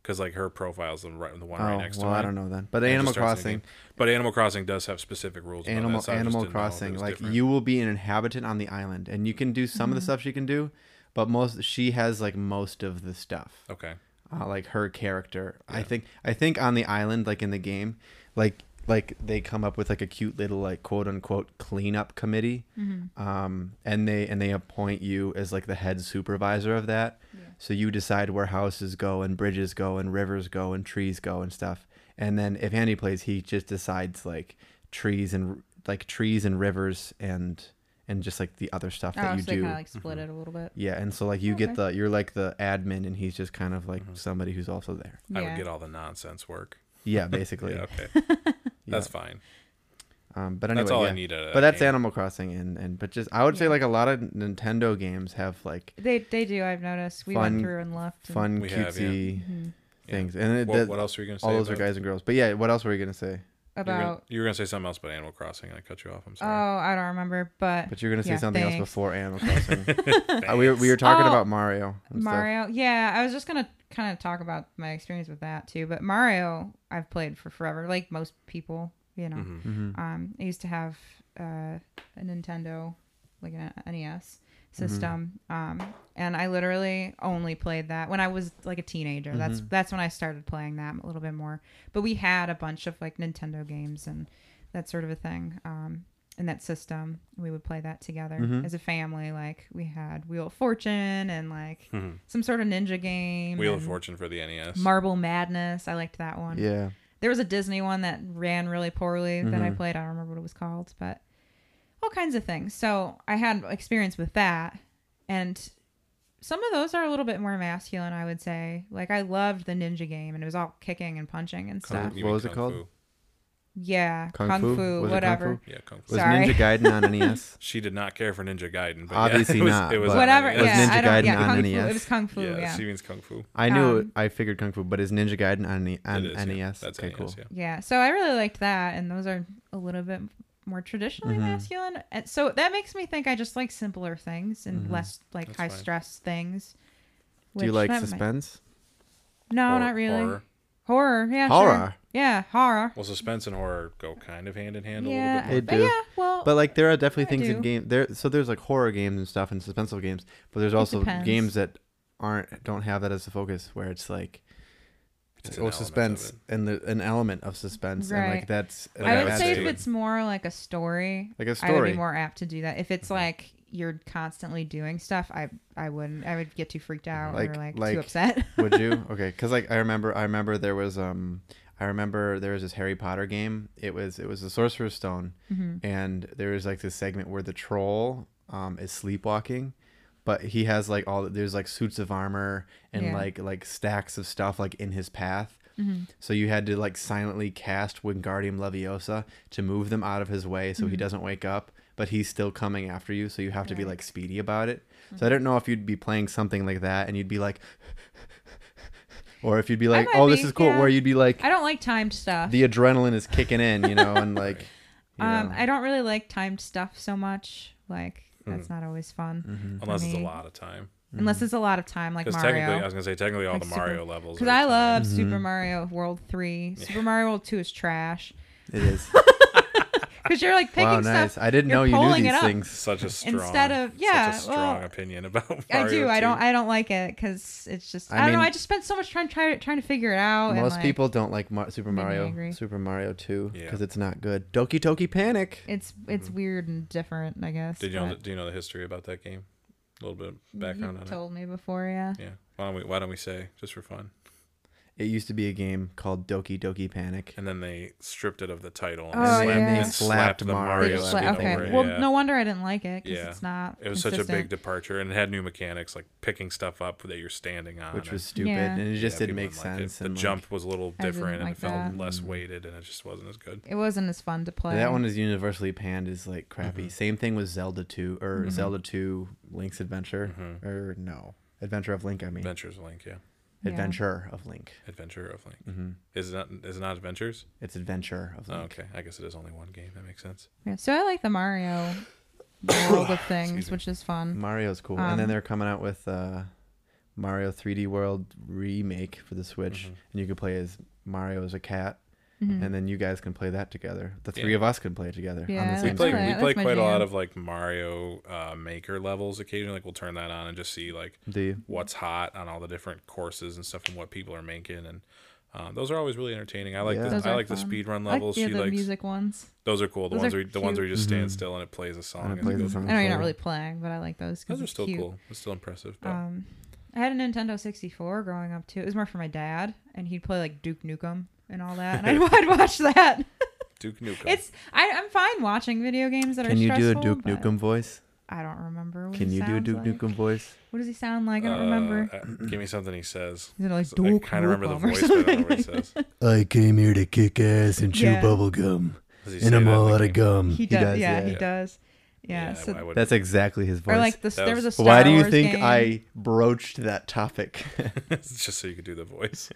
Speaker 1: because like her profile's the right, the one
Speaker 2: Oh,
Speaker 1: right next
Speaker 2: well,
Speaker 1: to mine.
Speaker 2: I don't know then. But
Speaker 1: and it just
Speaker 2: Animal
Speaker 1: starts a new
Speaker 2: Crossing,
Speaker 1: game. But Animal Crossing does have specific rules. about
Speaker 2: Animal
Speaker 1: that, so I just
Speaker 2: Animal
Speaker 1: didn't know if it
Speaker 2: Crossing,
Speaker 1: was
Speaker 2: like
Speaker 1: different.
Speaker 2: you will be an inhabitant on the island, and you can do some of the stuff she can do, but most she has like most of the stuff,
Speaker 1: Okay.
Speaker 2: uh, like her character. I think I think on the island, like in the game, like like they come up with like a cute little like quote unquote cleanup committee,
Speaker 3: Mm-hmm.
Speaker 2: um, and they and they appoint you as like the head supervisor of that. So you decide where houses go and bridges go and rivers go and trees go and stuff. And then if Andy plays, he just decides like trees and like trees and rivers and and just like the other stuff that
Speaker 3: oh,
Speaker 2: you
Speaker 3: so they
Speaker 2: do.
Speaker 3: kind of like split
Speaker 1: Mm-hmm.
Speaker 3: it a little bit.
Speaker 2: yeah, and so like you get
Speaker 3: Okay.
Speaker 2: the you're like the admin, and he's just kind of like
Speaker 1: Mm-hmm.
Speaker 2: somebody who's also there.
Speaker 3: Yeah.
Speaker 1: I would get all the nonsense work. [LAUGHS]
Speaker 2: Yeah, basically.
Speaker 1: Yeah,
Speaker 2: [LAUGHS]
Speaker 1: okay. That's fine.
Speaker 2: Um, but anyway,
Speaker 1: that's all I
Speaker 2: yeah.
Speaker 1: need out of
Speaker 2: But
Speaker 1: that
Speaker 2: that's
Speaker 1: game.
Speaker 2: Animal Crossing, and and but just I would say
Speaker 3: Yeah.
Speaker 2: like a lot of Nintendo games have like
Speaker 3: They they do. I've noticed. We
Speaker 2: Fun-
Speaker 3: went through and Mm-hmm. left. and-
Speaker 2: fun
Speaker 1: We
Speaker 2: cutesy
Speaker 1: have, yeah.
Speaker 2: things, and it,
Speaker 1: What,
Speaker 2: that-
Speaker 1: what else were you gonna say?
Speaker 2: all those are
Speaker 1: about-
Speaker 2: guys and girls. But yeah, what else were you gonna say?
Speaker 1: You were gonna-
Speaker 3: about.
Speaker 1: you were gonna say something else about Animal Crossing. and I cut you off. I'm
Speaker 3: Oh,
Speaker 1: sorry.
Speaker 3: I don't remember, but,
Speaker 2: But you're gonna say
Speaker 3: Yeah,
Speaker 2: something else
Speaker 3: thanks.
Speaker 2: before
Speaker 3: [LAUGHS]
Speaker 1: [LAUGHS]
Speaker 2: Animal Crossing. Uh, we, were, we were talking
Speaker 3: Oh,
Speaker 2: about Mario. And Stuff.
Speaker 3: Mario. Yeah, I was just gonna kind of talk about my experience with that too. But Mario, I've played for forever, like most people. You
Speaker 2: Mm-hmm.
Speaker 3: know,
Speaker 1: Mhm.
Speaker 3: um, I used to have uh, a Nintendo, like an NES system,
Speaker 2: Mm-hmm.
Speaker 3: um, and I literally only played that when I was like a teenager. That's
Speaker 2: Mm-hmm.
Speaker 3: that's when I started playing that a little bit more. But we had a bunch of like Nintendo games and that sort of a thing. Um, in that system, we would play that together
Speaker 2: Mm-hmm.
Speaker 3: as a family. Like we had Wheel of Fortune and like some sort of ninja game.
Speaker 1: Mm-hmm. Wheel of
Speaker 3: and
Speaker 1: Fortune for the E NES.
Speaker 3: Marble Madness. I liked that one.
Speaker 2: Yeah.
Speaker 3: There was a Disney one that ran really poorly that
Speaker 2: Mm-hmm.
Speaker 3: I played. I don't remember what it was called, but all kinds of things. So I had experience with that. And some of those are a little bit more masculine, I would say. Like I loved the ninja game and it was all kicking and punching and
Speaker 1: Kung-
Speaker 3: stuff.
Speaker 1: you
Speaker 2: What
Speaker 1: mean
Speaker 2: was it
Speaker 1: Kung
Speaker 2: called?
Speaker 1: Fu.
Speaker 3: Yeah.
Speaker 2: Kung
Speaker 3: Kung,
Speaker 2: Fu?
Speaker 3: fu,
Speaker 2: Was it Kung
Speaker 3: whatever.
Speaker 2: Fu?
Speaker 1: Yeah, Kung Fu.
Speaker 2: Was
Speaker 3: Sorry.
Speaker 2: Ninja Gaiden
Speaker 3: [LAUGHS]
Speaker 2: on E NES?
Speaker 1: She did not care for Ninja Gaiden. But
Speaker 2: Obviously
Speaker 1: yeah, [LAUGHS] it was,
Speaker 2: not,
Speaker 1: It was
Speaker 2: but-
Speaker 1: on
Speaker 3: Whatever.
Speaker 1: NES.
Speaker 3: Yeah.
Speaker 2: Ninja
Speaker 3: I don't,
Speaker 2: Gaiden on E
Speaker 3: yeah, Kung Fu.
Speaker 2: NES?
Speaker 3: It was Kung Fu.
Speaker 1: Yeah,
Speaker 3: Yeah.
Speaker 1: she means Kung Fu.
Speaker 2: I knew
Speaker 3: Um,
Speaker 2: I figured Kung Fu, but is Ninja Gaiden on, the, on
Speaker 1: It is, yeah.
Speaker 2: NES?
Speaker 1: That's
Speaker 2: E okay,
Speaker 1: NES,
Speaker 2: cool.
Speaker 1: yeah.
Speaker 3: Yeah, so I really liked that, and those are a little bit more traditionally
Speaker 2: Mm-hmm.
Speaker 3: masculine. And so that makes me think I just like simpler things and less like
Speaker 1: That's
Speaker 3: high
Speaker 1: fine.
Speaker 3: stress things.
Speaker 2: Mm-hmm. Do you
Speaker 3: which
Speaker 2: like
Speaker 3: that might-
Speaker 2: suspense?
Speaker 3: No,
Speaker 1: Hor-
Speaker 3: not really. Horror,
Speaker 1: horror.
Speaker 3: yeah,
Speaker 2: Horror?
Speaker 3: Oh, sure. yeah, horror.
Speaker 1: Well, suspense and horror go kind of hand in hand a
Speaker 3: yeah,
Speaker 1: little bit.
Speaker 2: They
Speaker 3: but
Speaker 2: do.
Speaker 3: yeah, well,
Speaker 2: [LAUGHS] But like there are definitely
Speaker 3: I
Speaker 2: things in
Speaker 3: do.
Speaker 2: game there. So there's like horror games and stuff and suspenseful games, but there's also
Speaker 3: depends.
Speaker 2: games that aren't don't have that as the focus where it's like
Speaker 1: It's an
Speaker 2: oh
Speaker 1: element of
Speaker 2: suspense
Speaker 1: it.
Speaker 2: and the, an element of suspense and like
Speaker 3: Right.
Speaker 2: that's
Speaker 1: Like
Speaker 3: I
Speaker 1: that
Speaker 3: would
Speaker 1: adds
Speaker 3: say
Speaker 1: to
Speaker 3: if
Speaker 1: it.
Speaker 3: it's more like a story,
Speaker 2: Like a
Speaker 3: I would
Speaker 2: story.
Speaker 3: be more apt to do that. If
Speaker 1: Mm-hmm.
Speaker 3: it's like you're constantly doing stuff, I I wouldn't. I would get too freaked out
Speaker 2: Like-
Speaker 3: or like,
Speaker 2: like-
Speaker 3: too upset. [LAUGHS]
Speaker 2: Would you? Okay, because like I remember, I remember there was um, I remember there was this Harry Potter game. It was it was the Sorcerer's Stone, and there was like this segment where the troll um is sleepwalking, but he has like all there's like suits of armor and
Speaker 3: Yeah.
Speaker 2: like like stacks of stuff like in his path.
Speaker 3: Mm-hmm.
Speaker 2: So you had to like silently cast Wingardium Leviosa to move them out of his way so
Speaker 3: Mm-hmm.
Speaker 2: he doesn't wake up, but he's still coming after you. So you have to be like speedy about it.
Speaker 3: Mm-hmm.
Speaker 2: So I don't know if you'd be playing something like that and you'd be like, [LAUGHS] or if you'd be like,
Speaker 3: might
Speaker 2: oh, this
Speaker 3: be,
Speaker 2: is cool,
Speaker 3: yeah.
Speaker 2: where you'd be like,
Speaker 3: I don't like timed stuff.
Speaker 2: the adrenaline is kicking in, you know, and
Speaker 3: [LAUGHS]
Speaker 2: like, you
Speaker 3: Um,
Speaker 2: know.
Speaker 3: I don't really like timed stuff so much. Like
Speaker 1: Hmm.
Speaker 3: that's not always fun,
Speaker 2: Mm-hmm.
Speaker 3: [LAUGHS] for
Speaker 1: Unless it's a
Speaker 3: me.
Speaker 1: lot of time.
Speaker 3: Unless it's a lot of time, like
Speaker 1: Because Mm-hmm. technically, I
Speaker 3: Mario.
Speaker 1: was gonna say technically all
Speaker 3: Like
Speaker 1: the
Speaker 3: Super-
Speaker 1: Mario levels.
Speaker 3: Because
Speaker 1: are
Speaker 3: I
Speaker 1: time.
Speaker 3: love Super Mario World
Speaker 1: [LAUGHS]
Speaker 3: Three. Super Mario World Two is trash.
Speaker 2: it is.
Speaker 3: Because you're like [LAUGHS] picking
Speaker 2: wow, nice.
Speaker 3: stuff.
Speaker 2: I didn't
Speaker 3: you're
Speaker 2: know you knew
Speaker 3: pulling it
Speaker 2: these
Speaker 3: up.
Speaker 2: things.
Speaker 1: such a strong
Speaker 3: Instead of- yeah,
Speaker 1: such a
Speaker 3: well,
Speaker 1: strong opinion about. Mario
Speaker 3: I do. I don't.
Speaker 1: too.
Speaker 3: I don't like it because it's just.
Speaker 2: I
Speaker 3: I, don't know.
Speaker 2: mean-
Speaker 3: I just spent so much time trying trying to figure it out. and,
Speaker 2: Most
Speaker 3: like,
Speaker 2: people don't like Mar- Super
Speaker 3: me
Speaker 2: Mario,
Speaker 3: angry.
Speaker 2: Super Mario 2,
Speaker 1: Yeah.
Speaker 2: because it's not good. Doki Doki Panic.
Speaker 3: It's it's weird and different. I guess.
Speaker 1: Mm-hmm. Did you know?
Speaker 3: but
Speaker 1: The, do you know the history about that game? A little bit of background
Speaker 3: you
Speaker 1: on
Speaker 3: told me before, yeah.
Speaker 1: it. Yeah. Why don't we? Why don't we say just for fun?
Speaker 2: It used to be a game called Doki Doki Panic.
Speaker 1: And then they stripped it of the title and,
Speaker 3: Oh,
Speaker 1: slapped,
Speaker 3: yeah.
Speaker 1: and slapped the
Speaker 3: They
Speaker 1: Mario.
Speaker 2: Mario
Speaker 3: just
Speaker 1: skin
Speaker 3: like,
Speaker 2: everything,
Speaker 3: okay.
Speaker 1: over it,
Speaker 3: Well,
Speaker 1: yeah.
Speaker 3: no wonder I didn't like it because
Speaker 1: Yeah.
Speaker 3: it's not.
Speaker 1: It was such a big
Speaker 3: consistent.
Speaker 1: departure, and it had new mechanics like picking stuff up that you're standing on,
Speaker 2: which
Speaker 1: and-
Speaker 2: was stupid,
Speaker 3: Yeah.
Speaker 2: and it just
Speaker 1: Yeah,
Speaker 2: didn't
Speaker 1: people
Speaker 2: make
Speaker 1: like it.
Speaker 2: sense.
Speaker 1: The
Speaker 2: and like, Mm.
Speaker 1: jump was a little
Speaker 3: I didn't
Speaker 1: different, and
Speaker 3: like
Speaker 1: it felt
Speaker 3: that.
Speaker 1: less weighted, and it just wasn't as good.
Speaker 3: It wasn't as fun to play.
Speaker 2: that one is universally panned as like crappy.
Speaker 1: Mm-hmm.
Speaker 2: Same thing with Zelda Two or
Speaker 3: Mm-hmm.
Speaker 2: Zelda Two Link's Adventure or no Adventure of Link. I mean
Speaker 1: Mm-hmm. Adventures of Link, yeah,
Speaker 3: Yeah.
Speaker 2: Adventure of Link. Mm-hmm.
Speaker 1: Adventure of Link. Is it not? Is it not Adventures?
Speaker 2: It's Adventure of
Speaker 1: Oh,
Speaker 2: Link.
Speaker 1: okay, I guess it is only one game. That makes sense.
Speaker 3: Yeah, so I like the Mario world of things, which is fun.
Speaker 2: Mario's cool, and
Speaker 3: Um,
Speaker 2: then they're coming out with uh, Mario 3D World remake for the Switch,
Speaker 1: Mm-hmm.
Speaker 2: and you can play as Mario as a cat. Mm.
Speaker 3: Mm-hmm.
Speaker 2: And then you guys can play that together. The three
Speaker 1: Yeah.
Speaker 2: of us can play together on
Speaker 3: Yeah,
Speaker 2: the
Speaker 1: We
Speaker 2: same
Speaker 3: that's
Speaker 1: play
Speaker 3: all
Speaker 2: screen.
Speaker 3: right.
Speaker 1: we play
Speaker 3: That's my
Speaker 1: quite a lot
Speaker 3: jam.
Speaker 1: of like Mario uh, Maker levels occasionally. Like we'll turn that on and just see like
Speaker 2: Do you?
Speaker 1: what's hot on all the different courses and stuff and what people are making and. Uh, those are always really entertaining. I like
Speaker 2: Yeah.
Speaker 1: the
Speaker 3: Those
Speaker 1: I
Speaker 3: are
Speaker 1: like the
Speaker 3: fun.
Speaker 1: speed run
Speaker 3: I like
Speaker 1: levels.
Speaker 3: yeah,
Speaker 1: she
Speaker 3: the
Speaker 1: likes
Speaker 3: music ones.
Speaker 1: those are cool. The
Speaker 3: Those
Speaker 1: ones
Speaker 3: are
Speaker 1: where you- the ones where you just
Speaker 2: Mhm.
Speaker 1: stand still and it plays a song.
Speaker 2: And it
Speaker 1: as
Speaker 2: plays
Speaker 1: it
Speaker 2: the
Speaker 1: goes.
Speaker 2: song
Speaker 3: Mm-hmm. I know you're
Speaker 2: for
Speaker 3: not
Speaker 2: you.
Speaker 3: really playing, but I like those because
Speaker 1: Those are still cool. It's still impressive. But
Speaker 3: Um, I had a Nintendo 64 growing up too. It was more for my dad, and he'd play like Duke Nukem and all that, and I'd, I'd watch that.
Speaker 1: Duke Nukem.
Speaker 3: It's I, I'm fine watching video games that are.
Speaker 2: Can you do a
Speaker 3: stressful,
Speaker 2: Duke
Speaker 3: but
Speaker 2: Nukem voice?
Speaker 3: I don't remember. What
Speaker 2: Can
Speaker 3: he
Speaker 2: you do a
Speaker 3: sounds
Speaker 2: Duke
Speaker 3: like.
Speaker 2: Nukem voice?
Speaker 3: What does he sound like? I don't
Speaker 1: Uh,
Speaker 3: remember.
Speaker 1: uh, give me something he says.
Speaker 3: Is it like
Speaker 1: So I
Speaker 3: Duke
Speaker 1: kind of remember the
Speaker 3: Nukem or
Speaker 1: voice, but I don't
Speaker 3: something
Speaker 1: remember what he
Speaker 3: like
Speaker 1: says.
Speaker 4: I came here to kick ass and chew
Speaker 3: Yeah.
Speaker 4: bubble gum,
Speaker 1: Does he say
Speaker 4: and I'm
Speaker 1: that in
Speaker 4: all
Speaker 1: the
Speaker 4: out of
Speaker 1: game?
Speaker 3: [LAUGHS]
Speaker 4: gum.
Speaker 3: He does. yeah, he
Speaker 1: yeah.
Speaker 3: does. Yeah. so,
Speaker 1: I would-
Speaker 2: That's exactly his voice.
Speaker 3: or like this,
Speaker 1: That
Speaker 3: there was a
Speaker 1: was-
Speaker 3: Star
Speaker 2: Why do you
Speaker 3: Wars
Speaker 2: think
Speaker 3: game.
Speaker 2: I broached that
Speaker 3: [LAUGHS]
Speaker 2: topic? [LAUGHS]
Speaker 1: it's [LAUGHS] just so you could do the voice.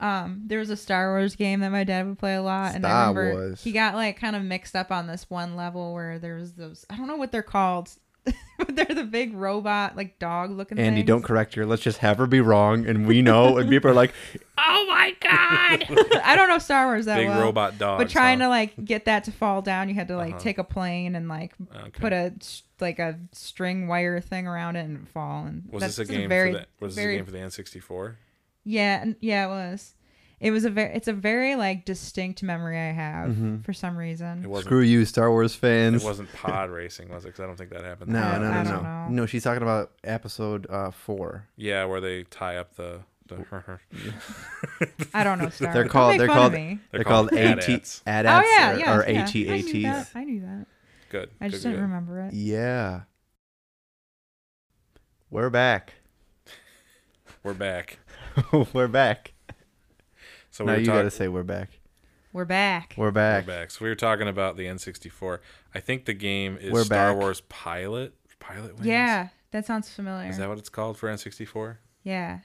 Speaker 3: Um, there was a Star Wars game that my dad would play a lot, and I
Speaker 2: Star
Speaker 3: remember
Speaker 2: Wars.
Speaker 3: he got like kind of mixed up on this one level where there was those I don't know what they're called, [LAUGHS] but they're the big robot like dog looking.
Speaker 2: Andy,
Speaker 3: things.
Speaker 2: don't correct her. Let's just have her be wrong, and we know. And people are like,
Speaker 3: Oh my god! [LAUGHS] I don't know Star Wars that
Speaker 1: Big
Speaker 3: well.
Speaker 1: robot dog.
Speaker 3: but uh, trying to like get that to fall down, you had to like
Speaker 1: Uh-huh.
Speaker 3: take a plane and like
Speaker 1: Okay.
Speaker 3: put a s- like a string wire thing around it and fall. And
Speaker 1: was
Speaker 3: that's
Speaker 1: this a
Speaker 3: just
Speaker 1: game
Speaker 3: very
Speaker 1: for the was this
Speaker 3: very
Speaker 1: a game for the N64?
Speaker 3: Yeah, n- yeah, it was. It was a very, it's a very like distinct memory I have for some
Speaker 1: It [LAUGHS]
Speaker 3: reason.
Speaker 1: wasn't.
Speaker 2: "Screw you, Star Wars
Speaker 1: It
Speaker 2: fans."
Speaker 1: wasn't pod racing, was it? Because I don't think that happened.
Speaker 2: No,
Speaker 3: I-
Speaker 2: no, no,
Speaker 3: I
Speaker 2: no.
Speaker 3: don't know.
Speaker 2: No, she's talking about episode uh, four.
Speaker 1: Yeah, where they tie up the. [LAUGHS] the [LAUGHS]
Speaker 3: I don't know Star.
Speaker 2: They're
Speaker 3: Wars. Don't
Speaker 2: called.
Speaker 3: make
Speaker 2: They're
Speaker 3: fun of
Speaker 2: called.
Speaker 3: me.
Speaker 2: They're called AT
Speaker 1: AT-ATs.
Speaker 3: Oh
Speaker 2: AT-ATs
Speaker 3: yeah,
Speaker 2: or,
Speaker 3: yeah,
Speaker 2: or
Speaker 3: yeah. I knew that.
Speaker 2: AT-ATs.
Speaker 3: I knew that.
Speaker 1: Good.
Speaker 3: I
Speaker 1: good,
Speaker 3: just
Speaker 1: good,
Speaker 3: didn't
Speaker 1: good.
Speaker 3: remember it.
Speaker 2: Yeah. We're back.
Speaker 1: We're back.
Speaker 2: [LAUGHS] we're back.
Speaker 1: So we
Speaker 2: no,
Speaker 1: were
Speaker 2: you
Speaker 1: talking.
Speaker 2: gotta say we're back.
Speaker 3: We're back.
Speaker 2: We're
Speaker 1: We're
Speaker 2: back.
Speaker 1: back. So we were talking about the N64. I think the game is
Speaker 2: We're
Speaker 1: Star
Speaker 2: back.
Speaker 1: Wars Pilot. Pilot Wings.
Speaker 3: yeah, that sounds familiar.
Speaker 1: Is that what it's called for N64?
Speaker 3: yeah,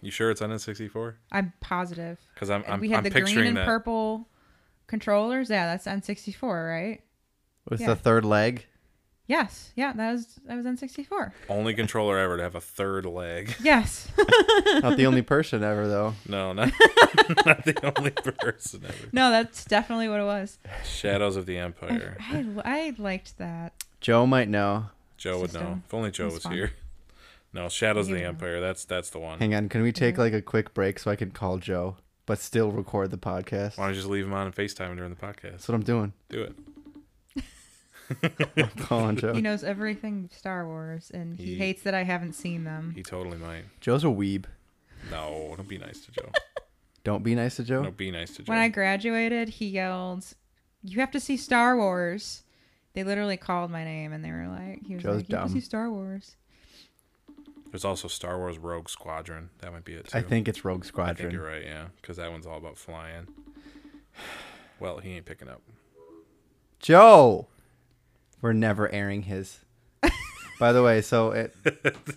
Speaker 1: You sure it's on N64?
Speaker 3: I'm positive.
Speaker 1: Because I'm I'm,
Speaker 3: Uh, we had
Speaker 1: I'm
Speaker 3: the
Speaker 1: picturing
Speaker 3: green and
Speaker 1: that.
Speaker 3: purple controllers. Yeah, that's N64, right?
Speaker 2: With
Speaker 3: Yeah.
Speaker 2: the third leg.
Speaker 3: Yes. Yeah, that was that was N64.
Speaker 1: Only controller ever to have a third leg. [LAUGHS]
Speaker 3: Yes.
Speaker 2: Not the only person ever though.
Speaker 1: No,
Speaker 3: [LAUGHS]
Speaker 1: not, not the only [LAUGHS] person ever.
Speaker 3: no, that's definitely what it was.
Speaker 1: Shadows of the Empire.
Speaker 3: I, I liked that.
Speaker 2: Joe might know.
Speaker 1: Joe would
Speaker 3: Just,
Speaker 1: know.
Speaker 3: um,
Speaker 1: If only Joe
Speaker 3: that's
Speaker 1: was
Speaker 3: fun.
Speaker 1: here. [LAUGHS] No, Shadows of
Speaker 3: He
Speaker 1: the
Speaker 3: would know.
Speaker 1: Empire. That's that's the one.
Speaker 2: Hang on, can we take like a quick break so I can call Joe, but still record the podcast?
Speaker 1: Why don't you just leave him on and FaceTime during the podcast?
Speaker 2: That's what
Speaker 1: [LAUGHS]
Speaker 2: I'm doing.
Speaker 1: Do it.
Speaker 2: I'm calling Joe.
Speaker 3: He knows everything Star Wars, and he
Speaker 1: He-
Speaker 3: hates that I haven't seen them.
Speaker 1: He totally might.
Speaker 2: Joe's a weeb.
Speaker 1: No, don't be nice to Joe.
Speaker 2: Don't be nice to Joe.
Speaker 1: No, be nice to Joe.
Speaker 3: When I graduated, he yelled, "You have to see Star Wars." They literally called my name, and they were like, "He was
Speaker 2: Joe's
Speaker 3: like, you have to
Speaker 2: dumb.
Speaker 3: see Star
Speaker 1: [LAUGHS]
Speaker 3: Wars."
Speaker 1: There's also Star Wars Rogue Squadron. That might be it too.
Speaker 2: I think it's Rogue
Speaker 1: I think
Speaker 2: Squadron.
Speaker 1: you're right, yeah. Because that one's all about flying. [SIGHS] Well, he ain't picking up.
Speaker 2: Joe. We're never airing
Speaker 3: [LAUGHS]
Speaker 2: his. By the way,
Speaker 1: [LAUGHS]
Speaker 2: so it,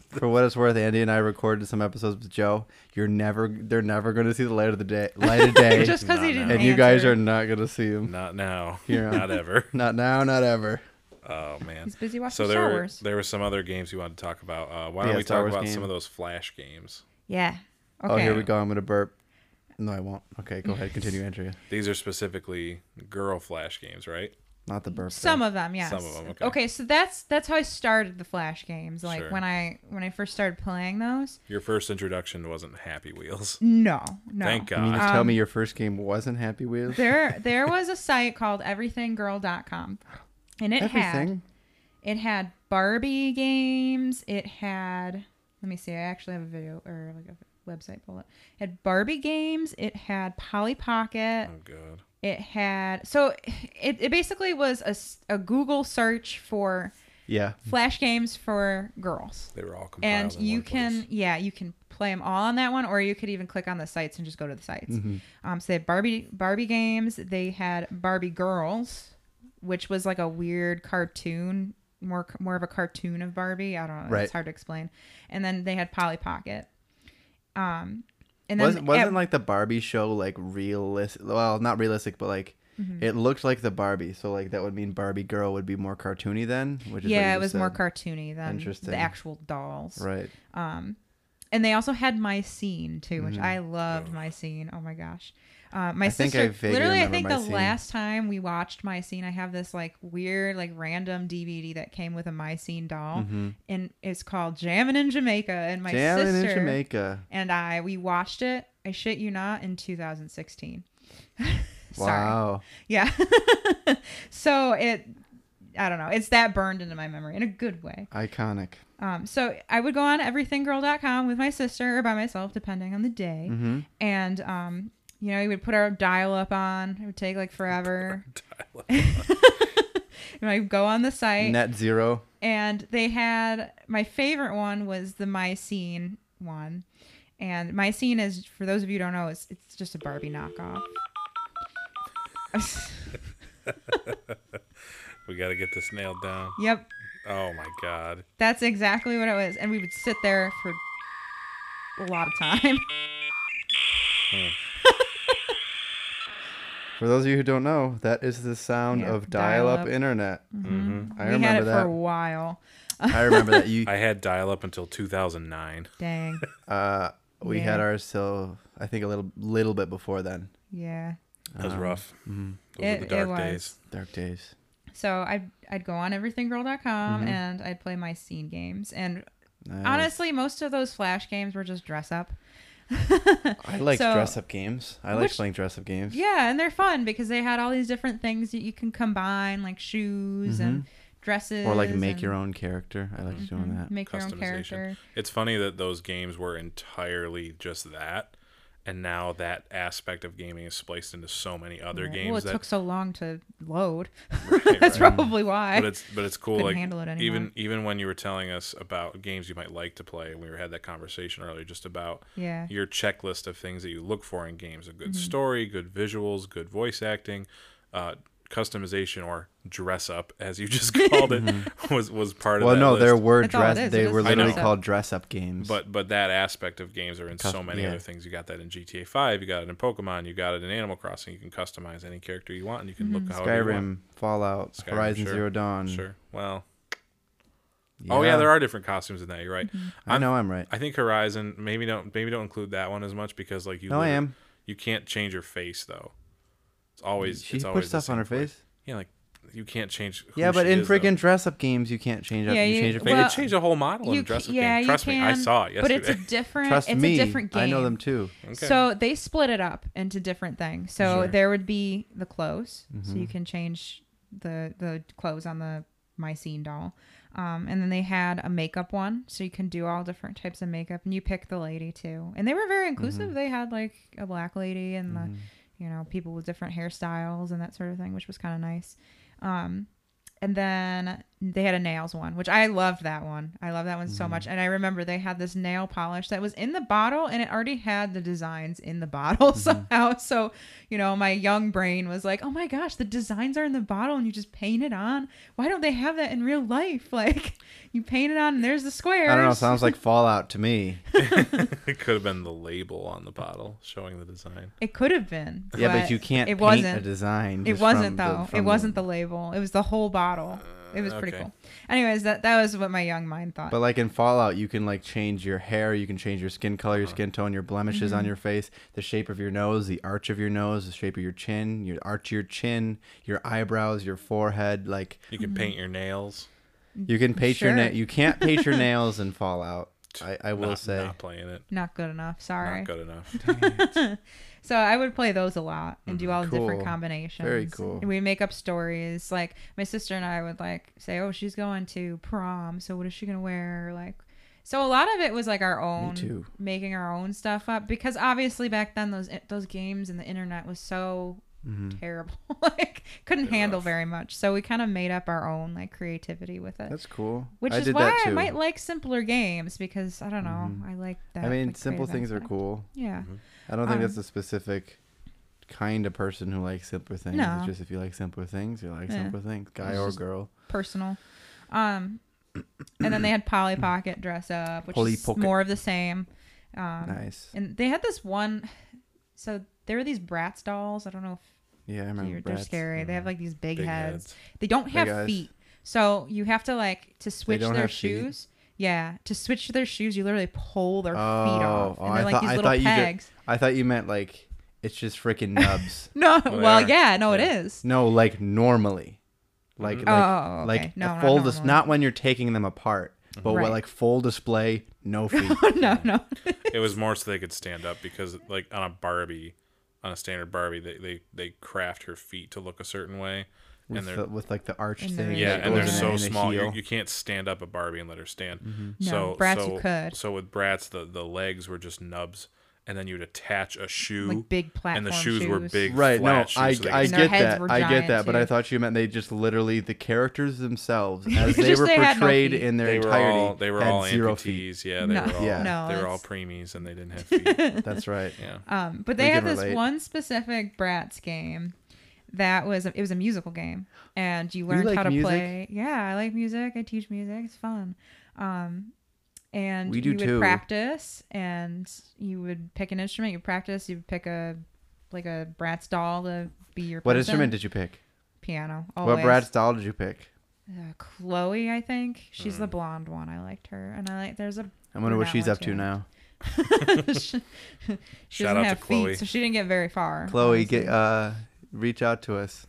Speaker 2: for what it's worth, Andy and I recorded some episodes with Joe. You're never, they're never going to see the light of the day, light of day,
Speaker 3: [LAUGHS] Just because he
Speaker 1: Nah,
Speaker 3: didn't.
Speaker 2: and you guys
Speaker 3: answer.
Speaker 2: are not going to see him. [LAUGHS]
Speaker 1: Not now.
Speaker 2: Yeah.
Speaker 1: Not ever.
Speaker 2: Not now, not ever.
Speaker 1: Oh man.
Speaker 3: He's busy watching
Speaker 1: So there
Speaker 3: Star
Speaker 1: were
Speaker 3: Wars.
Speaker 1: there were some other games you wanted to talk about. Uh, why don't
Speaker 2: Yeah,
Speaker 1: we
Speaker 2: Star
Speaker 1: talk
Speaker 2: Wars
Speaker 1: about
Speaker 2: game.
Speaker 1: some of those Flash games?
Speaker 3: Yeah. Okay.
Speaker 2: Oh, here we go. I'm going to burp. No, I won't. Okay, go ahead. Continue, Andrea.
Speaker 1: These are specifically girl Flash games, right?
Speaker 2: Not the burp.
Speaker 3: Some of them, yes.
Speaker 1: Some of 'em, okay.
Speaker 3: so that's that's how I started the Flash games. Like
Speaker 1: Sure.
Speaker 3: when I when I first started playing those.
Speaker 1: Your first introduction wasn't Happy Wheels.
Speaker 3: No, [LAUGHS] no.
Speaker 1: Thank
Speaker 2: You mean
Speaker 1: God.
Speaker 2: to
Speaker 3: um,
Speaker 2: tell me your first game wasn't Happy
Speaker 1: [LAUGHS]
Speaker 2: Wheels?
Speaker 3: there there was a site called everythinggirl.com and it had
Speaker 2: Everything.
Speaker 3: it had barbie games it had let me see i actually have a video or like a website bullet it had barbie games it had polly pocket
Speaker 1: oh God.
Speaker 3: it had so it, it basically was a, s- a google search for
Speaker 2: Yeah.
Speaker 3: flash games for girls
Speaker 1: They were all compiled.
Speaker 3: and
Speaker 1: in
Speaker 3: you
Speaker 1: one place.
Speaker 3: can yeah you can play them all on that one or you could even click on the sites and just go to the sites
Speaker 2: Mm-hmm.
Speaker 3: um, so they had barbie barbie games they had barbie girls which was like a weird cartoon more more of a cartoon of barbie i don't know
Speaker 2: Right.
Speaker 3: it's hard to explain and then they had polly pocket um and then
Speaker 2: Was, wasn't
Speaker 3: at-
Speaker 2: like the Barbie show like realistic? Well, not realistic, but like
Speaker 3: Mm-hmm.
Speaker 2: it looked like the Barbie. So like that would mean Barbie girl would be more cartoony then, which is what
Speaker 3: yeah
Speaker 2: you
Speaker 3: it was
Speaker 2: just
Speaker 3: more
Speaker 2: said.
Speaker 3: cartoony than
Speaker 2: Interesting.
Speaker 3: the actual dolls
Speaker 2: Right.
Speaker 3: and they also had my scene too, which I loved. My scene, oh my gosh, uh, my
Speaker 2: Mm-hmm. I think
Speaker 3: sister.
Speaker 2: I vaguely
Speaker 3: literally, I
Speaker 2: remember
Speaker 3: think
Speaker 2: My
Speaker 3: the
Speaker 2: Scene.
Speaker 3: last time we watched my scene, I have this like weird, like random DVD that came with a my scene doll, and it's called Jammin' in Jamaica. And my
Speaker 2: Jamming
Speaker 3: sister
Speaker 2: Mm-hmm. in Jamaica.
Speaker 3: and I, we watched it. I shit you not, in 2016. [LAUGHS] Sorry.
Speaker 2: Wow.
Speaker 3: Yeah. [LAUGHS] so it, I don't know. It's that burned into my memory in a good way.
Speaker 2: Iconic.
Speaker 3: Um, so I would go on everythinggirl.com with my sister or by myself, depending on the day. And um, You know, he would put our dial up on. It would take like forever. [LAUGHS] and I'd go on the site.
Speaker 2: Net zero.
Speaker 3: and they had my favorite one was the Mycene one. And Mycene is for those of you who don't know, it's it's just a Barbie knockoff. [LAUGHS]
Speaker 1: We got to get this nailed down.
Speaker 3: yep,
Speaker 1: Oh my god.
Speaker 3: that's exactly what it was. And we would sit there for a lot of time.
Speaker 2: For those of you who don't know, that is the sound
Speaker 3: Yeah,
Speaker 2: of dial-up
Speaker 3: dial-up. Mm-hmm.
Speaker 2: internet.
Speaker 1: Mm-hmm.
Speaker 2: I
Speaker 3: we had
Speaker 2: remember [LAUGHS]
Speaker 3: it for a
Speaker 2: that.
Speaker 3: while.
Speaker 2: I remember
Speaker 1: [LAUGHS]
Speaker 2: that you.
Speaker 1: I had dial up until 2009. [LAUGHS]
Speaker 3: Dang.
Speaker 2: Uh, we
Speaker 3: Yeah.
Speaker 2: had ourselves. I think a little, little bit before then. Mm-hmm.
Speaker 3: Yeah.
Speaker 1: That was rough. Those
Speaker 3: Oh. It-
Speaker 1: were
Speaker 3: it
Speaker 1: the dark
Speaker 3: was.
Speaker 1: days.
Speaker 2: Dark days.
Speaker 3: So I'd I'd go on everythinggirl.com
Speaker 1: Mm-hmm.
Speaker 3: and I'd play my scene games. And
Speaker 2: Nice.
Speaker 3: honestly, most of those flash games were just dress up.
Speaker 2: I like
Speaker 3: so-
Speaker 2: dress-up games. I like
Speaker 3: Which-
Speaker 2: playing dress-up games.
Speaker 3: [LAUGHS] Yeah, and they're fun because they had all these different things that you can combine, like shoes
Speaker 1: Mm-hmm.
Speaker 3: and dresses.
Speaker 2: Or like make your own character. I
Speaker 3: Mm-hmm.
Speaker 2: like doing that.
Speaker 3: make your own
Speaker 1: uh, Customization.
Speaker 3: character.
Speaker 1: It's funny that those games were entirely just that. And now that aspect of gaming is spliced into so many other games
Speaker 3: well, it
Speaker 1: that
Speaker 3: took so long to load.
Speaker 1: Right,
Speaker 3: [LAUGHS] That's
Speaker 1: right.
Speaker 3: probably why.
Speaker 1: but it's
Speaker 3: [LAUGHS]
Speaker 1: but it's cool
Speaker 3: couldn't
Speaker 1: like
Speaker 3: handle it anymore.
Speaker 1: even even when you were telling us about games you might like to play and we were had that conversation earlier just about
Speaker 3: yeah.
Speaker 1: your checklist of things that you look for in games a good story good visuals good voice acting uh, customization or dress up as you just [LAUGHS] called it was was part of
Speaker 2: Well,
Speaker 1: that
Speaker 2: no, there
Speaker 1: list.
Speaker 2: were
Speaker 3: That's all it
Speaker 2: dress.
Speaker 3: is.
Speaker 2: They
Speaker 3: It is
Speaker 2: were
Speaker 3: I
Speaker 2: literally
Speaker 1: know.
Speaker 2: called dress-up games.
Speaker 1: but but that aspect of games are in so
Speaker 2: Custom-
Speaker 1: many
Speaker 2: yeah.
Speaker 1: other things you got that in gta 5 you got it in pokemon you got it in animal crossing you can customize any character you want and you can look
Speaker 2: Mm-hmm.
Speaker 1: however you want.
Speaker 2: Skyrim, Fallout,
Speaker 1: Skyrim,
Speaker 2: Horizon
Speaker 1: sure.
Speaker 2: Zero Dawn.
Speaker 1: sure well oh yeah there are different costumes in that you're right
Speaker 2: I know I'm right.
Speaker 1: I think Horizon. Maybe don't maybe don't include that one as much because like you.
Speaker 2: No, I
Speaker 1: literally-
Speaker 2: am.
Speaker 1: You can't change your face though. It's always
Speaker 2: She
Speaker 1: it's
Speaker 2: put
Speaker 1: always the
Speaker 2: stuff on
Speaker 1: same
Speaker 2: her
Speaker 1: place.
Speaker 2: face?
Speaker 1: Yeah, like you can't change. who
Speaker 2: Yeah, but
Speaker 1: she
Speaker 2: in
Speaker 1: is, though.
Speaker 2: freaking dress-up games, you can't change up.
Speaker 3: Yeah,
Speaker 2: you
Speaker 3: you-
Speaker 2: change your
Speaker 1: they
Speaker 2: face.
Speaker 1: did
Speaker 3: well,
Speaker 1: change the whole model in
Speaker 3: You,
Speaker 1: dress
Speaker 3: c-
Speaker 1: up
Speaker 3: yeah,
Speaker 1: game.
Speaker 3: you
Speaker 1: Trust me, I
Speaker 3: can,
Speaker 1: saw it
Speaker 3: But
Speaker 1: yesterday.
Speaker 3: it's a different.
Speaker 2: Trust
Speaker 3: it's
Speaker 2: me,
Speaker 3: a different game.
Speaker 2: I know them too.
Speaker 1: [LAUGHS] Okay.
Speaker 3: So they split it up into different things. So there would be the clothes, so you can change the the clothes on the my scene doll, um, and then they had a makeup one, so you can do all different types of makeup, and you pick the lady too. And they were very inclusive. They had like a black lady and
Speaker 2: Mm.
Speaker 3: the you know people with different hairstyles and that sort of thing, which was kind of nice. Um, and then they had a nails one, which I loved that one. I love that one
Speaker 2: Mm-hmm.
Speaker 3: so much. And I remember they had this nail polish that was in the bottle and it already had the designs in the [LAUGHS] bottle
Speaker 2: Mm-hmm.
Speaker 3: somehow. So, you know, my young brain was like, oh my gosh, the designs are in the bottle and you just paint it on. Why don't they have that in real life? [LAUGHS] Like, you paint it on and there's the squares.
Speaker 2: I don't know. Sounds like Fallout to
Speaker 3: [LAUGHS]
Speaker 2: me.
Speaker 1: it could have been the label on the bottle showing the design.
Speaker 3: it could have been.
Speaker 2: Yeah, but you can't
Speaker 3: It
Speaker 2: paint a
Speaker 3: wasn't.
Speaker 2: design.
Speaker 3: It
Speaker 2: just from
Speaker 3: wasn't
Speaker 2: the-
Speaker 3: though.
Speaker 2: from
Speaker 3: it wasn't the label. It was the whole bottle. It was pretty
Speaker 1: okay.
Speaker 3: cool. Anyways, that that was what my young mind thought.
Speaker 2: But like in Fallout, you can like change your hair, you can change your skin color, your skin tone, your blemishes
Speaker 3: Mm-hmm.
Speaker 2: on your face, the shape of your nose, the arch of your nose, the shape of your chin, your arch of your chin, your eyebrows, your forehead. Like
Speaker 1: You
Speaker 3: Mm-hmm.
Speaker 1: can paint your nails.
Speaker 2: you can paint your
Speaker 3: Mm, Sure.
Speaker 2: na- you can't paint
Speaker 3: [LAUGHS]
Speaker 2: your nails in Fallout. I, I will
Speaker 1: not,
Speaker 2: say
Speaker 1: not playing it.
Speaker 3: Not good enough. Sorry.
Speaker 1: Not good enough.
Speaker 3: So I would play those a lot and do all the different
Speaker 2: Mm, Cool.
Speaker 3: combinations.
Speaker 2: Very cool.
Speaker 3: And we make up stories. Like my sister and I would like say, "Oh, she's going to prom, so what is she gonna wear?" Like, so a lot of it was like our own,
Speaker 2: too.
Speaker 3: making our own stuff up because obviously back then those eh, those games and the internet was so
Speaker 2: Mm-hmm.
Speaker 3: terrible, [LAUGHS] like couldn't handle very much. So we kind of made up our own like creativity with it,
Speaker 2: that's cool.
Speaker 3: which
Speaker 2: I
Speaker 3: is
Speaker 2: did
Speaker 3: why
Speaker 2: that
Speaker 3: I
Speaker 2: too. Mm-hmm.
Speaker 3: might like simpler games because I don't know, I like that.
Speaker 2: I mean,
Speaker 3: like,
Speaker 2: simple
Speaker 3: creative
Speaker 2: things are
Speaker 3: aspect. Um,
Speaker 2: cool. Mm-hmm.
Speaker 3: Yeah.
Speaker 2: I don't think that's a specific kind of person who likes simpler things.
Speaker 3: No.
Speaker 2: It's just if you like simpler things, you like
Speaker 3: Yeah.
Speaker 2: simpler things, guy
Speaker 3: It's
Speaker 2: or
Speaker 3: just-
Speaker 2: girl.
Speaker 3: personal. Um, and then they had Polly Pocket dress up, which
Speaker 2: Polly
Speaker 3: is
Speaker 2: Pocket.
Speaker 3: more of the same. Um,
Speaker 2: Nice.
Speaker 3: And they had this one. So there were these Bratz dolls. I don't know
Speaker 2: Yeah, I
Speaker 3: if
Speaker 2: remember.
Speaker 3: you're, they're
Speaker 2: Bratz.
Speaker 3: scary. They have like these big,
Speaker 1: Big
Speaker 3: heads.
Speaker 1: heads.
Speaker 3: They don't have
Speaker 2: eyes.
Speaker 3: feet, so you have to like to switch
Speaker 2: don't
Speaker 3: their
Speaker 2: have feet?
Speaker 3: shoes. Yeah, to switch their shoes, you literally pull their
Speaker 2: Oh,
Speaker 3: feet off,
Speaker 2: oh,
Speaker 3: and
Speaker 2: I
Speaker 3: they're like
Speaker 2: thought-
Speaker 3: these
Speaker 2: I
Speaker 3: little
Speaker 2: thought you did-
Speaker 3: pegs. [LAUGHS]
Speaker 2: I thought you meant like it's just freaking nubs.
Speaker 3: No,
Speaker 1: they
Speaker 3: well,
Speaker 1: are.
Speaker 3: yeah, no,
Speaker 1: Yeah.
Speaker 3: it is. [LAUGHS]
Speaker 2: no, like normally, like like
Speaker 3: Oh, okay.
Speaker 2: like
Speaker 3: No,
Speaker 2: a
Speaker 3: not
Speaker 2: full dis-
Speaker 3: normally.
Speaker 2: not when you're taking them apart,
Speaker 1: Mm-hmm.
Speaker 2: but what,
Speaker 3: Right.
Speaker 2: like full display,
Speaker 3: [LAUGHS]
Speaker 2: no feet.
Speaker 3: no, no.
Speaker 1: it was more so they could stand up because like on a Barbie, on a standard Barbie, they they, they craft her feet to look a certain way,
Speaker 2: with,
Speaker 1: and they're
Speaker 2: the, with like the arch
Speaker 3: And they're-
Speaker 2: thing.
Speaker 1: Yeah,
Speaker 2: that
Speaker 1: and
Speaker 2: goes
Speaker 1: they're
Speaker 2: in
Speaker 1: so
Speaker 2: and Mm-hmm. the
Speaker 1: small. You,
Speaker 2: heel.
Speaker 1: you can't stand up a Barbie and let her stand.
Speaker 3: No,
Speaker 1: So
Speaker 3: Bratz
Speaker 1: so,
Speaker 3: you could.
Speaker 1: So with Bratz, the the legs were just nubs, and then you'd attach a shoe.
Speaker 3: Like big platform
Speaker 1: and the shoes, were
Speaker 3: shoes.
Speaker 1: big.
Speaker 2: Right. No,
Speaker 1: flat shoes,
Speaker 2: I,
Speaker 1: so they
Speaker 2: I
Speaker 1: could-
Speaker 3: And their
Speaker 2: get
Speaker 3: heads
Speaker 2: that.
Speaker 3: were
Speaker 2: I get
Speaker 3: giant,
Speaker 2: that. But
Speaker 3: too.
Speaker 2: I thought you meant they just literally the characters
Speaker 3: [LAUGHS]
Speaker 2: themselves as they
Speaker 3: Just
Speaker 2: were
Speaker 3: they had no
Speaker 2: portrayed
Speaker 3: feet.
Speaker 2: in their
Speaker 1: they were
Speaker 2: entirety
Speaker 1: all they were
Speaker 2: had
Speaker 1: all
Speaker 2: zero feet.
Speaker 1: amputees. Yeah, they
Speaker 3: No,
Speaker 1: were all
Speaker 2: Yeah.
Speaker 3: no,
Speaker 1: they were all
Speaker 3: that's-
Speaker 1: preemies and they didn't
Speaker 3: [LAUGHS]
Speaker 1: have feet. [LAUGHS]
Speaker 2: That's right.
Speaker 1: yeah.
Speaker 3: Um, but they
Speaker 2: We
Speaker 3: had
Speaker 2: can
Speaker 3: this
Speaker 2: relate.
Speaker 3: one specific Bratz game that was it was a musical game, and you learned
Speaker 2: like
Speaker 3: how to
Speaker 2: music?
Speaker 3: play. Yeah, I like music. I teach music. It's fun. Um, and
Speaker 2: We do
Speaker 3: you would
Speaker 2: too.
Speaker 3: practice, and you would pick an instrument. You practice. You would pick a like a Bratz doll to be your.
Speaker 2: What
Speaker 3: person.
Speaker 2: instrument did you pick?
Speaker 3: Piano. Always.
Speaker 2: What Brad style did you pick?
Speaker 3: Uh, Chloe, I think she's
Speaker 2: Hmm.
Speaker 3: the blonde one. I liked her, and I like.
Speaker 2: [LAUGHS]
Speaker 3: There's a. [LAUGHS]
Speaker 2: I wonder what
Speaker 3: brunette
Speaker 2: she's
Speaker 3: one,
Speaker 2: up to
Speaker 3: too.
Speaker 2: now.
Speaker 3: she she
Speaker 1: Shout
Speaker 3: doesn't
Speaker 1: out
Speaker 3: have
Speaker 1: to
Speaker 3: feet,
Speaker 1: Chloe.
Speaker 3: so she didn't get very far.
Speaker 2: Chloe,
Speaker 3: honestly.
Speaker 2: get uh, reach out to us.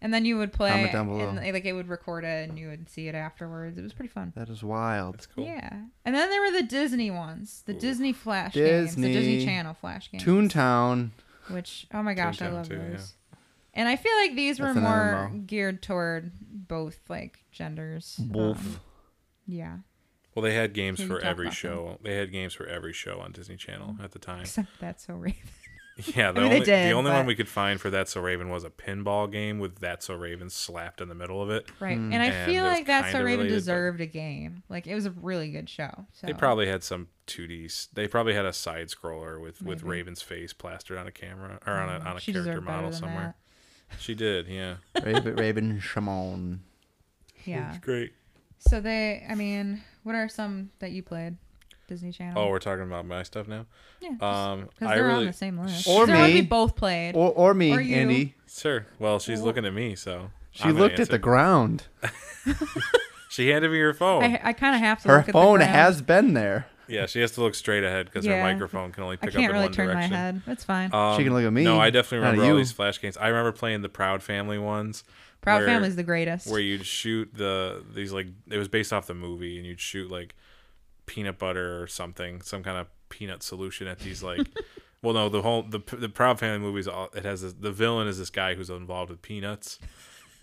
Speaker 3: And then you would play
Speaker 2: Comment down below.
Speaker 3: And, like it would record it and you would see it afterwards. It was pretty fun.
Speaker 2: That is wild.
Speaker 1: That's cool.
Speaker 3: Yeah. And then there were the Disney ones, the Disney Flash games, the
Speaker 2: Disney.
Speaker 3: Disney Channel Flash games, [LAUGHS]
Speaker 2: Toontown.
Speaker 3: which oh my gosh, I
Speaker 1: Toontown
Speaker 3: love
Speaker 1: too, yeah.
Speaker 3: those. And I feel like these were
Speaker 2: That's another
Speaker 3: more
Speaker 2: MMO.
Speaker 3: geared toward both like genders. Um, yeah.
Speaker 1: Well, they had games
Speaker 3: Can you
Speaker 1: for
Speaker 3: talk
Speaker 1: every
Speaker 3: about them?
Speaker 1: show. They had games for every show on Disney Channel at the time.
Speaker 3: Except that's so Raven.
Speaker 1: [LAUGHS] Yeah, the
Speaker 3: mean, they
Speaker 1: only the
Speaker 3: did,
Speaker 1: only one
Speaker 3: but-
Speaker 1: we could find for That So Raven was a pinball game with That So Raven slapped in the middle of it.
Speaker 3: [LAUGHS] Right.
Speaker 2: Hmm.
Speaker 3: And I
Speaker 1: And
Speaker 3: feel
Speaker 1: it was
Speaker 3: like that's so
Speaker 1: kinda
Speaker 3: Raven
Speaker 1: related, but-
Speaker 3: deserved a game. Like it was a really good show. So
Speaker 1: They probably had some 2Ds. They probably had a side scroller with with
Speaker 3: Maybe. Oh,
Speaker 1: Raven's face plastered on a camera or on a on a
Speaker 3: she
Speaker 1: character
Speaker 3: deserved better
Speaker 1: model
Speaker 3: than
Speaker 1: somewhere. She did, yeah.
Speaker 2: Raven, Raven Shimon.
Speaker 3: that. [LAUGHS] Yeah.
Speaker 1: It's great.
Speaker 3: So they, I mean, what are some that you played? Disney Channel.
Speaker 1: Oh, we're talking about my stuff now.
Speaker 3: yeah, because
Speaker 1: Um, I
Speaker 3: they're on
Speaker 1: really
Speaker 3: the same list.
Speaker 2: Or
Speaker 3: They're on-
Speaker 2: me.
Speaker 3: We both played.
Speaker 2: Or, or me,
Speaker 3: Or you.
Speaker 2: Andy.
Speaker 1: sure. Well, she's looking at me, so
Speaker 2: She
Speaker 1: I'm gonna
Speaker 2: looked at the
Speaker 1: answer.
Speaker 2: ground.
Speaker 1: She handed me her phone.
Speaker 3: I, I kind of have to.
Speaker 2: Her
Speaker 3: look at the
Speaker 2: phone
Speaker 3: ground.
Speaker 2: has been there.
Speaker 1: [LAUGHS] Yeah, she has to look straight ahead because
Speaker 3: Yeah.
Speaker 1: her microphone can only
Speaker 3: I
Speaker 1: pick up
Speaker 3: can't
Speaker 1: in
Speaker 3: really
Speaker 1: one
Speaker 3: turn
Speaker 1: direction.
Speaker 3: my head. That's fine.
Speaker 1: Um,
Speaker 2: She can look at me,
Speaker 1: No, I definitely
Speaker 2: not at
Speaker 1: remember all
Speaker 2: you.
Speaker 1: these flash games. I remember playing the Proud Family ones.
Speaker 3: Proud
Speaker 1: where-
Speaker 3: Family's the greatest.
Speaker 1: where you'd shoot the these like it was based off the movie and you'd shoot like peanut butter or something some kind of peanut solution at these like well no the whole the, the proud family movies all it has this, the villain is this guy who's involved with peanuts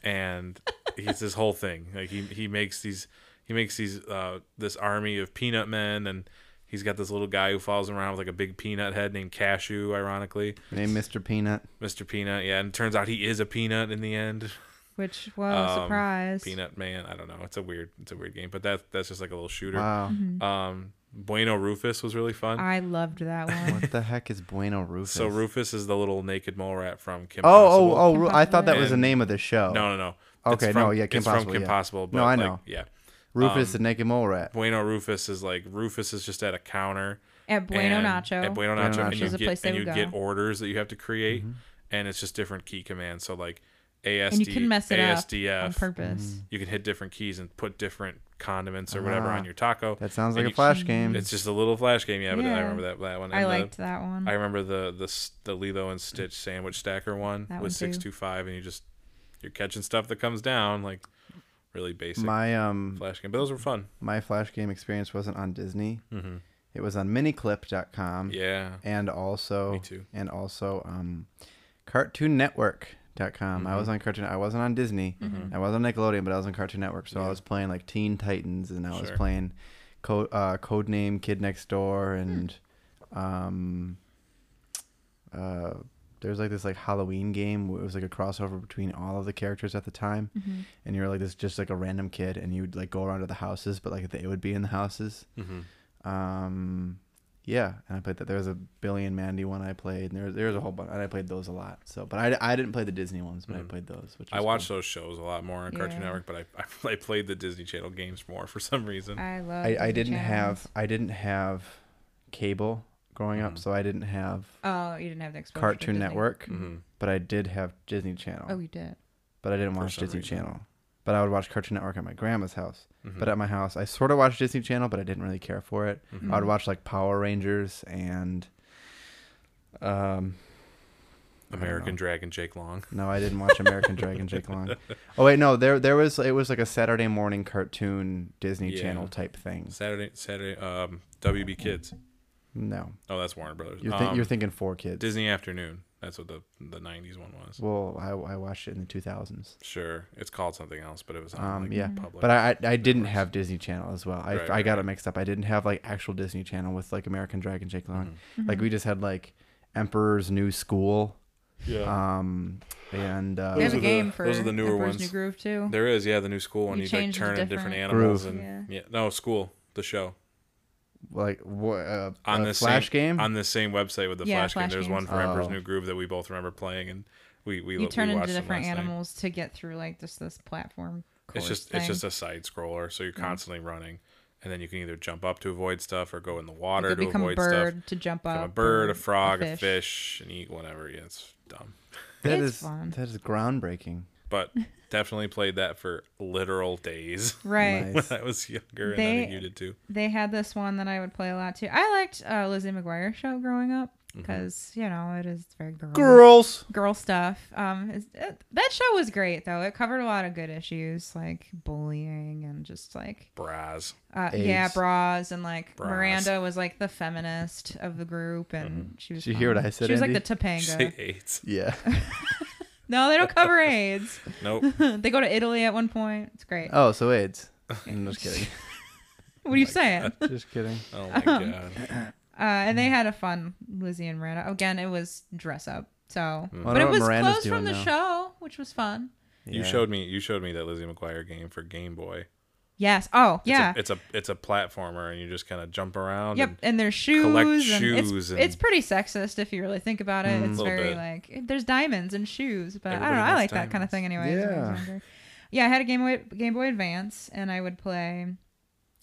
Speaker 1: and he's this whole thing like he, he makes these he makes these uh this army of peanut men and he's got this little guy who follows him around with like a big peanut head named cashew ironically
Speaker 2: named Mr. Peanut.
Speaker 1: mr peanut yeah and it turns out he is a peanut in the end
Speaker 3: which was
Speaker 1: um,
Speaker 3: a surprise.
Speaker 1: Peanut Man. I don't know. It's a weird, it's a weird game, but that that's just like a little shooter.
Speaker 2: Wow,
Speaker 1: Um, Bueno Rufus was really fun.
Speaker 3: I
Speaker 1: [LAUGHS]
Speaker 3: loved that one.
Speaker 2: what the heck is Bueno Rufus?
Speaker 1: so Rufus is the little naked mole rat from Kim.
Speaker 2: oh,
Speaker 1: Possible.
Speaker 2: oh, oh! Ru- I thought that was the
Speaker 1: And-
Speaker 2: name of the
Speaker 3: oh.
Speaker 2: show.
Speaker 1: No, no, no. It's
Speaker 2: Okay, no, yeah, Kim
Speaker 1: it's
Speaker 2: Possible,
Speaker 1: from Kim
Speaker 2: yeah.
Speaker 1: Possible. But
Speaker 2: I
Speaker 1: like,
Speaker 2: know.
Speaker 1: yeah, um,
Speaker 2: Rufus the Naked Mole Rat.
Speaker 1: Bueno Rufus is like Rufus is just at a counter.
Speaker 3: At Bueno
Speaker 1: and-
Speaker 3: Nacho.
Speaker 1: At Bueno
Speaker 2: Bueno
Speaker 1: Nacho,
Speaker 2: Nacho.
Speaker 1: and you
Speaker 3: Is a
Speaker 1: get
Speaker 3: place they
Speaker 1: and you
Speaker 3: would
Speaker 1: get
Speaker 3: go. Mm-hmm.
Speaker 1: orders that you have to create, and it's just different key commands. So like ASD,
Speaker 3: and you can mess it
Speaker 1: ASDF,
Speaker 3: up on purpose.
Speaker 1: you can hit different keys and put different
Speaker 3: Ah.
Speaker 1: condiments or whatever on your taco.
Speaker 2: That sounds
Speaker 1: And
Speaker 2: like a
Speaker 1: you-
Speaker 2: flash game.
Speaker 1: It's just a little flash game, yeah. But I
Speaker 3: Yeah.
Speaker 1: remember that
Speaker 2: Mm.
Speaker 1: that one.
Speaker 3: I
Speaker 1: And the-
Speaker 3: liked that one.
Speaker 1: I remember the the s- the Lilo and Stitch sandwich stacker one with
Speaker 3: That one too.
Speaker 1: six two five, and you just you're catching stuff that comes down like really basic
Speaker 2: my um
Speaker 1: flash game. But those were fun.
Speaker 2: my flash game experience wasn't on Disney. It was on miniclip.com
Speaker 1: Yeah,
Speaker 2: and also
Speaker 1: Me too.
Speaker 2: and also um Cartoon Network.com. I was on Cartoon. I wasn't on Disney. I was on Nickelodeon, but I was on Cartoon Network. So I was playing like Teen Titans, and I was
Speaker 1: Sure.
Speaker 2: playing Code uh, Codename Kid Next Door, and um, uh, there's like this like Halloween game. Where it was like a crossover between all of the characters at the time,
Speaker 3: Mm-hmm.
Speaker 1: Mm-hmm.
Speaker 2: and you're like this just like a random kid, and you'd like go around to the houses, but like they would be in the houses. Um, yeah, and I played that. There was a Billy and Mandy one I played, and there was, there was a whole bunch, and I played those a lot. So, but I, I didn't play the Disney ones, but I played those. Which
Speaker 1: Mm. I
Speaker 2: was
Speaker 1: watched
Speaker 2: cool.
Speaker 1: those shows a lot more on Cartoon
Speaker 3: Yeah.
Speaker 1: Network, but I, I [LAUGHS] I played the Disney Channel games more for some reason.
Speaker 3: I love.
Speaker 2: I, I didn't have I didn't have cable growing
Speaker 1: Mm.
Speaker 2: up, so I didn't have
Speaker 3: Oh, you didn't have the exposure to
Speaker 2: Cartoon
Speaker 3: Disney.
Speaker 2: Network,
Speaker 1: Mhm.
Speaker 2: but I did have Disney Channel.
Speaker 3: Oh, you did.
Speaker 2: but I didn't watch
Speaker 1: some
Speaker 2: Disney
Speaker 1: reason. Mm.
Speaker 2: Channel. But I would watch Cartoon Network at my grandma's house.
Speaker 1: Mm-hmm.
Speaker 2: But uh, at my house, I sort of watched Disney Channel, but I didn't really care for it.
Speaker 1: Mm-hmm.
Speaker 2: I would watch like Power Rangers and um
Speaker 1: American Dragon Jake Long.
Speaker 2: no, I didn't watch American Dragon Jake Long. Oh wait, no, there there was it was like a Saturday morning cartoon Disney
Speaker 1: Yeah.
Speaker 2: Channel type thing.
Speaker 1: Saturday Saturday um WB Kids.
Speaker 2: No.
Speaker 1: Oh, that's Warner Brothers.
Speaker 2: You're, thi-
Speaker 1: Um,
Speaker 2: you're thinking four kids.
Speaker 1: Disney Afternoon. That's what the the '90s one was.
Speaker 2: Well, I, I watched it in the 2000s.
Speaker 1: Sure, it's called something else, but it was on
Speaker 2: Um,
Speaker 1: like,
Speaker 2: yeah,
Speaker 3: Mm-hmm.
Speaker 1: public.
Speaker 2: but I I, I didn't have Disney Channel as well. I,
Speaker 1: Right,
Speaker 2: I
Speaker 1: right,
Speaker 2: got it
Speaker 1: right.
Speaker 2: mixed up. I didn't have like actual Disney Channel with like American Dragon, Jake Long.
Speaker 1: Mm-hmm.
Speaker 3: Mm-hmm.
Speaker 2: Like we just had like Emperor's New School.
Speaker 1: yeah,
Speaker 2: Um, and uh,
Speaker 3: They have
Speaker 1: Those
Speaker 3: a
Speaker 1: are the-
Speaker 3: game for
Speaker 1: those are the newer
Speaker 3: Emperor's
Speaker 1: ones.
Speaker 3: New Groove too.
Speaker 1: there is yeah the new school one.
Speaker 3: You
Speaker 1: You, like
Speaker 3: changed
Speaker 1: turn
Speaker 3: to
Speaker 1: in different
Speaker 3: different-
Speaker 1: animals
Speaker 2: Groove.
Speaker 1: and yeah. no school the show
Speaker 2: like what uh,
Speaker 1: on
Speaker 2: uh,
Speaker 1: the
Speaker 2: Flash
Speaker 1: same,
Speaker 2: game.
Speaker 1: on the same website with the
Speaker 3: Yeah,
Speaker 1: flash,
Speaker 3: Flash
Speaker 1: game. There's one
Speaker 3: games.
Speaker 1: for Emperor's
Speaker 2: Oh.
Speaker 1: New Groove that we both remember playing, and we we
Speaker 3: you
Speaker 1: we
Speaker 3: turn into
Speaker 1: watched them
Speaker 3: different
Speaker 1: last night.
Speaker 3: animals to get through like just this platform.
Speaker 1: It's
Speaker 3: course
Speaker 1: just
Speaker 3: thing. Mm.
Speaker 1: it's just a side scroller, so you're constantly running, and then you can either jump up to avoid stuff or go in the
Speaker 3: You
Speaker 1: water
Speaker 3: could
Speaker 1: to
Speaker 3: become a
Speaker 1: avoid
Speaker 3: bird uh,
Speaker 1: stuff.
Speaker 3: to jump up.
Speaker 1: Become a bird,
Speaker 3: or
Speaker 1: a frog, a fish. and eat whatever. Yeah, it's dumb,
Speaker 2: That
Speaker 3: It's
Speaker 2: is
Speaker 3: fun.
Speaker 2: that is groundbreaking.
Speaker 3: [LAUGHS]
Speaker 1: but definitely played that for literal days [LAUGHS]
Speaker 3: Right.
Speaker 1: when I was younger, and I think
Speaker 3: They-
Speaker 1: you did too.
Speaker 3: They had this one that I would play a lot too. I liked uh, Lizzie McGuire show growing up
Speaker 1: Mm-hmm.
Speaker 3: because you know it is very girl
Speaker 2: Girls.
Speaker 3: girl stuff. Um, is- it, that show was great though. It covered a lot of good issues like bullying and just like
Speaker 1: Braz. [LAUGHS]
Speaker 3: uh, yeah
Speaker 2: AIDS.
Speaker 3: bras and like
Speaker 1: Bras.
Speaker 3: Miranda was like the feminist of the group and
Speaker 1: Mm-hmm.
Speaker 3: she was.
Speaker 2: Did you hear what
Speaker 3: fun.
Speaker 2: I said,
Speaker 3: She was
Speaker 2: Andy?
Speaker 3: like the Topanga.
Speaker 1: Did you [LAUGHS] say AIDS?
Speaker 2: Yeah.
Speaker 3: no, they don't cover AIDS. [LAUGHS]
Speaker 1: Nope.
Speaker 3: they go to Italy at one point. It's great.
Speaker 2: Oh, so AIDS. I'm
Speaker 1: [LAUGHS]
Speaker 2: just kidding.
Speaker 3: what are you saying?
Speaker 2: just [LAUGHS] kidding.
Speaker 1: Oh my god.
Speaker 3: Uh, and
Speaker 2: Hmm.
Speaker 3: they had a fun Lizzie and Miranda. Again, it was dress up. So,
Speaker 2: I
Speaker 3: but
Speaker 2: wonder
Speaker 3: it
Speaker 2: Hmm. what
Speaker 3: was
Speaker 2: Miranda's
Speaker 3: closed from the
Speaker 2: doing now.
Speaker 3: show, which was fun.
Speaker 1: You
Speaker 2: Yeah.
Speaker 1: showed me you showed me that Lizzie McGuire game for Game Boy.
Speaker 3: Yes. Oh, yeah.
Speaker 1: It's a it's a, it's a platformer and you just kind of jump around.
Speaker 3: Yep,
Speaker 1: and-
Speaker 3: and their shoes.
Speaker 1: collect
Speaker 3: and it's-
Speaker 1: shoes
Speaker 3: It's,
Speaker 1: and- Mm-hmm.
Speaker 3: pretty sexist if you really think about it. It's
Speaker 1: Little
Speaker 3: very
Speaker 1: bit.
Speaker 3: like there's diamonds and shoes, but I
Speaker 1: Everybody
Speaker 3: don't know. I
Speaker 1: wants
Speaker 3: like that kind of
Speaker 1: diamonds.
Speaker 3: thing anyway. when I was
Speaker 2: Yeah.
Speaker 3: younger. Yeah, I had a Game Boy Game Boy Advance, and I would play.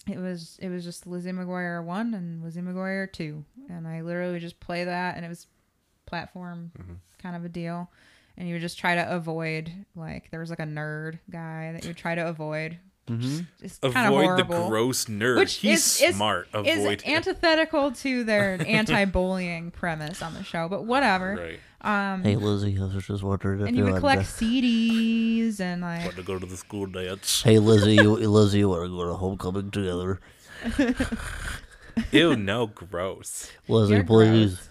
Speaker 3: It was it was just Lizzie McGuire one and Lizzie McGuire two, and I literally would just play that, and it was platform
Speaker 1: Mm-hmm.
Speaker 3: kind of a deal. And you would just try to avoid like there was like a nerd guy that you would try to avoid. It's kind of
Speaker 1: Mm-hmm. Avoid the
Speaker 3: horrible
Speaker 1: gross nerd.
Speaker 3: which
Speaker 1: He's
Speaker 3: is, is,
Speaker 1: smart.
Speaker 3: is
Speaker 1: Avoid him.
Speaker 3: antithetical to their
Speaker 1: [LAUGHS]
Speaker 3: anti-bullying premise on the show, but whatever. [LAUGHS]
Speaker 1: Right.
Speaker 3: [LAUGHS] Um,
Speaker 4: Hey Lizzie, I was just wondering if
Speaker 3: and you
Speaker 4: you
Speaker 3: would
Speaker 4: had
Speaker 3: collect
Speaker 4: the-
Speaker 3: CDs and like
Speaker 1: to go to the school dance.
Speaker 4: Hey
Speaker 3: [LAUGHS]
Speaker 4: Lizzie, you, Lizzie, you want to go to homecoming together?
Speaker 1: [LAUGHS] Ew, no, gross.
Speaker 4: Lizzie,
Speaker 3: You're
Speaker 4: please.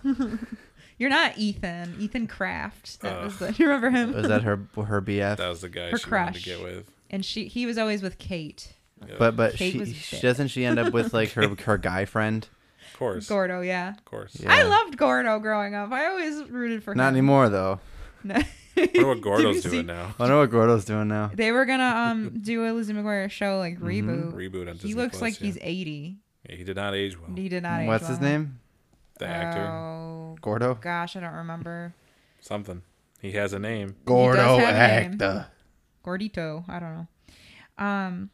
Speaker 3: you're not Ethan, Ethan Kraft. That
Speaker 1: Uh.
Speaker 3: was the, [LAUGHS] you remember him?
Speaker 2: Was that her her
Speaker 1: [LAUGHS]
Speaker 2: BF?
Speaker 1: That was the guy
Speaker 3: Her
Speaker 1: she wanted to
Speaker 3: crush.
Speaker 1: get with.
Speaker 3: and she he was always with Kate
Speaker 2: but but
Speaker 3: Kate
Speaker 2: she,
Speaker 3: was
Speaker 2: she-
Speaker 3: big.
Speaker 2: doesn't she end up with like her
Speaker 3: [LAUGHS]
Speaker 2: her guy friend?
Speaker 1: Of course. Of
Speaker 3: Gordo. Yeah.
Speaker 1: course.
Speaker 2: Yeah.
Speaker 3: I loved Gordo growing up. I always rooted for
Speaker 2: Not
Speaker 3: him.
Speaker 2: anymore though.
Speaker 3: [LAUGHS] Not
Speaker 1: I wonder what Gordo's doing now.
Speaker 2: I know what Gordo's doing now.
Speaker 3: They were gonna um
Speaker 1: [LAUGHS]
Speaker 3: do a Lizzie McGuire show like
Speaker 2: Mm-hmm.
Speaker 3: reboot.
Speaker 1: Reboot on Disney
Speaker 3: He looks
Speaker 1: Plus,
Speaker 3: like
Speaker 1: yeah.
Speaker 3: he's 80.
Speaker 1: Yeah, he did not age well.
Speaker 3: He did not. age
Speaker 2: What's his
Speaker 3: well.
Speaker 2: name?
Speaker 1: The actor.
Speaker 3: Oh
Speaker 2: Gordo.
Speaker 3: gosh, I don't remember.
Speaker 1: Something. He has a name.
Speaker 2: Gordo
Speaker 3: have a name.
Speaker 2: actor.
Speaker 3: Gordito, I don't know. Um,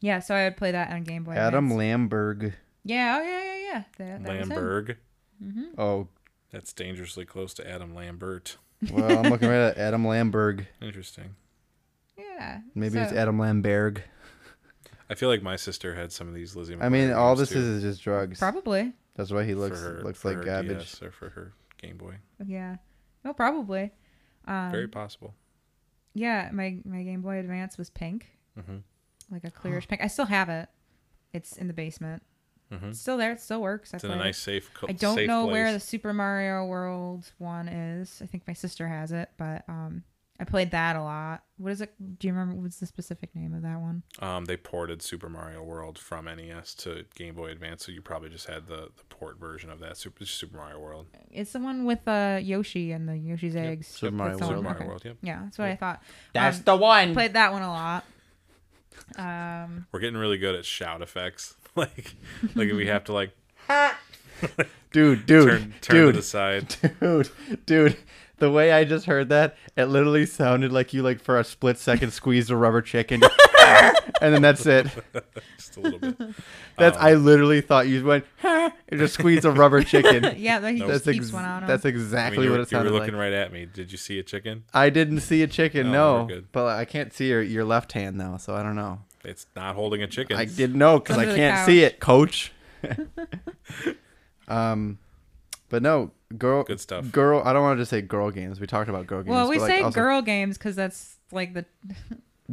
Speaker 3: yeah. So I would play that on Game Boy.
Speaker 2: Adam
Speaker 3: Advance.
Speaker 2: Lamberg.
Speaker 3: yeah. Oh yeah, yeah, yeah. That, that was him.
Speaker 1: Lamberg.
Speaker 3: Mm-hmm.
Speaker 2: Oh
Speaker 1: That's dangerously close to Adam Lambert.
Speaker 2: well, I'm looking right at Adam Lamberg.
Speaker 1: Interesting.
Speaker 3: Yeah.
Speaker 2: Maybe
Speaker 3: so,
Speaker 2: it's Adam Lamberg.
Speaker 1: I feel like my sister had some of these Lizzie.
Speaker 2: I mean,
Speaker 1: McGuire
Speaker 2: all
Speaker 1: games,
Speaker 2: this
Speaker 1: too,
Speaker 2: is is just drugs.
Speaker 3: probably.
Speaker 2: That's why he
Speaker 1: for
Speaker 2: looks
Speaker 1: her-
Speaker 2: looks
Speaker 1: for
Speaker 2: like
Speaker 1: her
Speaker 2: garbage.
Speaker 1: DS or for her Game Boy.
Speaker 3: Yeah. No, probably. Um,
Speaker 1: Very possible.
Speaker 3: yeah. My my Game Boy Advance was pink,
Speaker 1: Mhm.
Speaker 3: like a clearish pink. I still have it. It's in the basement.
Speaker 1: Mhm.
Speaker 3: It's still there. It still works. I
Speaker 1: It's in a
Speaker 3: play it.
Speaker 1: nice safe. Co-
Speaker 3: I don't
Speaker 1: safe
Speaker 3: know
Speaker 1: place.
Speaker 3: where the Super Mario World one is. I think my sister has it, but um, I played that a lot. What is it? Do you remember what's the specific name of that one?
Speaker 1: Um, they ported Super Mario World from NES to Game Boy Advance, so you probably just had the, the port version of that Super Super Mario World.
Speaker 3: It's the one with uh, Yoshi and the Yoshi's eggs.
Speaker 2: Super
Speaker 3: That's
Speaker 2: Mario
Speaker 3: the
Speaker 1: Super
Speaker 2: World.
Speaker 3: one,
Speaker 1: Mario
Speaker 3: Oh, okay.
Speaker 1: World. Yep.
Speaker 3: Yeah, that's what I thought.
Speaker 4: That's
Speaker 3: Um,
Speaker 4: the one.
Speaker 3: Played that one a lot. Um,
Speaker 1: We're getting really good at shout effects. [LAUGHS] like, like we have to like
Speaker 2: Dude, dude,
Speaker 1: turn turn
Speaker 2: dude.
Speaker 1: to the side.
Speaker 2: dude dude the way i just heard that it literally sounded like you like for a split second squeezed a rubber chicken and then that's it
Speaker 1: just a little
Speaker 2: [LAUGHS]
Speaker 1: bit.
Speaker 2: that's
Speaker 3: Oh.
Speaker 2: i literally thought you went and just squeezed a
Speaker 3: [LAUGHS]
Speaker 2: rubber chicken
Speaker 3: yeah, he
Speaker 2: that's,
Speaker 3: just keeps
Speaker 2: ex-
Speaker 3: one on him.
Speaker 2: that's
Speaker 1: I
Speaker 2: exactly
Speaker 1: mean, you,
Speaker 2: what
Speaker 1: were-
Speaker 2: it
Speaker 1: you were
Speaker 2: sounded like
Speaker 1: looking right at me. Did you see a chicken?
Speaker 2: i didn't see a
Speaker 3: Oh,
Speaker 1: No,
Speaker 2: chicken no,
Speaker 1: we're good.
Speaker 2: but i can't see your, your left hand though so i don't know
Speaker 1: It's not holding a chicken.
Speaker 2: i didn't know because i
Speaker 3: Under the
Speaker 2: can't
Speaker 3: couch.
Speaker 2: see it
Speaker 3: [LAUGHS]
Speaker 2: coach um but no girl
Speaker 1: Good stuff.
Speaker 2: girl i don't want to just say girl games we talked about girl games
Speaker 3: well, we
Speaker 2: but, like,
Speaker 3: say
Speaker 2: also-
Speaker 3: girl games because that's like the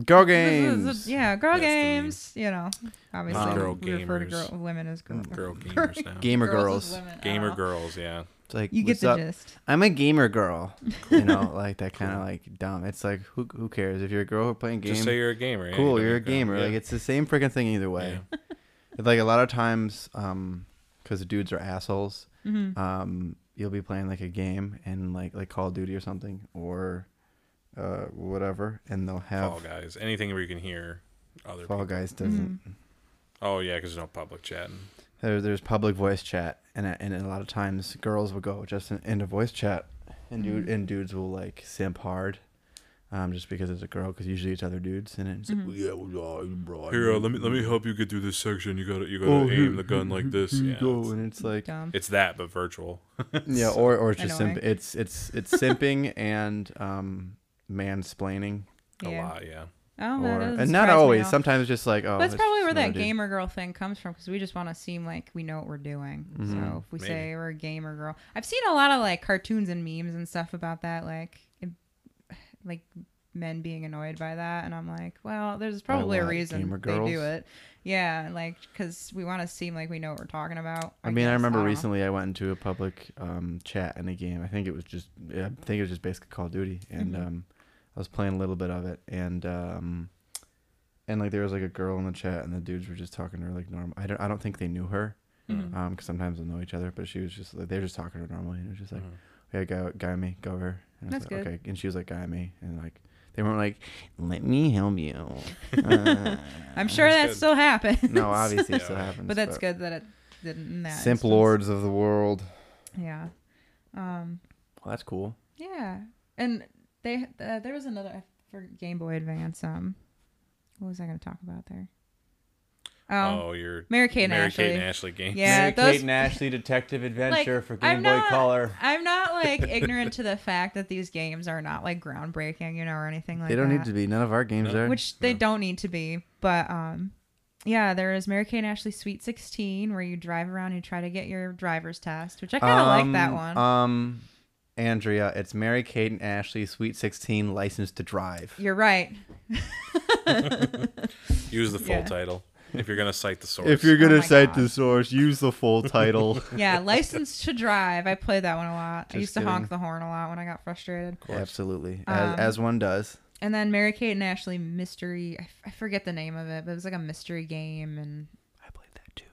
Speaker 2: girl
Speaker 3: this is-
Speaker 2: games
Speaker 3: [LAUGHS] yeah, girl
Speaker 1: That's the meme.
Speaker 3: games. You know, obviously,
Speaker 1: girl
Speaker 3: we refer to
Speaker 1: gamers.
Speaker 3: girl, women as
Speaker 2: [LAUGHS]
Speaker 3: girl,
Speaker 1: Girl gamers now.
Speaker 2: Mm, gamer
Speaker 3: girls as
Speaker 2: girls.
Speaker 3: women, I don't
Speaker 1: Gamer
Speaker 3: know.
Speaker 1: girls. Yeah.
Speaker 2: It's like
Speaker 3: You get
Speaker 2: what's
Speaker 3: the
Speaker 2: up?
Speaker 3: gist.
Speaker 2: I'm a gamer girl. You
Speaker 3: [LAUGHS]
Speaker 2: know, like that kind of like dumb. It's like who who cares if you're a girl who playing games?
Speaker 1: Just say you're a gamer. eh?
Speaker 2: cool,
Speaker 1: Don't
Speaker 2: you're a
Speaker 1: make that-
Speaker 2: gamer.
Speaker 1: yeah.
Speaker 2: Like it's the same freaking thing either way. like a lot of times, um, because dudes are assholes.
Speaker 3: Mm-hmm.
Speaker 2: Um, you'll be playing like a game and like like Call of Duty or something or, uh, whatever, and they'll have
Speaker 1: Fall Guys. Anything where you can hear other
Speaker 2: Fall
Speaker 1: people.
Speaker 2: Guys doesn't.
Speaker 3: Mm.
Speaker 1: Oh yeah, because there's no public chat.
Speaker 2: there, there's public voice chat and a, and a lot of times girls will go just in, into voice chat and
Speaker 3: Mm-hmm.
Speaker 2: dude and dudes will like simp hard um, just because it's a girl because usually it's other dudes and
Speaker 3: Mm-hmm.
Speaker 2: it's
Speaker 3: Hmm.
Speaker 2: like, yeah well, yeah, bro, I
Speaker 1: Here, uh,
Speaker 2: know
Speaker 1: let me let me help you get through this section. You gotta you gotta
Speaker 2: Oh, here-
Speaker 1: aim the gun like this.
Speaker 2: you
Speaker 1: Yeah,
Speaker 2: go
Speaker 1: it's,
Speaker 2: and it's like
Speaker 3: Dumb.
Speaker 1: it's that but virtual.
Speaker 2: yeah or, or it's just simp-
Speaker 3: Annoying.
Speaker 2: it's it's
Speaker 3: [LAUGHS]
Speaker 2: it's simping and um mansplaining
Speaker 1: A
Speaker 3: Yeah.
Speaker 1: lot, yeah.
Speaker 3: Oh,
Speaker 2: or
Speaker 3: that doesn't
Speaker 2: and not
Speaker 3: surprise me at
Speaker 2: always
Speaker 3: all.
Speaker 2: sometimes just like oh
Speaker 3: That's
Speaker 2: it's
Speaker 3: probably
Speaker 2: just
Speaker 3: where
Speaker 2: another
Speaker 3: that
Speaker 2: dude.
Speaker 3: gamer girl thing comes from because we just want to seem like we know what we're doing.
Speaker 2: Mm-hmm.
Speaker 3: So if we
Speaker 1: Maybe.
Speaker 3: say we're a gamer girl, I've seen a lot of like cartoons and memes and stuff about that, like it- like men being annoyed by that, and I'm like, well, there's probably a
Speaker 2: what?
Speaker 3: reason
Speaker 2: Gamer
Speaker 3: they do
Speaker 2: girls?
Speaker 3: it. Yeah, like because we want to seem like we know what we're talking about.
Speaker 2: I mean, I
Speaker 3: guess.
Speaker 2: remember
Speaker 3: don't know.
Speaker 2: recently I went into a public um, chat in a game. I think it was just, I think it was just basically Call of Duty, and
Speaker 3: Mm-hmm.
Speaker 2: um, I was playing a little bit of it, and um, and like there was like a girl in the chat, and the dudes were just talking to her like normal. I don't, I don't think they knew her, because
Speaker 1: Mm-hmm.
Speaker 3: Mm-hmm.
Speaker 2: sometimes they'll know each other, but she was just like they were just talking to her normally, and it was just like,
Speaker 1: Mm-hmm.
Speaker 2: okay, go, guy me, go over. here." And I was
Speaker 3: Mm-hmm. That's
Speaker 2: like,
Speaker 3: good.
Speaker 2: Okay, and she was like, guy me, and like they weren't like, let me help you.
Speaker 3: [LAUGHS]
Speaker 2: Uh,
Speaker 3: I'm sure that
Speaker 1: good.
Speaker 3: still [LAUGHS] happens.
Speaker 2: no, obviously
Speaker 3: [LAUGHS]
Speaker 2: it still
Speaker 1: Yeah.
Speaker 2: happens.
Speaker 3: but that's good that it didn't. That
Speaker 2: Simp
Speaker 3: instance.
Speaker 2: lords of the world.
Speaker 3: Yeah. Um.
Speaker 2: Well, that's cool.
Speaker 3: Yeah, and they uh, there was another for Game Boy Advance. Um, what was I going to talk about there? Oh,
Speaker 1: Oh, you're
Speaker 3: Mary Kate and
Speaker 1: Mary
Speaker 3: Ashley.
Speaker 1: Kate and Ashley game.
Speaker 3: yeah, those.
Speaker 4: Ashley Detective Adventure
Speaker 3: like, I'm not, I'm not like ignorant to the fact that these games are not like groundbreaking, you know, or anything like
Speaker 2: They
Speaker 3: that.
Speaker 2: don't need to be. None of our games are.
Speaker 3: which they don't need to be. But um, yeah, there is Mary Kate and Ashley Sweet Sixteen, where you drive around and try to get your driver's test, which I kind of like that
Speaker 2: Um,
Speaker 3: one.
Speaker 2: Um, Andrea, it's Mary Kate and Ashley, Sweet Sixteen, License to Drive.
Speaker 3: You're right.
Speaker 1: [LAUGHS]
Speaker 2: [LAUGHS]
Speaker 1: Use the full
Speaker 3: Yeah.
Speaker 1: title if you're gonna cite the source.
Speaker 2: If you're
Speaker 3: Oh
Speaker 2: gonna
Speaker 3: my
Speaker 2: cite
Speaker 3: God.
Speaker 2: the source, use the [LAUGHS] full title.
Speaker 3: Yeah, License to Drive. I played that one a lot. I
Speaker 2: Just
Speaker 3: used to
Speaker 2: kidding.
Speaker 3: honk the horn a lot when I got frustrated.
Speaker 2: Absolutely,
Speaker 3: Um,
Speaker 2: as, as one does.
Speaker 3: And then Mary Kate and Ashley Mystery. I, f- I forget the name of it, but it was like a mystery game, and
Speaker 2: I played that too.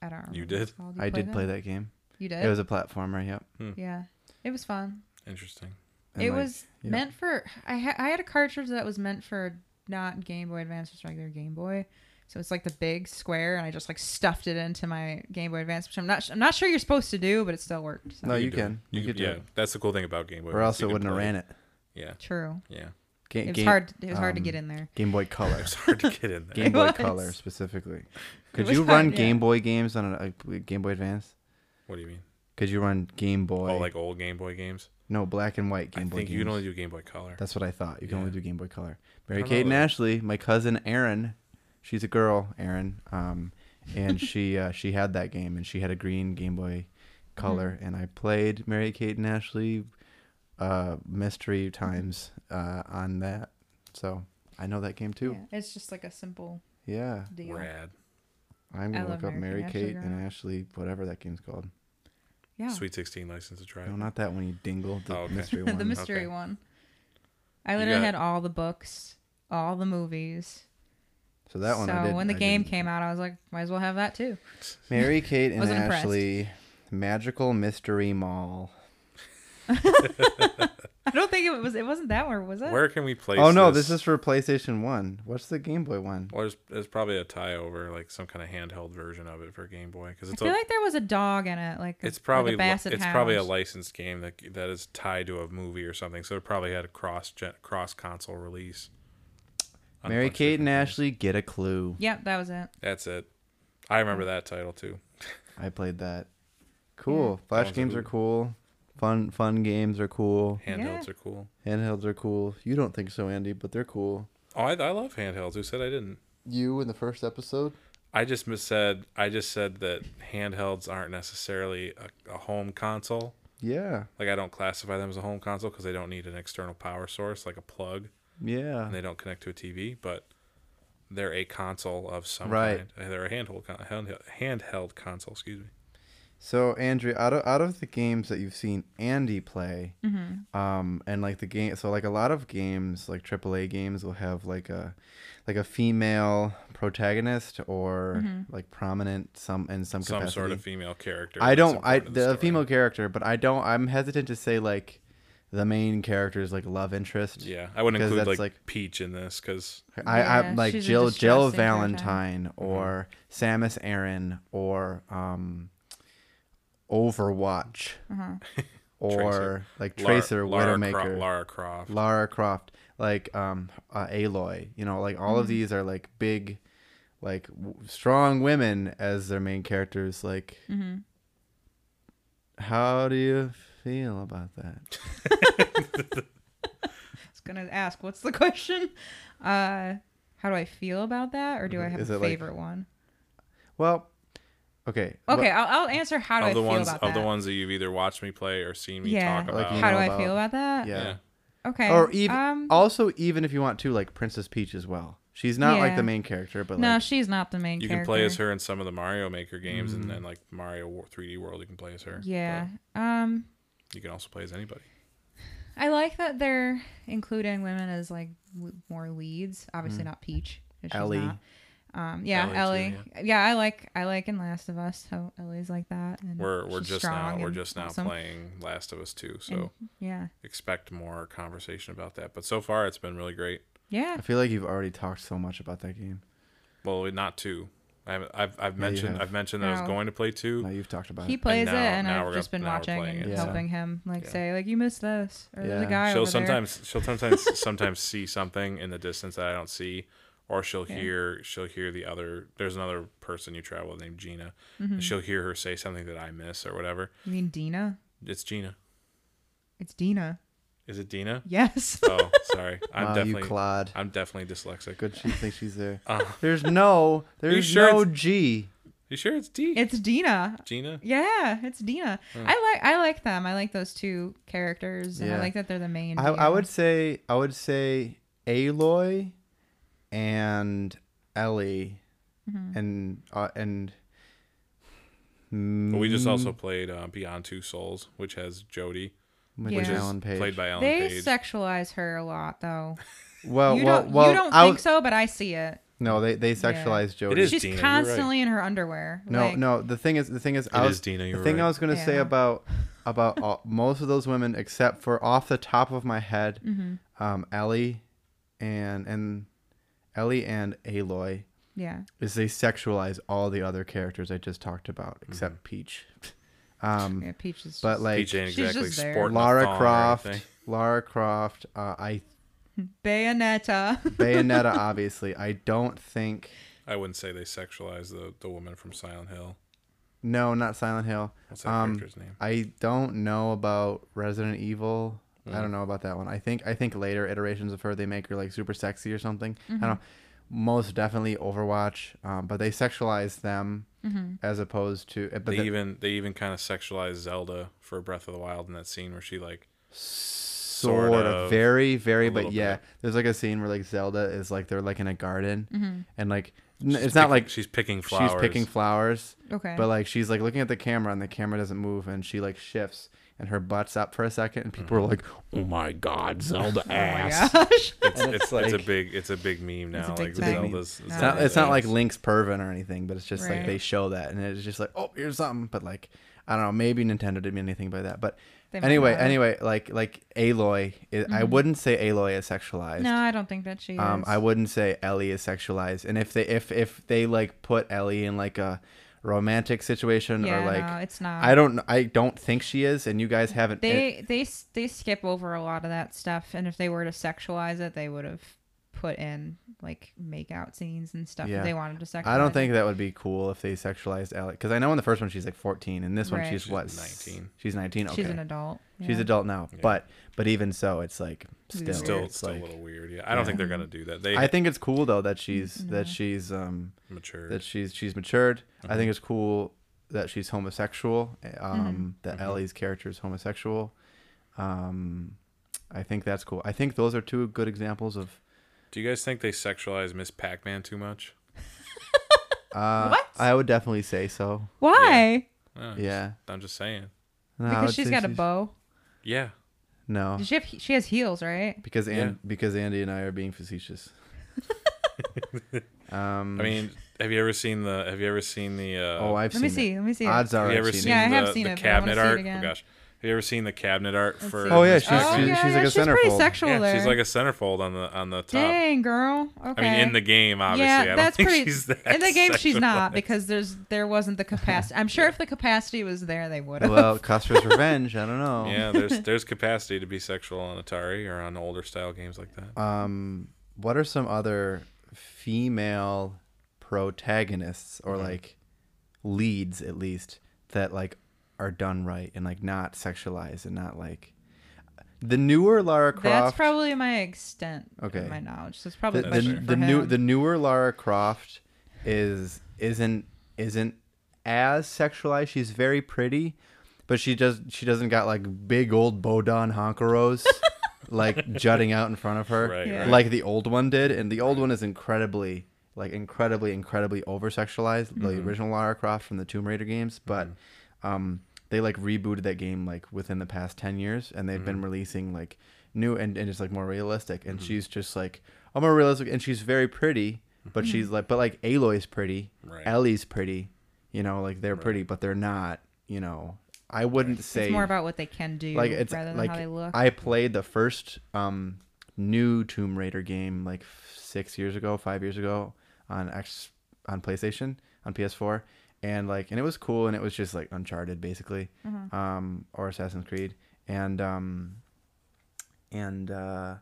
Speaker 3: I don't. Remember
Speaker 1: You
Speaker 3: what it's
Speaker 1: did?
Speaker 3: called. You
Speaker 2: I did
Speaker 3: played
Speaker 2: play that game.
Speaker 3: You did.
Speaker 2: It was a platformer. Yep.
Speaker 3: yeah, it was fun.
Speaker 1: Interesting.
Speaker 2: And,
Speaker 3: it
Speaker 2: like,
Speaker 3: was
Speaker 2: yeah.
Speaker 3: meant for. I ha- I had a cartridge that was meant for not Game Boy Advance, just regular Game Boy. So it's like the big square, and I just like stuffed it into my Game Boy Advance, which I'm not. I'm not sure you're supposed to do, but it still worked. So.
Speaker 2: No, Oh, you,
Speaker 1: do
Speaker 2: can.
Speaker 1: it.
Speaker 2: You, can do
Speaker 1: yeah,
Speaker 2: it.
Speaker 1: that's the cool thing about Game Boy.
Speaker 2: Or else it wouldn't have ran it.
Speaker 1: Yeah,
Speaker 3: True.
Speaker 1: yeah.
Speaker 2: Ga-
Speaker 3: It was
Speaker 2: game-
Speaker 3: hard. It was hard to get
Speaker 2: um,
Speaker 3: in there.
Speaker 2: Game Boy [LAUGHS] Color.
Speaker 1: It's hard to get in there.
Speaker 2: Game Boy
Speaker 3: was.
Speaker 2: Color
Speaker 3: [LAUGHS]
Speaker 2: specifically. Could
Speaker 3: was
Speaker 2: you run
Speaker 3: hard, yeah.
Speaker 2: Game Boy games on a, a Game Boy Advance?
Speaker 1: What do you mean?
Speaker 2: Could you run Game Boy?
Speaker 1: Oh, like old Game Boy games.
Speaker 2: no, black and white Game
Speaker 1: I
Speaker 2: Boy
Speaker 1: think
Speaker 2: games.
Speaker 1: you can only do Game Boy Color.
Speaker 2: That's what I thought. You can only do Game Boy Color. Mary
Speaker 1: don't
Speaker 2: Kate and
Speaker 1: know.
Speaker 2: Ashley, my cousin Erin, she's a girl, Erin, um,
Speaker 1: [LAUGHS]
Speaker 2: and she uh, she had that game and she had a green Game Boy Color,
Speaker 1: Hmm.
Speaker 2: and I played Mary Kate and Ashley uh, mystery times uh, on that, so I know that game too.
Speaker 3: Yeah, it's just like a simple
Speaker 2: Yeah,
Speaker 3: deal.
Speaker 1: Rad.
Speaker 2: I'm gonna
Speaker 3: I
Speaker 2: look up
Speaker 3: love
Speaker 2: Mary
Speaker 3: Mary Kate and Ashley
Speaker 2: Kate and
Speaker 3: growing
Speaker 2: Ashley, whatever that game's called.
Speaker 3: Yeah.
Speaker 1: Sweet 16 license to drive.
Speaker 2: No, not that one. You dingle the
Speaker 1: Oh, okay.
Speaker 2: mystery one.
Speaker 3: [LAUGHS] the mystery
Speaker 1: Okay.
Speaker 3: one. I
Speaker 1: You
Speaker 3: literally
Speaker 1: got-
Speaker 3: had all the books, all the movies.
Speaker 2: so that one.
Speaker 3: so
Speaker 2: I did,
Speaker 3: when the
Speaker 2: I
Speaker 3: game
Speaker 2: didn't-
Speaker 3: came out, I was like, might as well have that too. [LAUGHS]
Speaker 2: Mary [LAUGHS] Kate and
Speaker 3: Wasn't impressed.
Speaker 2: Ashley, Magical Mystery Mall.
Speaker 3: I don't think it was. It wasn't that one, was it?
Speaker 1: Where can we place?
Speaker 2: Oh no, this is for PlayStation One. What's the Game Boy one?
Speaker 1: Well, there's, there's probably a tie over, like some kind of handheld version of it for Game Boy, because
Speaker 3: I
Speaker 1: it's a,
Speaker 3: feel like there was a dog in it, like a-
Speaker 1: it's probably
Speaker 3: like a
Speaker 1: li-
Speaker 3: basset
Speaker 1: it's
Speaker 3: hound.
Speaker 1: probably a licensed game that that is tied to a movie or something. So it probably had a cross gen, cross console release. on a
Speaker 2: Mary
Speaker 1: bunch of
Speaker 2: Kate and
Speaker 1: different
Speaker 2: Ashley get a clue.
Speaker 3: Yep, that was it.
Speaker 1: things. That's it. I remember that title too.
Speaker 2: I played that. Cool.
Speaker 1: That was
Speaker 2: Flash
Speaker 1: a
Speaker 2: games are
Speaker 1: hoot.
Speaker 2: cool. Fun fun games are cool.
Speaker 1: Handhelds
Speaker 3: Yeah.
Speaker 1: are cool.
Speaker 2: Handhelds are cool. You don't think so, Andy, but they're cool.
Speaker 1: Oh, I, I love handhelds. Who said I didn't?
Speaker 2: You in the first episode?
Speaker 1: I just mis- said I just said that handhelds aren't necessarily a, a home console.
Speaker 2: Yeah.
Speaker 1: Like I don't classify them as a home console because they don't need an external power source like a plug.
Speaker 2: Yeah.
Speaker 1: and they don't connect to a TV, but they're a console of some
Speaker 2: Right.
Speaker 1: kind. Uh, They're a handheld con- handheld, handheld console. Excuse me.
Speaker 2: So Andrea, out of out of the games that you've seen Andy play, um, and like the game, so like a lot of games, like AAA games, will have like a like a female protagonist or like prominent some in some
Speaker 1: Some
Speaker 2: capacity.
Speaker 1: sort of female character.
Speaker 2: I
Speaker 1: that's
Speaker 2: don't. I
Speaker 1: important to
Speaker 2: the
Speaker 1: story.
Speaker 2: female character, but I don't. I'm hesitant to say like the main character's like love interest.
Speaker 1: Yeah, I wouldn't
Speaker 2: because
Speaker 1: include like,
Speaker 2: that's,
Speaker 1: Peach in this because
Speaker 2: I,
Speaker 3: Yeah,
Speaker 2: I like
Speaker 3: she's a
Speaker 2: Jill Jill
Speaker 3: distressing character.
Speaker 2: Valentine or
Speaker 1: Mm-hmm.
Speaker 2: Samus Aran or um Overwatch or like Tracer
Speaker 1: Mm-hmm. Lara,
Speaker 2: Widowmaker
Speaker 1: Cro-
Speaker 2: Lara.
Speaker 1: Lara Croft.
Speaker 2: Croft like um uh, Aloy you know like all of
Speaker 3: Mm-hmm.
Speaker 2: these are like big like w- strong women as their main characters like
Speaker 3: Mm-hmm.
Speaker 2: how do you feel about that
Speaker 3: was gonna ask, what's the [LAUGHS] question? Uh, how do I feel about that, or do I have
Speaker 2: Is
Speaker 3: a
Speaker 2: it, like,
Speaker 3: favorite one?
Speaker 2: well okay what-
Speaker 3: Okay, I'll, I'll answer. How do I
Speaker 1: of the
Speaker 3: feel
Speaker 1: ones
Speaker 3: about
Speaker 1: of
Speaker 3: that?
Speaker 1: the ones that you've either watched me play or seen me
Speaker 3: Yeah.
Speaker 1: talk
Speaker 2: Like,
Speaker 1: about.
Speaker 2: you
Speaker 3: how do
Speaker 2: know
Speaker 3: I
Speaker 2: about-
Speaker 3: feel about that?
Speaker 2: yeah.
Speaker 1: yeah.
Speaker 3: Okay.
Speaker 2: Or even
Speaker 3: um,
Speaker 2: also even if you want to, like Princess Peach as well. She's not like
Speaker 3: Yeah.
Speaker 2: the main character, but
Speaker 3: no,
Speaker 2: like
Speaker 3: she's not the main.
Speaker 1: You can
Speaker 3: character. Mm.
Speaker 1: play as her in some of the Mario Maker games, and then like Mario Wo- 3D World, you can play as her.
Speaker 3: Yeah. Um,
Speaker 1: But you can also play as anybody.
Speaker 3: I like that they're including women as like w- more leads. Obviously not Peach. 'cause she's
Speaker 2: Ellie.
Speaker 3: not. Um, yeah,
Speaker 1: Mm. Ellie
Speaker 3: Ellie.
Speaker 1: too,
Speaker 3: yeah. I like I like in Last of Us how Ellie's like that. And
Speaker 1: We're we're
Speaker 3: she's
Speaker 1: just
Speaker 3: strong
Speaker 1: now we're
Speaker 3: and
Speaker 1: just now
Speaker 3: awesome.
Speaker 1: playing Last of Us 2, so
Speaker 3: And- yeah,
Speaker 1: expect more conversation about that. But so far, it's been really great.
Speaker 3: yeah.
Speaker 2: I feel like you've already talked so much about that game.
Speaker 1: Well, not two. I haven't, I've I've mentioned
Speaker 2: have.
Speaker 1: I've mentioned that I
Speaker 3: No.
Speaker 1: was going to play two.
Speaker 2: Now you've talked about
Speaker 3: He
Speaker 2: it.
Speaker 3: plays
Speaker 1: now-
Speaker 3: it, and
Speaker 1: now
Speaker 3: I've
Speaker 1: we're
Speaker 3: just
Speaker 1: up-
Speaker 3: been
Speaker 1: now we're
Speaker 3: watching
Speaker 1: playing
Speaker 3: and
Speaker 2: it, so-
Speaker 3: helping him, like
Speaker 1: Yeah.
Speaker 3: say, like you missed this, or there's a
Speaker 2: Yeah.
Speaker 3: guy
Speaker 1: She'll
Speaker 3: over [LAUGHS]
Speaker 1: sometimes she'll sometimes sometimes see something in the distance that I don't see, or she'll hear she'll hear the other. There's another person you travel with named Gina.
Speaker 3: Hmm.
Speaker 1: and She'll hear her say something that I miss or whatever.
Speaker 3: there. Mm-hmm. You mean Dina?
Speaker 1: It's Gina.
Speaker 3: It's Dina.
Speaker 1: Is it Dina?
Speaker 3: Yes.
Speaker 1: Oh,
Speaker 2: [LAUGHS]
Speaker 1: sorry. I'm
Speaker 2: wow, you
Speaker 1: definitely
Speaker 2: Claude.
Speaker 1: I'm definitely dyslexic.
Speaker 2: Good she thinks she's there.
Speaker 1: [LAUGHS] Uh, [LAUGHS]
Speaker 2: There's no there's
Speaker 1: sure
Speaker 2: no
Speaker 1: it's-
Speaker 2: G.
Speaker 1: you sure it's D?
Speaker 3: [LAUGHS] it's Dina.
Speaker 1: Gina.
Speaker 3: Yeah, it's Dina.
Speaker 1: Hmm.
Speaker 3: I like I like them. I like those two characters, and I
Speaker 2: Yeah.
Speaker 3: like that they're the main.
Speaker 2: I, I
Speaker 3: duo.
Speaker 2: would say I would say Aloy and Ellie
Speaker 3: Mm-hmm.
Speaker 2: and uh, and
Speaker 1: But we just also played uh, Beyond Two Souls, which has Jodie,
Speaker 2: which
Speaker 3: Yeah.
Speaker 2: is
Speaker 3: Which is
Speaker 2: Alan Page.
Speaker 1: played by Alan
Speaker 3: They
Speaker 1: Page.
Speaker 3: sexualize her a lot, though.
Speaker 2: well,
Speaker 3: you
Speaker 2: Oh, well,
Speaker 3: don't.
Speaker 2: well,
Speaker 3: you don't
Speaker 2: I w-
Speaker 3: think so, but I see it.
Speaker 2: No, they they sexualized Jodie.
Speaker 1: It is
Speaker 3: She's
Speaker 1: Dina, you're right.
Speaker 3: constantly in her underwear.
Speaker 2: No,
Speaker 3: like-
Speaker 2: no. The thing is, the thing is, I
Speaker 1: It
Speaker 2: was
Speaker 1: is Dina, you're
Speaker 2: the thing
Speaker 1: right.
Speaker 2: I was gonna say
Speaker 3: Yeah.
Speaker 2: about about all, most of those women, except for off the top of my head, um, Ellie and and Ellie and Aloy,
Speaker 3: Yeah.
Speaker 2: is they sexualize all the other characters I just talked about,
Speaker 1: Mm-hmm.
Speaker 2: except Peach. [LAUGHS] Um,
Speaker 3: Yeah. Peach is.
Speaker 2: but
Speaker 3: just
Speaker 2: like
Speaker 1: Peach ain't
Speaker 3: She's
Speaker 1: exactly
Speaker 3: just there.
Speaker 1: sporting a
Speaker 2: Lara
Speaker 1: thong or
Speaker 2: Croft,
Speaker 1: anything.
Speaker 2: Lara Croft, uh, I
Speaker 3: Bayonetta. [LAUGHS]
Speaker 2: Bayonetta, obviously. I don't think.
Speaker 1: I wouldn't say they sexualize the, the woman from Silent Hill.
Speaker 2: No, not Silent Hill. Um,
Speaker 1: What's that character's name?
Speaker 2: I don't know about Resident Evil. I
Speaker 1: Mm.
Speaker 2: don't know about that one. I think I think later iterations of her they make her like super sexy or something. I don't. Most definitely Overwatch, um, but they sexualize them as opposed to. eh, But
Speaker 1: They
Speaker 2: the-
Speaker 1: even they even kind of sexualize Zelda for Breath of the Wild in that scene where she like
Speaker 2: sort,
Speaker 1: sort
Speaker 2: of,
Speaker 1: of,
Speaker 2: very very,
Speaker 1: a
Speaker 2: but
Speaker 1: little
Speaker 2: yeah.
Speaker 1: bit.
Speaker 2: There's like a scene where like Zelda is like they're like in a garden and like n- it's not
Speaker 1: pick-
Speaker 2: like
Speaker 1: she's picking flowers.
Speaker 2: she's picking flowers.
Speaker 3: okay.
Speaker 2: But like she's like looking at the camera and the camera doesn't move and she like shifts and her butt's up for a second and people are like,
Speaker 5: Oh my God, Zelda
Speaker 3: oh
Speaker 5: ass.
Speaker 3: my gosh.
Speaker 1: [LAUGHS]
Speaker 3: [LAUGHS]
Speaker 1: It's, it's, it's
Speaker 2: like-
Speaker 1: a big it's a big meme now.
Speaker 3: a big
Speaker 1: like
Speaker 3: thing.
Speaker 1: Zelda's.
Speaker 3: It's
Speaker 2: It's
Speaker 1: Zelda
Speaker 2: not, it's not like
Speaker 1: things.
Speaker 2: Link's pervin or anything, but it's just
Speaker 3: Right.
Speaker 2: like they show that, and it's just like, oh, here's something. But like, I don't know, maybe Nintendo didn't mean anything by that. But
Speaker 3: They might
Speaker 2: anyway,
Speaker 3: not.
Speaker 2: anyway, like like Aloy, it, I wouldn't say Aloy is sexualized.
Speaker 3: No, I don't think that she.
Speaker 2: um,
Speaker 3: is.
Speaker 2: I wouldn't say Ellie is sexualized. And if they if if they like put Ellie in like a romantic situation
Speaker 3: Yeah,
Speaker 2: or like,
Speaker 3: no, it's not.
Speaker 2: I don't I don't think she is, and you guys haven't.
Speaker 3: They they s- they skip over a lot of that stuff, and if they were to sexualize it, they would have put in like makeout scenes and stuff. if
Speaker 2: Yeah.
Speaker 3: They wanted to sexualize.
Speaker 2: I don't
Speaker 3: it.
Speaker 2: think that would be cool if they sexualized Ellie, because I know in the first one she's like 14, and this one
Speaker 3: Right.
Speaker 2: she's,
Speaker 3: She's
Speaker 2: what
Speaker 1: 19.
Speaker 2: She's 19. Okay.
Speaker 3: she's an adult.
Speaker 2: She's
Speaker 3: yeah.
Speaker 2: adult now, but but even so, it's like still,
Speaker 3: Weird.
Speaker 1: still
Speaker 2: it's
Speaker 1: still
Speaker 2: like,
Speaker 1: a little weird. Yeah, I don't think they're gonna do that. They
Speaker 2: I think it's cool though that
Speaker 3: Mm-hmm.
Speaker 2: she's that she's um
Speaker 1: mature.
Speaker 2: that she's she's matured.
Speaker 1: Mm-hmm.
Speaker 2: I think it's cool that she's homosexual.
Speaker 3: Mm-hmm.
Speaker 2: Um, that
Speaker 1: Mm-hmm.
Speaker 2: Ellie's character is homosexual. Um, I think that's cool. I think those are two good examples of.
Speaker 1: do you guys think they sexualize Miss Pac-Man too much?
Speaker 2: Uh,
Speaker 3: What?
Speaker 2: I would definitely say so.
Speaker 3: Why?
Speaker 1: Uh,
Speaker 2: Yeah.
Speaker 1: I'm just saying.
Speaker 2: No, I would
Speaker 3: because she's
Speaker 2: say
Speaker 3: got a bow.
Speaker 1: Yeah.
Speaker 2: No,
Speaker 3: Does she have? She has heels, right?
Speaker 2: because and
Speaker 1: Yeah.
Speaker 2: because Andy and I are being
Speaker 1: [LAUGHS]
Speaker 2: facetious. um,
Speaker 1: I mean, [LAUGHS] have you ever seen the? Have you ever seen the? Uh,
Speaker 2: oh, I've
Speaker 3: Let
Speaker 2: seen
Speaker 3: me
Speaker 2: it.
Speaker 3: see. Let me see.
Speaker 2: Odds are
Speaker 1: have you
Speaker 2: I've
Speaker 1: ever
Speaker 2: seen it.
Speaker 1: seen,
Speaker 3: Yeah, I have
Speaker 1: the,
Speaker 3: seen
Speaker 1: the
Speaker 3: it, but I wanna
Speaker 1: cabinet
Speaker 3: see it
Speaker 1: art? Oh
Speaker 3: again.
Speaker 1: gosh, have you ever seen the cabinet art
Speaker 3: Let's
Speaker 1: for?
Speaker 3: see.
Speaker 2: Oh, yeah,
Speaker 1: Miss
Speaker 2: she's-
Speaker 1: Maxwell?
Speaker 2: she's- she's like a
Speaker 3: pretty
Speaker 2: centerfold.
Speaker 3: sexual
Speaker 1: yeah,
Speaker 3: there.
Speaker 1: she's like a centerfold on the on the top.
Speaker 3: dang girl. Okay.
Speaker 1: I mean, in the game, obviously. I
Speaker 3: yeah,
Speaker 1: don't
Speaker 3: that's
Speaker 1: think
Speaker 3: pretty.
Speaker 1: She's that
Speaker 3: in the game, she's
Speaker 1: sexual.
Speaker 3: not because there's there wasn't
Speaker 1: [LAUGHS]
Speaker 3: the capacity. I'm sure if the capacity was there, they would have.
Speaker 2: well, Custer's Revenge. I don't know.
Speaker 1: Yeah, there's there's capacity to be sexual on Atari or on older style games like that.
Speaker 2: Um, what are some other female protagonists or
Speaker 1: Mm-hmm.
Speaker 2: like leads at least that like are done right and like not sexualized and not like the newer Lara Croft?
Speaker 3: [LAUGHS] That's probably my extent
Speaker 2: Okay.
Speaker 3: of my knowledge. So it's probably
Speaker 2: the,
Speaker 3: a
Speaker 2: the,
Speaker 3: question for
Speaker 2: the new
Speaker 3: him.
Speaker 2: the newer Lara Croft is isn't isn't as sexualized. She's very pretty, but she does she doesn't got like big old Bodon
Speaker 3: [LAUGHS]
Speaker 2: honkeros like jutting out in front of her
Speaker 1: Right,
Speaker 3: Yeah.
Speaker 1: right.
Speaker 2: like the old one did, and the old one is incredibly like incredibly incredibly over sexualized. The original Lara Croft from the Tomb Raider games, but um, they like rebooted that game like within the past 10 years and they've
Speaker 3: Mm.
Speaker 2: been releasing like new and, and it's like more realistic
Speaker 3: Mm-hmm.
Speaker 2: and she's just like i'm more realistic and she's very pretty but she's
Speaker 3: Mm-hmm.
Speaker 2: like but like aloy's pretty
Speaker 1: Right.
Speaker 2: ellie's pretty you know like they're pretty but they're not you know i wouldn't say
Speaker 3: it's more about what they can do
Speaker 2: like it's
Speaker 3: rather than
Speaker 2: like
Speaker 3: how they look.
Speaker 2: i played the first um new tomb raider game like f- six years ago five years ago on x on playstation on ps4 and like and it was cool and it was just like uncharted basically um or assassin's creed and um and uh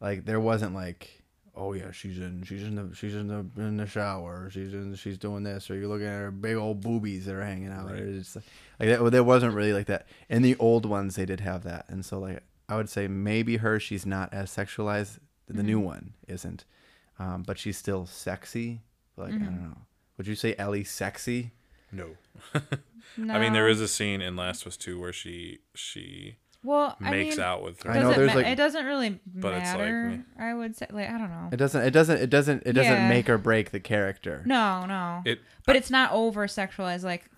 Speaker 2: like there wasn't like oh yeah she's in she's in the she's in the in the shower she's in she's doing this or you're looking at her big old boobies that are hanging out
Speaker 1: Right.
Speaker 2: or it's like, like that there wasn't really like that in the old ones they did have that and so like i would say maybe her she's not as sexualized the new one isn't um but she's still sexy like i don't know would you say ellie sexy
Speaker 1: No.
Speaker 3: no.
Speaker 1: I mean, there is a scene in Last of Us Two where she she
Speaker 3: well, I
Speaker 1: makes
Speaker 3: mean,
Speaker 1: out with her.
Speaker 2: I
Speaker 3: does
Speaker 2: know
Speaker 3: it
Speaker 2: there's,
Speaker 3: ma-
Speaker 2: like-
Speaker 3: it doesn't really
Speaker 1: But it's like,
Speaker 3: matter.
Speaker 1: meh.
Speaker 3: I would say like I don't know.
Speaker 2: it doesn't it doesn't it doesn't it doesn't
Speaker 3: Yeah.
Speaker 2: make or break the character
Speaker 3: No, no.
Speaker 1: It-
Speaker 3: but it's not over sexualized. Like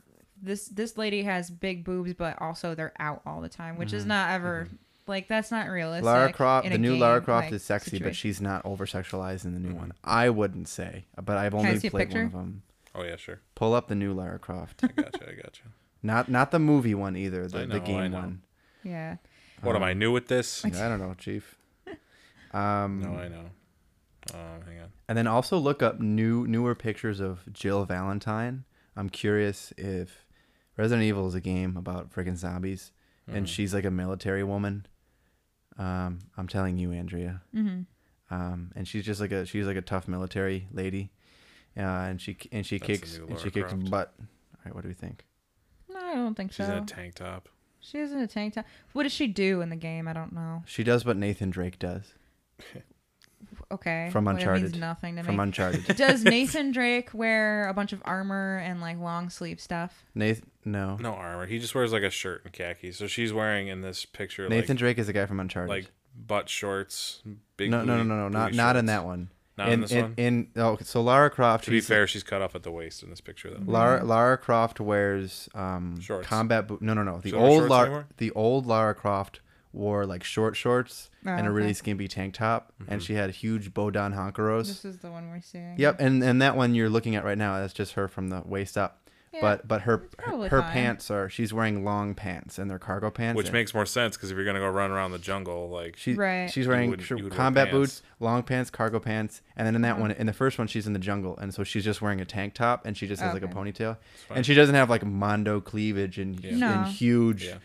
Speaker 3: this, this lady has big boobs, but also they're out all the time, which is not ever like that's not realistic.
Speaker 2: Mm-hmm. Lara Croft,
Speaker 3: in
Speaker 2: the
Speaker 3: a
Speaker 2: new
Speaker 3: game,
Speaker 2: Lara Croft
Speaker 3: like,
Speaker 2: is sexy, but
Speaker 3: situation.
Speaker 2: she's not over sexualized in the
Speaker 1: Mm.
Speaker 2: new one. I wouldn't say, but I've
Speaker 3: I
Speaker 2: only
Speaker 3: see a
Speaker 2: played one
Speaker 3: picture?
Speaker 2: of them.
Speaker 1: Oh yeah, sure.
Speaker 2: Pull up the new Lara
Speaker 3: [LAUGHS]
Speaker 2: Croft,
Speaker 1: I gotcha. I gotcha.
Speaker 2: not not the movie one either, the,
Speaker 1: I
Speaker 2: the
Speaker 1: know, I
Speaker 2: game
Speaker 1: know.
Speaker 3: [LAUGHS]
Speaker 2: one.
Speaker 3: yeah.
Speaker 1: What am I new with this?
Speaker 2: Yeah, Um, I don't know, Chief. Um,
Speaker 1: No, I know. Um, hang on.
Speaker 2: and then also look up new newer pictures of Jill Valentine. I'm curious if Resident Evil is a game about freaking zombies, and
Speaker 1: Mm.
Speaker 2: she's like a military woman. Um, I'm telling you, Andrea.
Speaker 3: Mm-hmm.
Speaker 2: Um, and she's just like a she's like a tough military lady, uh, and she and she
Speaker 1: That's the
Speaker 2: kicks
Speaker 1: new
Speaker 2: and
Speaker 1: Lara
Speaker 2: she kicks
Speaker 1: Croft.
Speaker 2: butt. All right, what do we think?
Speaker 3: No, I don't think
Speaker 1: She's
Speaker 3: so.
Speaker 1: in a tank top.
Speaker 3: she is in a tank top. What does she do in the game? I don't know.
Speaker 2: She does what Nathan Drake does
Speaker 3: Okay.
Speaker 2: From
Speaker 3: Well, that
Speaker 2: Uncharted.
Speaker 3: means nothing to
Speaker 2: from
Speaker 3: me. [LAUGHS]
Speaker 2: Uncharted. [LAUGHS]
Speaker 3: does Nathan Drake wear a bunch of armor and like long sleeve stuff?
Speaker 2: Nathan, no.
Speaker 1: No armor. He just wears like a shirt and khakis. So she's wearing in this picture
Speaker 2: Nathan
Speaker 1: like
Speaker 2: Drake is the guy from Uncharted.
Speaker 1: like butt shorts. Big
Speaker 2: no, no, no,
Speaker 1: booty-
Speaker 2: no, no,
Speaker 1: booty
Speaker 2: not not
Speaker 1: shorts.
Speaker 2: in that one.
Speaker 1: Not in this one?
Speaker 2: In oh, so Lara Croft.
Speaker 1: To be
Speaker 2: she's-
Speaker 1: fair, she's cut off at the waist in this picture though.
Speaker 2: Lara Lara Croft wears um
Speaker 1: Shorts.
Speaker 2: combat boot. No, no, no. The
Speaker 1: She don't wear
Speaker 2: old
Speaker 1: shorts
Speaker 2: Lara
Speaker 1: anymore?
Speaker 2: the old Lara Croft wore like short shorts
Speaker 3: Oh,
Speaker 2: and a really
Speaker 3: okay.
Speaker 2: skimpy tank top,
Speaker 1: Mm-hmm.
Speaker 2: and she had huge Bodon honkeros.
Speaker 3: This is the one we're seeing.
Speaker 2: Yep, and and that one you're looking at right now, that's just her from the waist up.
Speaker 3: Yeah,
Speaker 2: but but her her,
Speaker 3: probably
Speaker 2: her
Speaker 3: fine.
Speaker 2: pants are she's wearing long pants and they're cargo pants,
Speaker 1: Which
Speaker 2: and
Speaker 1: makes more sense because if you're gonna go run around the jungle, like
Speaker 2: She,
Speaker 3: Right.
Speaker 2: She's
Speaker 1: You
Speaker 2: wearing
Speaker 1: would-
Speaker 2: tr-
Speaker 1: you would wear
Speaker 2: combat
Speaker 1: pants.
Speaker 2: boots, long pants, cargo pants, and then in that
Speaker 3: Mm-hmm.
Speaker 2: one, in the first one, she's in the jungle, and so she's just wearing a tank top, and she just has like
Speaker 3: Okay.
Speaker 2: a ponytail,
Speaker 1: fine.
Speaker 2: and she doesn't have like mondo cleavage and,
Speaker 3: No.
Speaker 2: and huge
Speaker 1: Yeah.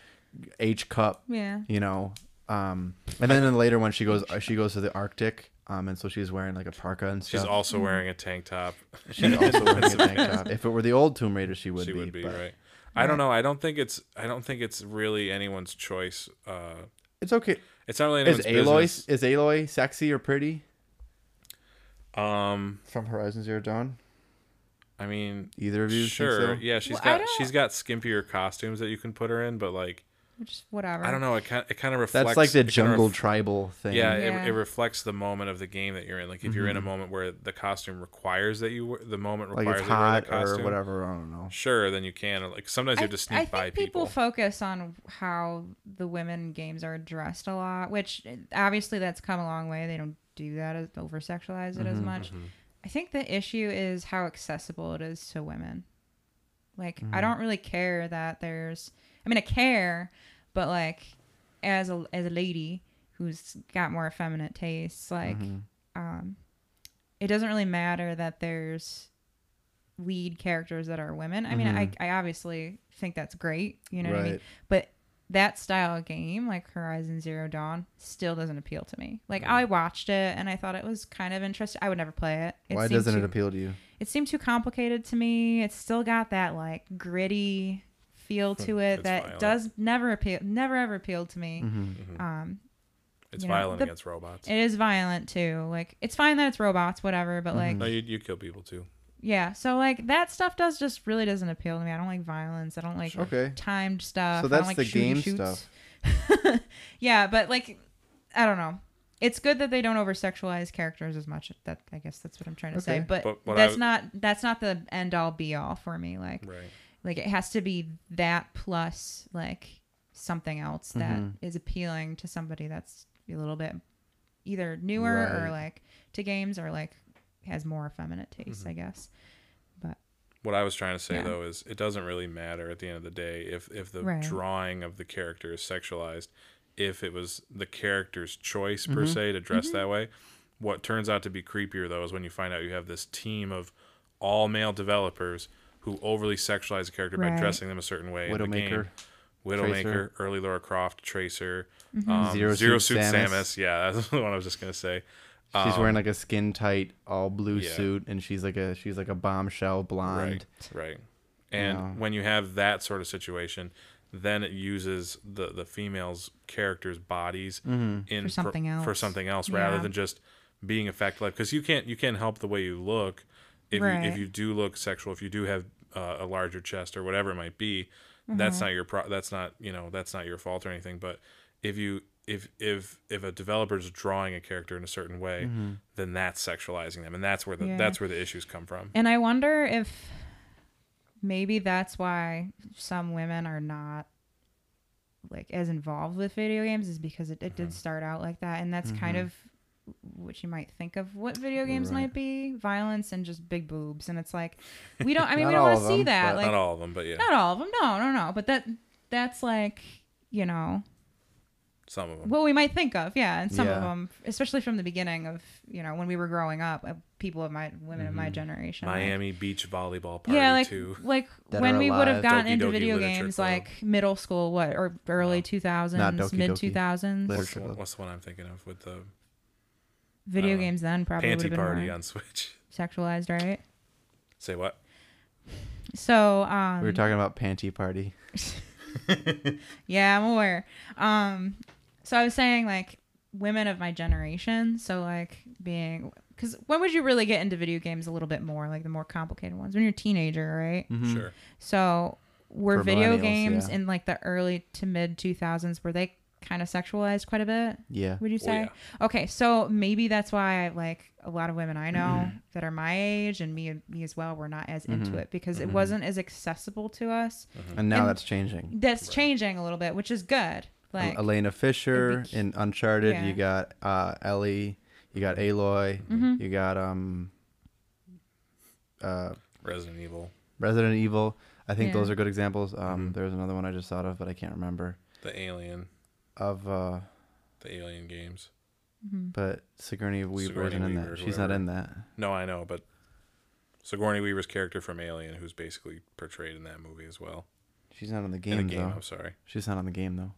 Speaker 2: H cup,
Speaker 3: Yeah.
Speaker 2: you know. Um, and then in the later one, she goes she goes to the Arctic, um, and so she's wearing like a parka and
Speaker 1: she's
Speaker 2: stuff.
Speaker 1: also wearing a tank top. [LAUGHS]
Speaker 2: [LAUGHS] she's also wearing a tank top. If it were the old Tomb Raider, she would
Speaker 1: she
Speaker 2: be.
Speaker 1: would be
Speaker 2: but
Speaker 1: right. I don't know. I don't think it's. I don't think it's really anyone's choice. Uh,
Speaker 2: It's okay.
Speaker 1: it's not really
Speaker 2: Is
Speaker 1: anyone's
Speaker 2: Aloy
Speaker 1: business.
Speaker 2: is Aloy sexy or pretty
Speaker 1: Um,
Speaker 2: from Horizon Zero Dawn?
Speaker 1: I mean,
Speaker 2: Either of you? think
Speaker 1: sure.
Speaker 2: so?
Speaker 1: Yeah, she's
Speaker 3: Well, I
Speaker 1: got
Speaker 3: don't-
Speaker 1: she's got skimpier costumes that you can put her in, but like
Speaker 3: Which whatever.
Speaker 1: I don't know. It kind it kind of reflects.
Speaker 2: That's like the
Speaker 1: it kinda
Speaker 2: jungle
Speaker 1: ref-
Speaker 2: tribal thing.
Speaker 1: yeah,
Speaker 3: Yeah.
Speaker 1: It, it reflects the moment of the game that you're in. Like if you're in a moment where the costume requires that you wear, the moment
Speaker 2: Mm-hmm. like
Speaker 1: requires
Speaker 2: it's
Speaker 1: that
Speaker 2: hot
Speaker 1: you wear that
Speaker 2: or
Speaker 1: costume.
Speaker 2: whatever. I don't know.
Speaker 1: Sure, then you can. or, Like sometimes you have to sneak
Speaker 3: I
Speaker 1: by
Speaker 3: think people focus on how the women in games are dressed a lot, which eh, obviously that's come a long way. They don't do that as over sexualize it as much. I think the issue is how accessible it is to women. Like I don't really care that there's I mean I care, but like as a as a lady who's got more effeminate tastes, like um it doesn't really matter that there's lead characters that are women. I mean, I, I obviously think that's great, you know what I mean?
Speaker 2: Right.
Speaker 3: But that style of game, like Horizon Zero Dawn, still doesn't appeal to me. Like
Speaker 2: Mm.
Speaker 3: I watched it and I thought it was kind of interesting. I would never play it. it
Speaker 2: Why
Speaker 3: seemed
Speaker 2: doesn't
Speaker 3: too,
Speaker 2: it appeal to you?
Speaker 3: It seemed too complicated to me. It's still got that like gritty feel to it
Speaker 1: It's
Speaker 3: that
Speaker 1: violent.
Speaker 3: does never appeal, never ever appealed to me.
Speaker 2: Mm-hmm.
Speaker 3: Um,
Speaker 1: It's
Speaker 3: you know,
Speaker 1: violent
Speaker 3: the-
Speaker 1: against robots.
Speaker 3: it is violent too. Like it's fine that it's robots, whatever. But
Speaker 2: Mm-hmm.
Speaker 3: like,
Speaker 1: no, you you kill people too.
Speaker 3: yeah. So like that stuff does just really doesn't appeal to me. I don't like violence. I don't like
Speaker 2: Okay.
Speaker 3: timed stuff.
Speaker 2: So
Speaker 3: I don't
Speaker 2: that's
Speaker 3: like
Speaker 2: the game
Speaker 3: shooty shoots. [LAUGHS] yeah, but like, I don't know. It's good that they don't over sexualize characters as much. That I guess that's what I'm trying to say.
Speaker 2: Okay.
Speaker 3: But,
Speaker 1: But what I
Speaker 3: that's
Speaker 1: w-
Speaker 3: not that's not the end all be all for me. Like
Speaker 1: Right.
Speaker 3: like it has to be that plus like something else that is
Speaker 2: Mm-hmm.
Speaker 3: appealing to somebody that's a little bit either newer or
Speaker 2: Right.
Speaker 3: like to games or like has more effeminate taste,
Speaker 1: Mm-hmm.
Speaker 3: I guess. But
Speaker 1: What I was trying to say
Speaker 3: Yeah.
Speaker 1: though is it doesn't really matter at the end of the day if if the
Speaker 3: Right.
Speaker 1: drawing of the character is sexualized, if it was the character's choice
Speaker 3: Mm-hmm.
Speaker 1: per se to dress that way. What turns out to be creepier though is when you find out you have this team of all male developers who overly sexualize a character by
Speaker 3: Right.
Speaker 1: dressing them a certain way. in the game.
Speaker 2: Widowmaker.
Speaker 1: Widowmaker,
Speaker 2: Tracer.
Speaker 1: early Laura Croft, Tracer,
Speaker 3: Mm-hmm.
Speaker 1: um,
Speaker 2: Zero
Speaker 1: Zero,
Speaker 2: Suit
Speaker 1: Suit
Speaker 2: Samus.
Speaker 1: Samus. Yeah, [LAUGHS] that's the one I was just gonna say.
Speaker 2: She's wearing like a skin tight all blue
Speaker 1: Um, yeah.
Speaker 2: suit, and she's like a she's like a bombshell blonde.
Speaker 1: Right, right. And
Speaker 2: Yeah.
Speaker 1: when you have that sort of situation, then it uses the the female's characters' bodies in
Speaker 3: For something
Speaker 1: for
Speaker 3: else.
Speaker 1: something else rather
Speaker 3: Yeah.
Speaker 1: than just being effective. Because you can't you can't help the way you look if you,
Speaker 3: Right.
Speaker 1: if you do look sexual, if you do have uh, a larger chest or whatever it might be. That's
Speaker 3: Mm-hmm.
Speaker 1: not your pro. That's not you know that's not your fault or anything. But if you if if if a developer's drawing a character in a certain way, then that's sexualizing them, and that's where the
Speaker 3: Yeah.
Speaker 1: that's where the issues come from.
Speaker 3: And I wonder if maybe that's why some women are not like as involved with video games is because it, it
Speaker 2: Mm-hmm.
Speaker 3: did start out like that and that's kind of what you might think of what video games might be violence and just big boobs and it's like we don't
Speaker 2: [LAUGHS]
Speaker 3: i mean
Speaker 2: Not
Speaker 3: we don't want
Speaker 2: all
Speaker 3: to
Speaker 2: of
Speaker 3: see
Speaker 2: them,
Speaker 3: that
Speaker 2: but-
Speaker 3: like
Speaker 1: not all of them, but yeah,
Speaker 3: not all of them no no no but that that's like you know
Speaker 1: some of them.
Speaker 3: what we might think of yeah and some of
Speaker 2: Mm. Yeah.
Speaker 3: them especially from the beginning of you know when we were growing up uh, people of my women of
Speaker 2: Mm-hmm.
Speaker 3: my generation like,
Speaker 1: Miami Beach volleyball party
Speaker 3: yeah, like
Speaker 1: too.
Speaker 3: like
Speaker 2: That
Speaker 3: when
Speaker 2: are
Speaker 3: we would
Speaker 2: alive.
Speaker 3: have gotten
Speaker 1: Doki
Speaker 3: into
Speaker 1: Doki
Speaker 3: video
Speaker 1: Literature
Speaker 3: games,
Speaker 1: Club.
Speaker 3: like middle school, what or early two
Speaker 2: Doki
Speaker 3: thousands,
Speaker 2: Doki.
Speaker 3: mid two thousands,
Speaker 2: Lit-
Speaker 1: What's the, one, what's the one I'm thinking of with the
Speaker 3: video
Speaker 1: don't know.
Speaker 3: games then probably would have
Speaker 1: panty
Speaker 3: been
Speaker 1: party
Speaker 3: more
Speaker 1: on Switch? [LAUGHS]
Speaker 3: sexualized, right?
Speaker 1: Say what?
Speaker 3: So um,
Speaker 2: We were talking about panty party.
Speaker 3: Yeah, I'm aware. Um, so I was saying like women of my generation. So like being, because when would you really get into video games a little bit more, like the more complicated ones when you're a teenager, right?
Speaker 2: Mm-hmm.
Speaker 1: Sure.
Speaker 3: So were
Speaker 2: For
Speaker 3: video
Speaker 2: millennials,
Speaker 3: games
Speaker 2: yeah.
Speaker 3: in like the early to mid two thousands were they kind of sexualized quite a bit?
Speaker 2: Yeah.
Speaker 3: Would you
Speaker 1: Oh,
Speaker 3: say? Okay, so maybe that's why like a lot of women I know that are my age and me me as well were not as into it because it wasn't as accessible to us.
Speaker 2: Mm-hmm. And now
Speaker 3: And-
Speaker 2: that's changing.
Speaker 3: That's changing a little bit, which is good. Like
Speaker 2: Um, Elena Fisher
Speaker 3: It'd be-
Speaker 2: in Uncharted.
Speaker 3: yeah.
Speaker 2: You got uh, Ellie. You got Aloy.
Speaker 3: mm-hmm.
Speaker 2: You got um uh,
Speaker 1: Resident Evil,
Speaker 2: Resident Evil. I think
Speaker 3: Yeah.
Speaker 2: those are good examples. Um,
Speaker 1: Mm-hmm.
Speaker 2: There's another one I just thought of, but I can't remember.
Speaker 1: the Alien,
Speaker 2: Of uh,
Speaker 1: the Alien games.
Speaker 2: but Sigourney Weaver
Speaker 1: Sigourney
Speaker 2: isn't in
Speaker 1: Weaver,
Speaker 2: that. She's not
Speaker 1: whoever.
Speaker 2: in that.
Speaker 1: No, I know, but Sigourney Weaver's character from Alien, who's basically portrayed in that movie as well.
Speaker 2: She's not on the
Speaker 1: in
Speaker 2: game
Speaker 1: the game,
Speaker 2: though.
Speaker 1: I'm sorry.
Speaker 2: She's not on the game though.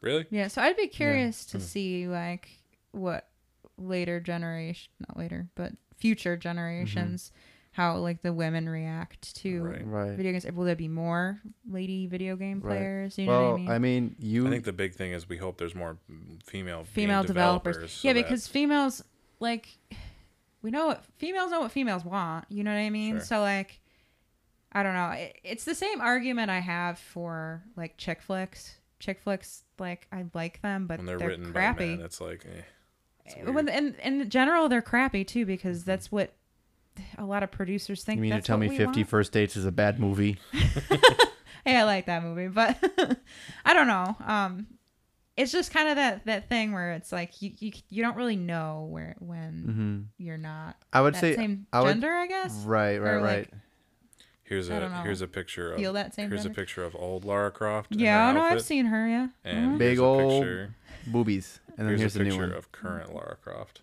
Speaker 1: Really?
Speaker 3: yeah, so I'd be curious to see like what later generation, not later, but future generations, how like the women react to
Speaker 1: Right.
Speaker 2: Right.
Speaker 3: video games. Will there be more lady video game
Speaker 2: Right.
Speaker 3: players? You know
Speaker 2: well,
Speaker 3: what I mean?
Speaker 2: you.
Speaker 1: I think the big thing is we hope there's more mm, female game
Speaker 3: female developers.
Speaker 1: so
Speaker 3: yeah,
Speaker 1: that-
Speaker 3: because females like we know what females know what females want. You know what I mean?
Speaker 1: Sure.
Speaker 3: So like, I don't know. It, it's the same argument I have for like chick flicks. chick flicks like I like them, but
Speaker 1: when
Speaker 3: they're,
Speaker 1: they're, written by
Speaker 3: crappy.
Speaker 1: men. It's like, eh. It's Mm-hmm.
Speaker 3: Uh, when- and, and in general, they're crappy too because that's what a lot of producers think.
Speaker 2: You mean to
Speaker 3: that's
Speaker 2: tell
Speaker 3: what
Speaker 2: me
Speaker 3: we
Speaker 2: 50
Speaker 3: want.
Speaker 2: First Dates is a bad movie?
Speaker 3: hey, I like that movie, but [LAUGHS] I don't know. Um, it's just kind of that that thing where it's like you you, you don't really know where
Speaker 2: Mm-hmm.
Speaker 3: when you're not.
Speaker 2: I would
Speaker 3: that
Speaker 2: say-
Speaker 3: same
Speaker 2: I would-
Speaker 3: gender, I guess.
Speaker 2: Right, right,
Speaker 3: Or, like,
Speaker 2: right.
Speaker 1: Here's
Speaker 3: I don't know.
Speaker 1: a here's a picture of
Speaker 3: Feel that same
Speaker 1: here's a
Speaker 3: gender?
Speaker 1: picture of old Lara Croft. in
Speaker 3: Yeah,
Speaker 1: her
Speaker 3: no, I've
Speaker 1: outfit,
Speaker 3: seen her. Yeah.
Speaker 1: And
Speaker 3: Mhm.
Speaker 1: here's
Speaker 2: Big
Speaker 1: a
Speaker 2: ol'
Speaker 1: picture-
Speaker 2: Boobies. And then
Speaker 1: here's,
Speaker 2: here's,
Speaker 1: a
Speaker 2: the new
Speaker 1: picture
Speaker 2: one.
Speaker 1: of current Lara Croft.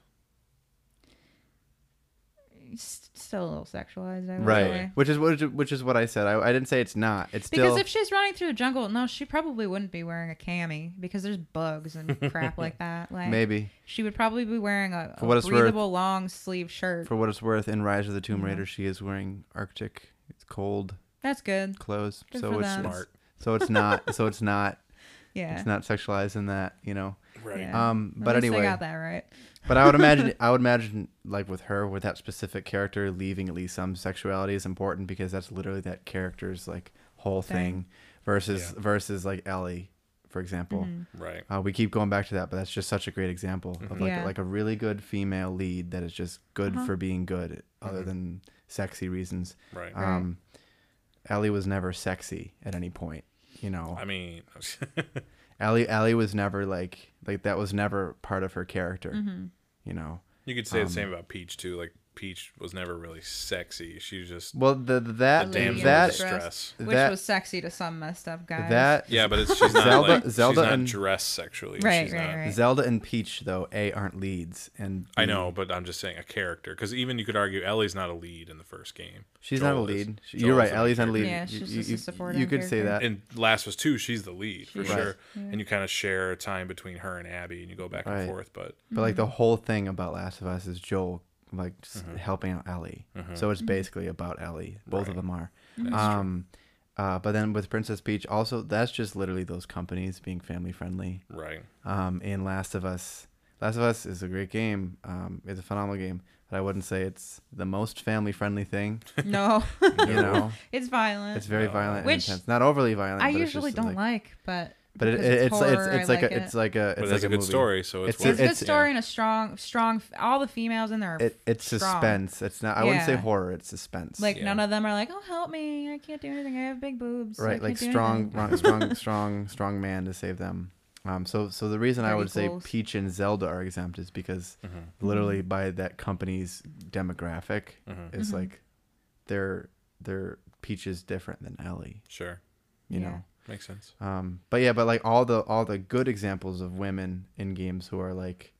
Speaker 3: S- Still a little sexualized, I would
Speaker 2: right.
Speaker 3: say.
Speaker 2: Which is what which is what I said. I, I didn't say it's not. It's still
Speaker 3: Because if she's running through a jungle, no, she probably wouldn't be wearing a cami because there's
Speaker 1: [LAUGHS]
Speaker 3: bugs and crap like that. Like
Speaker 2: maybe
Speaker 3: she would probably be wearing a,
Speaker 2: For
Speaker 3: a
Speaker 2: what it's worth-
Speaker 3: breathable long sleeve shirt.
Speaker 2: for what it's worth in Rise of the Tomb Raider she is wearing arctic it's cold
Speaker 3: That's good.
Speaker 2: clothes.
Speaker 3: Good
Speaker 2: so
Speaker 3: for
Speaker 2: it's
Speaker 3: them.
Speaker 2: it's-
Speaker 1: Smart.
Speaker 2: So it's not so it's not
Speaker 3: [LAUGHS] Yeah.
Speaker 2: it's not sexualized in that, you know.
Speaker 1: Right.
Speaker 3: Yeah.
Speaker 2: Um,
Speaker 3: At
Speaker 2: but
Speaker 3: least
Speaker 2: anyway.
Speaker 3: I got that right.
Speaker 2: But I would
Speaker 3: [LAUGHS]
Speaker 2: imagine I would imagine like with her with that specific character leaving at least some sexuality is important because that's literally that character's like whole thing,
Speaker 3: Thing.
Speaker 2: versus versus like Ellie, for example.
Speaker 3: Mm-hmm.
Speaker 1: Right.
Speaker 2: Uh, we keep going back to that, but that's just such a great example of like
Speaker 3: Yeah.
Speaker 2: like a really good female lead that is just good
Speaker 3: Uh-huh.
Speaker 2: for being good, other than sexy reasons.
Speaker 1: Mm-hmm. Right.
Speaker 2: Um, Ellie was never sexy at any point, you know.
Speaker 1: I mean, [LAUGHS]
Speaker 2: Ellie Ellie was never like like that was never part of her character,
Speaker 3: Mm-hmm.
Speaker 2: you know.
Speaker 1: you could say
Speaker 2: um,
Speaker 1: the same about Peach too. Like Peach was never really sexy. She was just
Speaker 2: Well, the, the- that
Speaker 1: The damsel in
Speaker 2: that
Speaker 1: distress.
Speaker 3: which
Speaker 2: that-
Speaker 3: was sexy to some messed up guys.
Speaker 2: that
Speaker 1: yeah, but it's she's not
Speaker 2: Zelda-
Speaker 1: like
Speaker 2: Zelda
Speaker 1: she's not
Speaker 2: and-
Speaker 1: dressed sexually.
Speaker 3: Right,
Speaker 1: She's
Speaker 3: right,
Speaker 1: not-
Speaker 3: right.
Speaker 2: Zelda and Peach though a aren't leads and
Speaker 1: I
Speaker 2: B,
Speaker 1: know, but I'm just saying a character because even you could argue Ellie's not a lead in the first game.
Speaker 2: she's
Speaker 1: Joel
Speaker 2: not a
Speaker 1: is.
Speaker 2: lead. She-
Speaker 1: Joel's
Speaker 2: You're right,
Speaker 1: the main
Speaker 2: Ellie's not a lead.
Speaker 1: character.
Speaker 3: Yeah,
Speaker 2: You-
Speaker 3: she's
Speaker 2: you-
Speaker 3: just a
Speaker 2: you-
Speaker 3: supporting
Speaker 2: You could say
Speaker 3: character.
Speaker 2: that.
Speaker 1: In Last of Us Two, she's the lead for
Speaker 3: She is,
Speaker 1: sure, and you kind of share time between her and Abby, and you go back
Speaker 2: Right.
Speaker 1: and forth. But
Speaker 2: But like the
Speaker 3: Mm-hmm.
Speaker 2: whole thing about Last of Us is Joel like just
Speaker 1: Mm-hmm.
Speaker 2: helping out Ellie. So
Speaker 3: Mm-hmm.
Speaker 2: it's basically about Ellie. Both of them are. um uh but then with Princess Peach also that's just literally those companies being family friendly.
Speaker 1: right,
Speaker 2: Um in Last of Us Last of Us is a great game. Um it's a phenomenal game, but I wouldn't say it's the most family
Speaker 1: [LAUGHS]
Speaker 2: friendly thing,
Speaker 3: [LAUGHS] no,
Speaker 2: you know.
Speaker 3: it's violent.
Speaker 2: It's very
Speaker 1: No.
Speaker 2: violent
Speaker 3: Which
Speaker 2: and intense. Not overly violent.
Speaker 3: I
Speaker 2: but it's
Speaker 3: usually
Speaker 2: just,
Speaker 3: don't like, but
Speaker 2: But it,
Speaker 3: because
Speaker 2: it- it's it's
Speaker 3: horror,
Speaker 2: it's
Speaker 3: I
Speaker 2: like a
Speaker 3: it.
Speaker 2: it's like a it's
Speaker 1: but
Speaker 2: like
Speaker 1: it's a good
Speaker 2: movie.
Speaker 1: story, so it's,
Speaker 2: It's-
Speaker 1: worth
Speaker 3: it's a good
Speaker 2: it's-
Speaker 3: story and a strong, strong. All the females in there. Are
Speaker 2: It, it's
Speaker 3: strong.
Speaker 2: suspense. It's not. I wouldn't say
Speaker 3: Yeah.
Speaker 2: horror. It's suspense.
Speaker 3: Like
Speaker 1: Yeah.
Speaker 3: none of them are like, oh help me, I can't do anything. I have big boobs. I
Speaker 2: right
Speaker 3: can't
Speaker 2: like
Speaker 3: do
Speaker 2: strong
Speaker 3: [LAUGHS] anything."
Speaker 2: strong, strong strong strong man to save them um so so the reason i
Speaker 3: They're
Speaker 2: would
Speaker 3: equals.
Speaker 2: say peach and zelda are exempt is because
Speaker 1: Mm-hmm,
Speaker 3: Mm-hmm.
Speaker 2: literally by that company's demographic
Speaker 1: mm-hmm.
Speaker 2: it's
Speaker 3: Mm-hmm.
Speaker 2: like they're they're peach is different than ellie
Speaker 1: sure
Speaker 2: you
Speaker 3: Yeah.
Speaker 2: know
Speaker 1: makes sense.
Speaker 2: um but yeah but like all the all the good examples of women in games who are like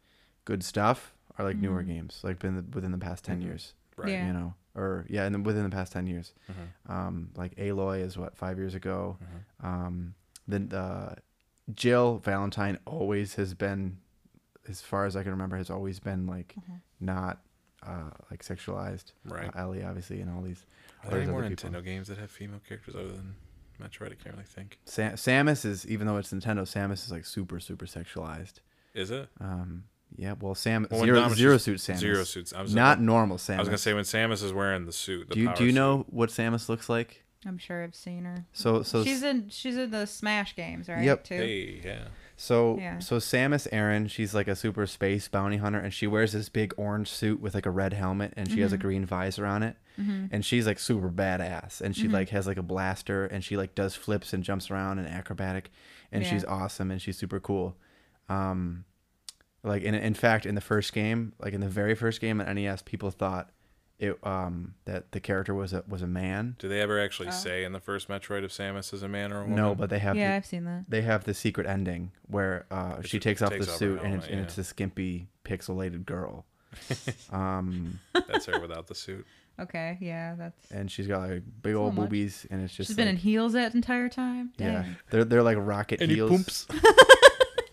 Speaker 2: good stuff are like newer games like been the, within the past 10 years
Speaker 1: Right.
Speaker 3: Mm-hmm. Yeah.
Speaker 2: you know, or yeah, and within the past ten years, um, like Aloy is what five years ago.
Speaker 1: Mm-hmm.
Speaker 2: Um, then uh, Jill Valentine always has been, as far as I can remember, has always been like
Speaker 3: Mm-hmm.
Speaker 2: not uh, like sexualized.
Speaker 1: Right.
Speaker 2: Uh, Ellie obviously, and all these.
Speaker 1: Are
Speaker 2: all
Speaker 1: there
Speaker 2: these
Speaker 1: any more
Speaker 2: other people.
Speaker 1: Nintendo games that have female characters other than Metroid? I can't really think.
Speaker 2: Sam- Samus is even though it's Nintendo, Samus is like super super sexualized.
Speaker 1: Is it?
Speaker 2: Um, yeah, well, Sam
Speaker 1: Well, when
Speaker 2: zero,
Speaker 1: Damage's-
Speaker 2: zero suit Samus,
Speaker 1: Zero suits. I was
Speaker 2: not
Speaker 1: I,
Speaker 2: normal Samus.
Speaker 1: was gonna say when Samus is wearing the suit. The
Speaker 2: do you
Speaker 1: power
Speaker 2: do you
Speaker 1: suit.
Speaker 2: know what Samus looks like?
Speaker 3: I'm sure I've seen her.
Speaker 2: So so
Speaker 3: she's in she's in the Smash games, right?
Speaker 2: Yep.
Speaker 3: Too.
Speaker 1: Hey, yeah.
Speaker 2: So
Speaker 3: Yeah.
Speaker 2: so Samus Aran, she's like a super space bounty hunter, and she wears this big orange suit with like a red helmet, and she has a
Speaker 3: Mm-hmm.
Speaker 2: green visor on it, and she's like super badass, and
Speaker 3: Mm-hmm.
Speaker 2: she like has like a blaster, and she like does flips and jumps around and acrobatic, and
Speaker 3: Yeah.
Speaker 2: she's awesome, and she's super cool. Um, like in in fact, in the first game, like in the very first game on NES, people thought it um that the character was a was a man.
Speaker 1: Do they ever actually
Speaker 3: Oh.
Speaker 1: say in the first Metroid if Samus is a man or a woman?
Speaker 2: No, but they have
Speaker 3: Yeah,
Speaker 2: the-
Speaker 3: I've seen that.
Speaker 2: they have the secret ending where uh, she takes off
Speaker 1: takes
Speaker 2: the
Speaker 1: off her
Speaker 2: suit and
Speaker 1: helmet,
Speaker 2: it's, and
Speaker 1: yeah.
Speaker 2: it's a skimpy
Speaker 1: [LAUGHS]
Speaker 2: pixelated girl um
Speaker 1: that's her without the suit.
Speaker 3: Okay, yeah, that's.
Speaker 2: and she's got like big old
Speaker 3: much.
Speaker 2: boobies and it's just
Speaker 3: She's been in
Speaker 2: like-
Speaker 3: heels that entire time.
Speaker 2: yeah
Speaker 3: Dang.
Speaker 2: they're they're like rocket
Speaker 1: Any
Speaker 2: heels
Speaker 1: poops?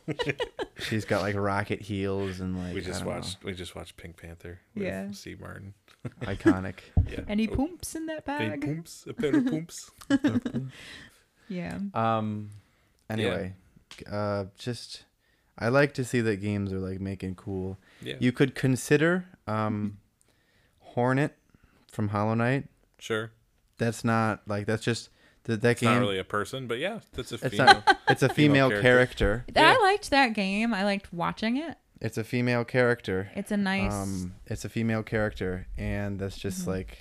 Speaker 1: [LAUGHS]
Speaker 2: she's got like rocket heels and like
Speaker 1: We
Speaker 2: I
Speaker 1: just
Speaker 2: don't know,
Speaker 1: watched. We just watched Pink Panther. With
Speaker 3: Yeah.
Speaker 1: Steve Martin. [LAUGHS]
Speaker 2: iconic
Speaker 1: Yeah.
Speaker 3: Any
Speaker 1: Oh,
Speaker 3: poops in that
Speaker 1: Any
Speaker 3: bag?
Speaker 1: poops? A
Speaker 3: [LAUGHS]
Speaker 1: pair of poops?
Speaker 3: Yeah.
Speaker 2: um anyway uh just i like to see that games are like making cool
Speaker 1: Yeah. Mm-hmm.
Speaker 2: you could consider um hornet from hollow knight
Speaker 1: sure.
Speaker 2: that's not like that's just That that
Speaker 1: It's not
Speaker 2: game.
Speaker 1: really a person, but yeah, that's a
Speaker 2: it's
Speaker 1: female.
Speaker 2: not. It's a female,
Speaker 1: Female
Speaker 2: character.
Speaker 1: Yeah.
Speaker 3: I liked that game. I liked watching it.
Speaker 2: It's a female character.
Speaker 3: It's a nice. Mm-hmm.
Speaker 2: Um, it's a female character, and that's just like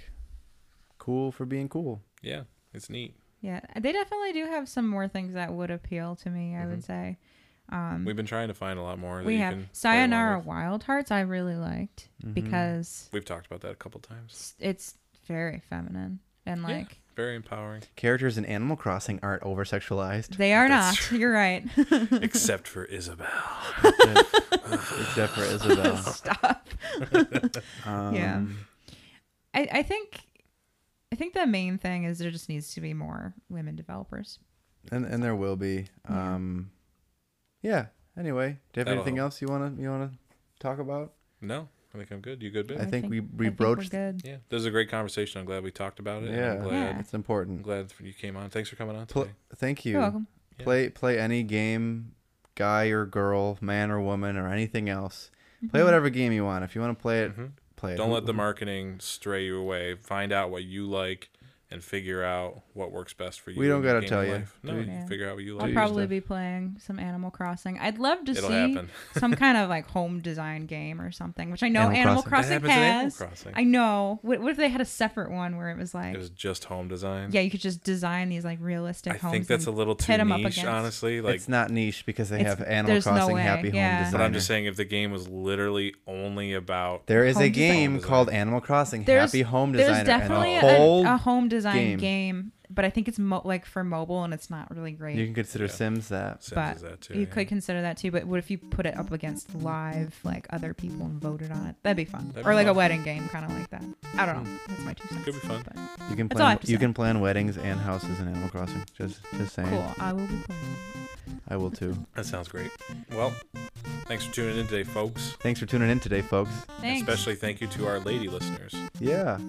Speaker 2: cool for being cool.
Speaker 1: yeah, it's neat.
Speaker 3: yeah, they definitely do have some more things that would appeal to me.
Speaker 2: mm-hmm.
Speaker 3: I would say
Speaker 1: We've been trying to find a lot more. that
Speaker 3: Mm-hmm. we
Speaker 1: you
Speaker 3: have
Speaker 1: can play along
Speaker 3: Sayonara
Speaker 1: with. Mm-hmm.
Speaker 3: Wild Hearts. I really liked
Speaker 2: Mm-hmm.
Speaker 3: because
Speaker 1: We've talked about that a couple times.
Speaker 3: it's- it's very feminine and
Speaker 1: Yeah.
Speaker 3: like
Speaker 1: Very
Speaker 3: [LAUGHS]
Speaker 1: empowering,
Speaker 2: Characters in Animal Crossing aren't over sexualized,
Speaker 3: they are
Speaker 1: That's
Speaker 3: not. [LAUGHS] You're right.
Speaker 1: except for Isabel.
Speaker 2: except for
Speaker 1: Uh-huh. [LAUGHS]
Speaker 2: Isabel.
Speaker 3: Stop.
Speaker 2: Um,
Speaker 3: [LAUGHS] Yeah. I, I think. I think the main thing is there just needs to be more women developers.
Speaker 2: and and there will be. Um, yeah. Anyway, do you have
Speaker 1: That'll
Speaker 2: anything
Speaker 1: help.
Speaker 2: else you wanna you wanna talk about?
Speaker 1: No, I think I'm good. You good,
Speaker 2: I
Speaker 1: Ben?
Speaker 2: think we- we
Speaker 3: I think we're
Speaker 2: broached-
Speaker 3: good.
Speaker 1: Yeah, this is a great conversation. I'm glad we talked about it. and I'm
Speaker 2: Yeah.
Speaker 1: glad.
Speaker 3: Yeah.
Speaker 2: It's important.
Speaker 1: I'm glad you came on. Thanks for coming on
Speaker 2: Pl-
Speaker 1: today.
Speaker 2: thank you.
Speaker 3: You're welcome.
Speaker 1: Yeah.
Speaker 2: Play play any game, guy or girl, man or woman, or anything else.
Speaker 3: Mm-hmm.
Speaker 2: Play whatever game you want. If you want to play it, play it.
Speaker 1: Mm-hmm. Don't let the marketing stray you away. Find out what you like and figure out what works best for you.
Speaker 2: We don't
Speaker 1: in your
Speaker 2: gotta
Speaker 1: game
Speaker 2: tell
Speaker 1: of
Speaker 2: you.
Speaker 1: life. No,
Speaker 2: Do
Speaker 1: you
Speaker 3: you-
Speaker 1: figure out what you
Speaker 3: I'll
Speaker 1: like.
Speaker 3: probably
Speaker 2: stuff.
Speaker 3: be playing some Animal Crossing. I'd love to
Speaker 1: It'll
Speaker 3: see
Speaker 1: happen.
Speaker 3: [LAUGHS] some kind of like home design game or something, which I know
Speaker 2: Animal
Speaker 3: Animal
Speaker 1: That
Speaker 3: Crossing,
Speaker 1: happens in Animal
Speaker 3: has.
Speaker 1: Crossing.
Speaker 3: I know. What, what if they had a separate one where it was like,
Speaker 1: It was just home design.
Speaker 3: yeah, you could just design these like realistic
Speaker 1: I
Speaker 3: homes.
Speaker 1: think that's a
Speaker 3: and
Speaker 1: little
Speaker 3: pit
Speaker 1: too
Speaker 3: 'em up
Speaker 1: niche,
Speaker 3: against-
Speaker 1: honestly. Like,
Speaker 2: it's not niche because they
Speaker 3: It's-
Speaker 2: have Animal
Speaker 3: there's no
Speaker 2: Crossing
Speaker 3: way,
Speaker 2: Happy Home
Speaker 3: yeah.
Speaker 2: Design.
Speaker 1: but I'm just saying, if the game was literally only about
Speaker 2: There is a
Speaker 3: Home design.
Speaker 2: game
Speaker 1: Home design.
Speaker 2: called Animal Crossing
Speaker 3: There's-
Speaker 2: Happy Home
Speaker 3: There's
Speaker 2: Designer.
Speaker 3: definitely
Speaker 2: and a whole
Speaker 3: a, a home design
Speaker 2: game.
Speaker 3: game. but I think it's mo- like for mobile and it's not really great.
Speaker 2: you can consider
Speaker 1: Yeah.
Speaker 2: Sims that.
Speaker 1: Sims
Speaker 3: but
Speaker 1: is that too.
Speaker 3: you
Speaker 1: yeah.
Speaker 3: could consider that too. But what if you put it up against live, like other people and voted on it? That'd be fun.
Speaker 1: That'd
Speaker 3: or
Speaker 1: be
Speaker 3: like
Speaker 1: fun. Hmm.
Speaker 3: a wedding game, kind of like that. I don't know. That's my two cents.
Speaker 1: Could be fun.
Speaker 3: but
Speaker 2: You can
Speaker 3: That's all I
Speaker 2: plan
Speaker 3: have to
Speaker 2: you
Speaker 3: say.
Speaker 2: can plan weddings and houses in Animal Crossing. Just just saying.
Speaker 3: cool. I will be playing.
Speaker 2: I will too.
Speaker 1: That sounds great. Well, thanks for tuning in today, folks.
Speaker 2: Thanks for tuning in today, folks.
Speaker 3: Thanks.
Speaker 1: Especially thank you to our lady listeners.
Speaker 2: Yeah.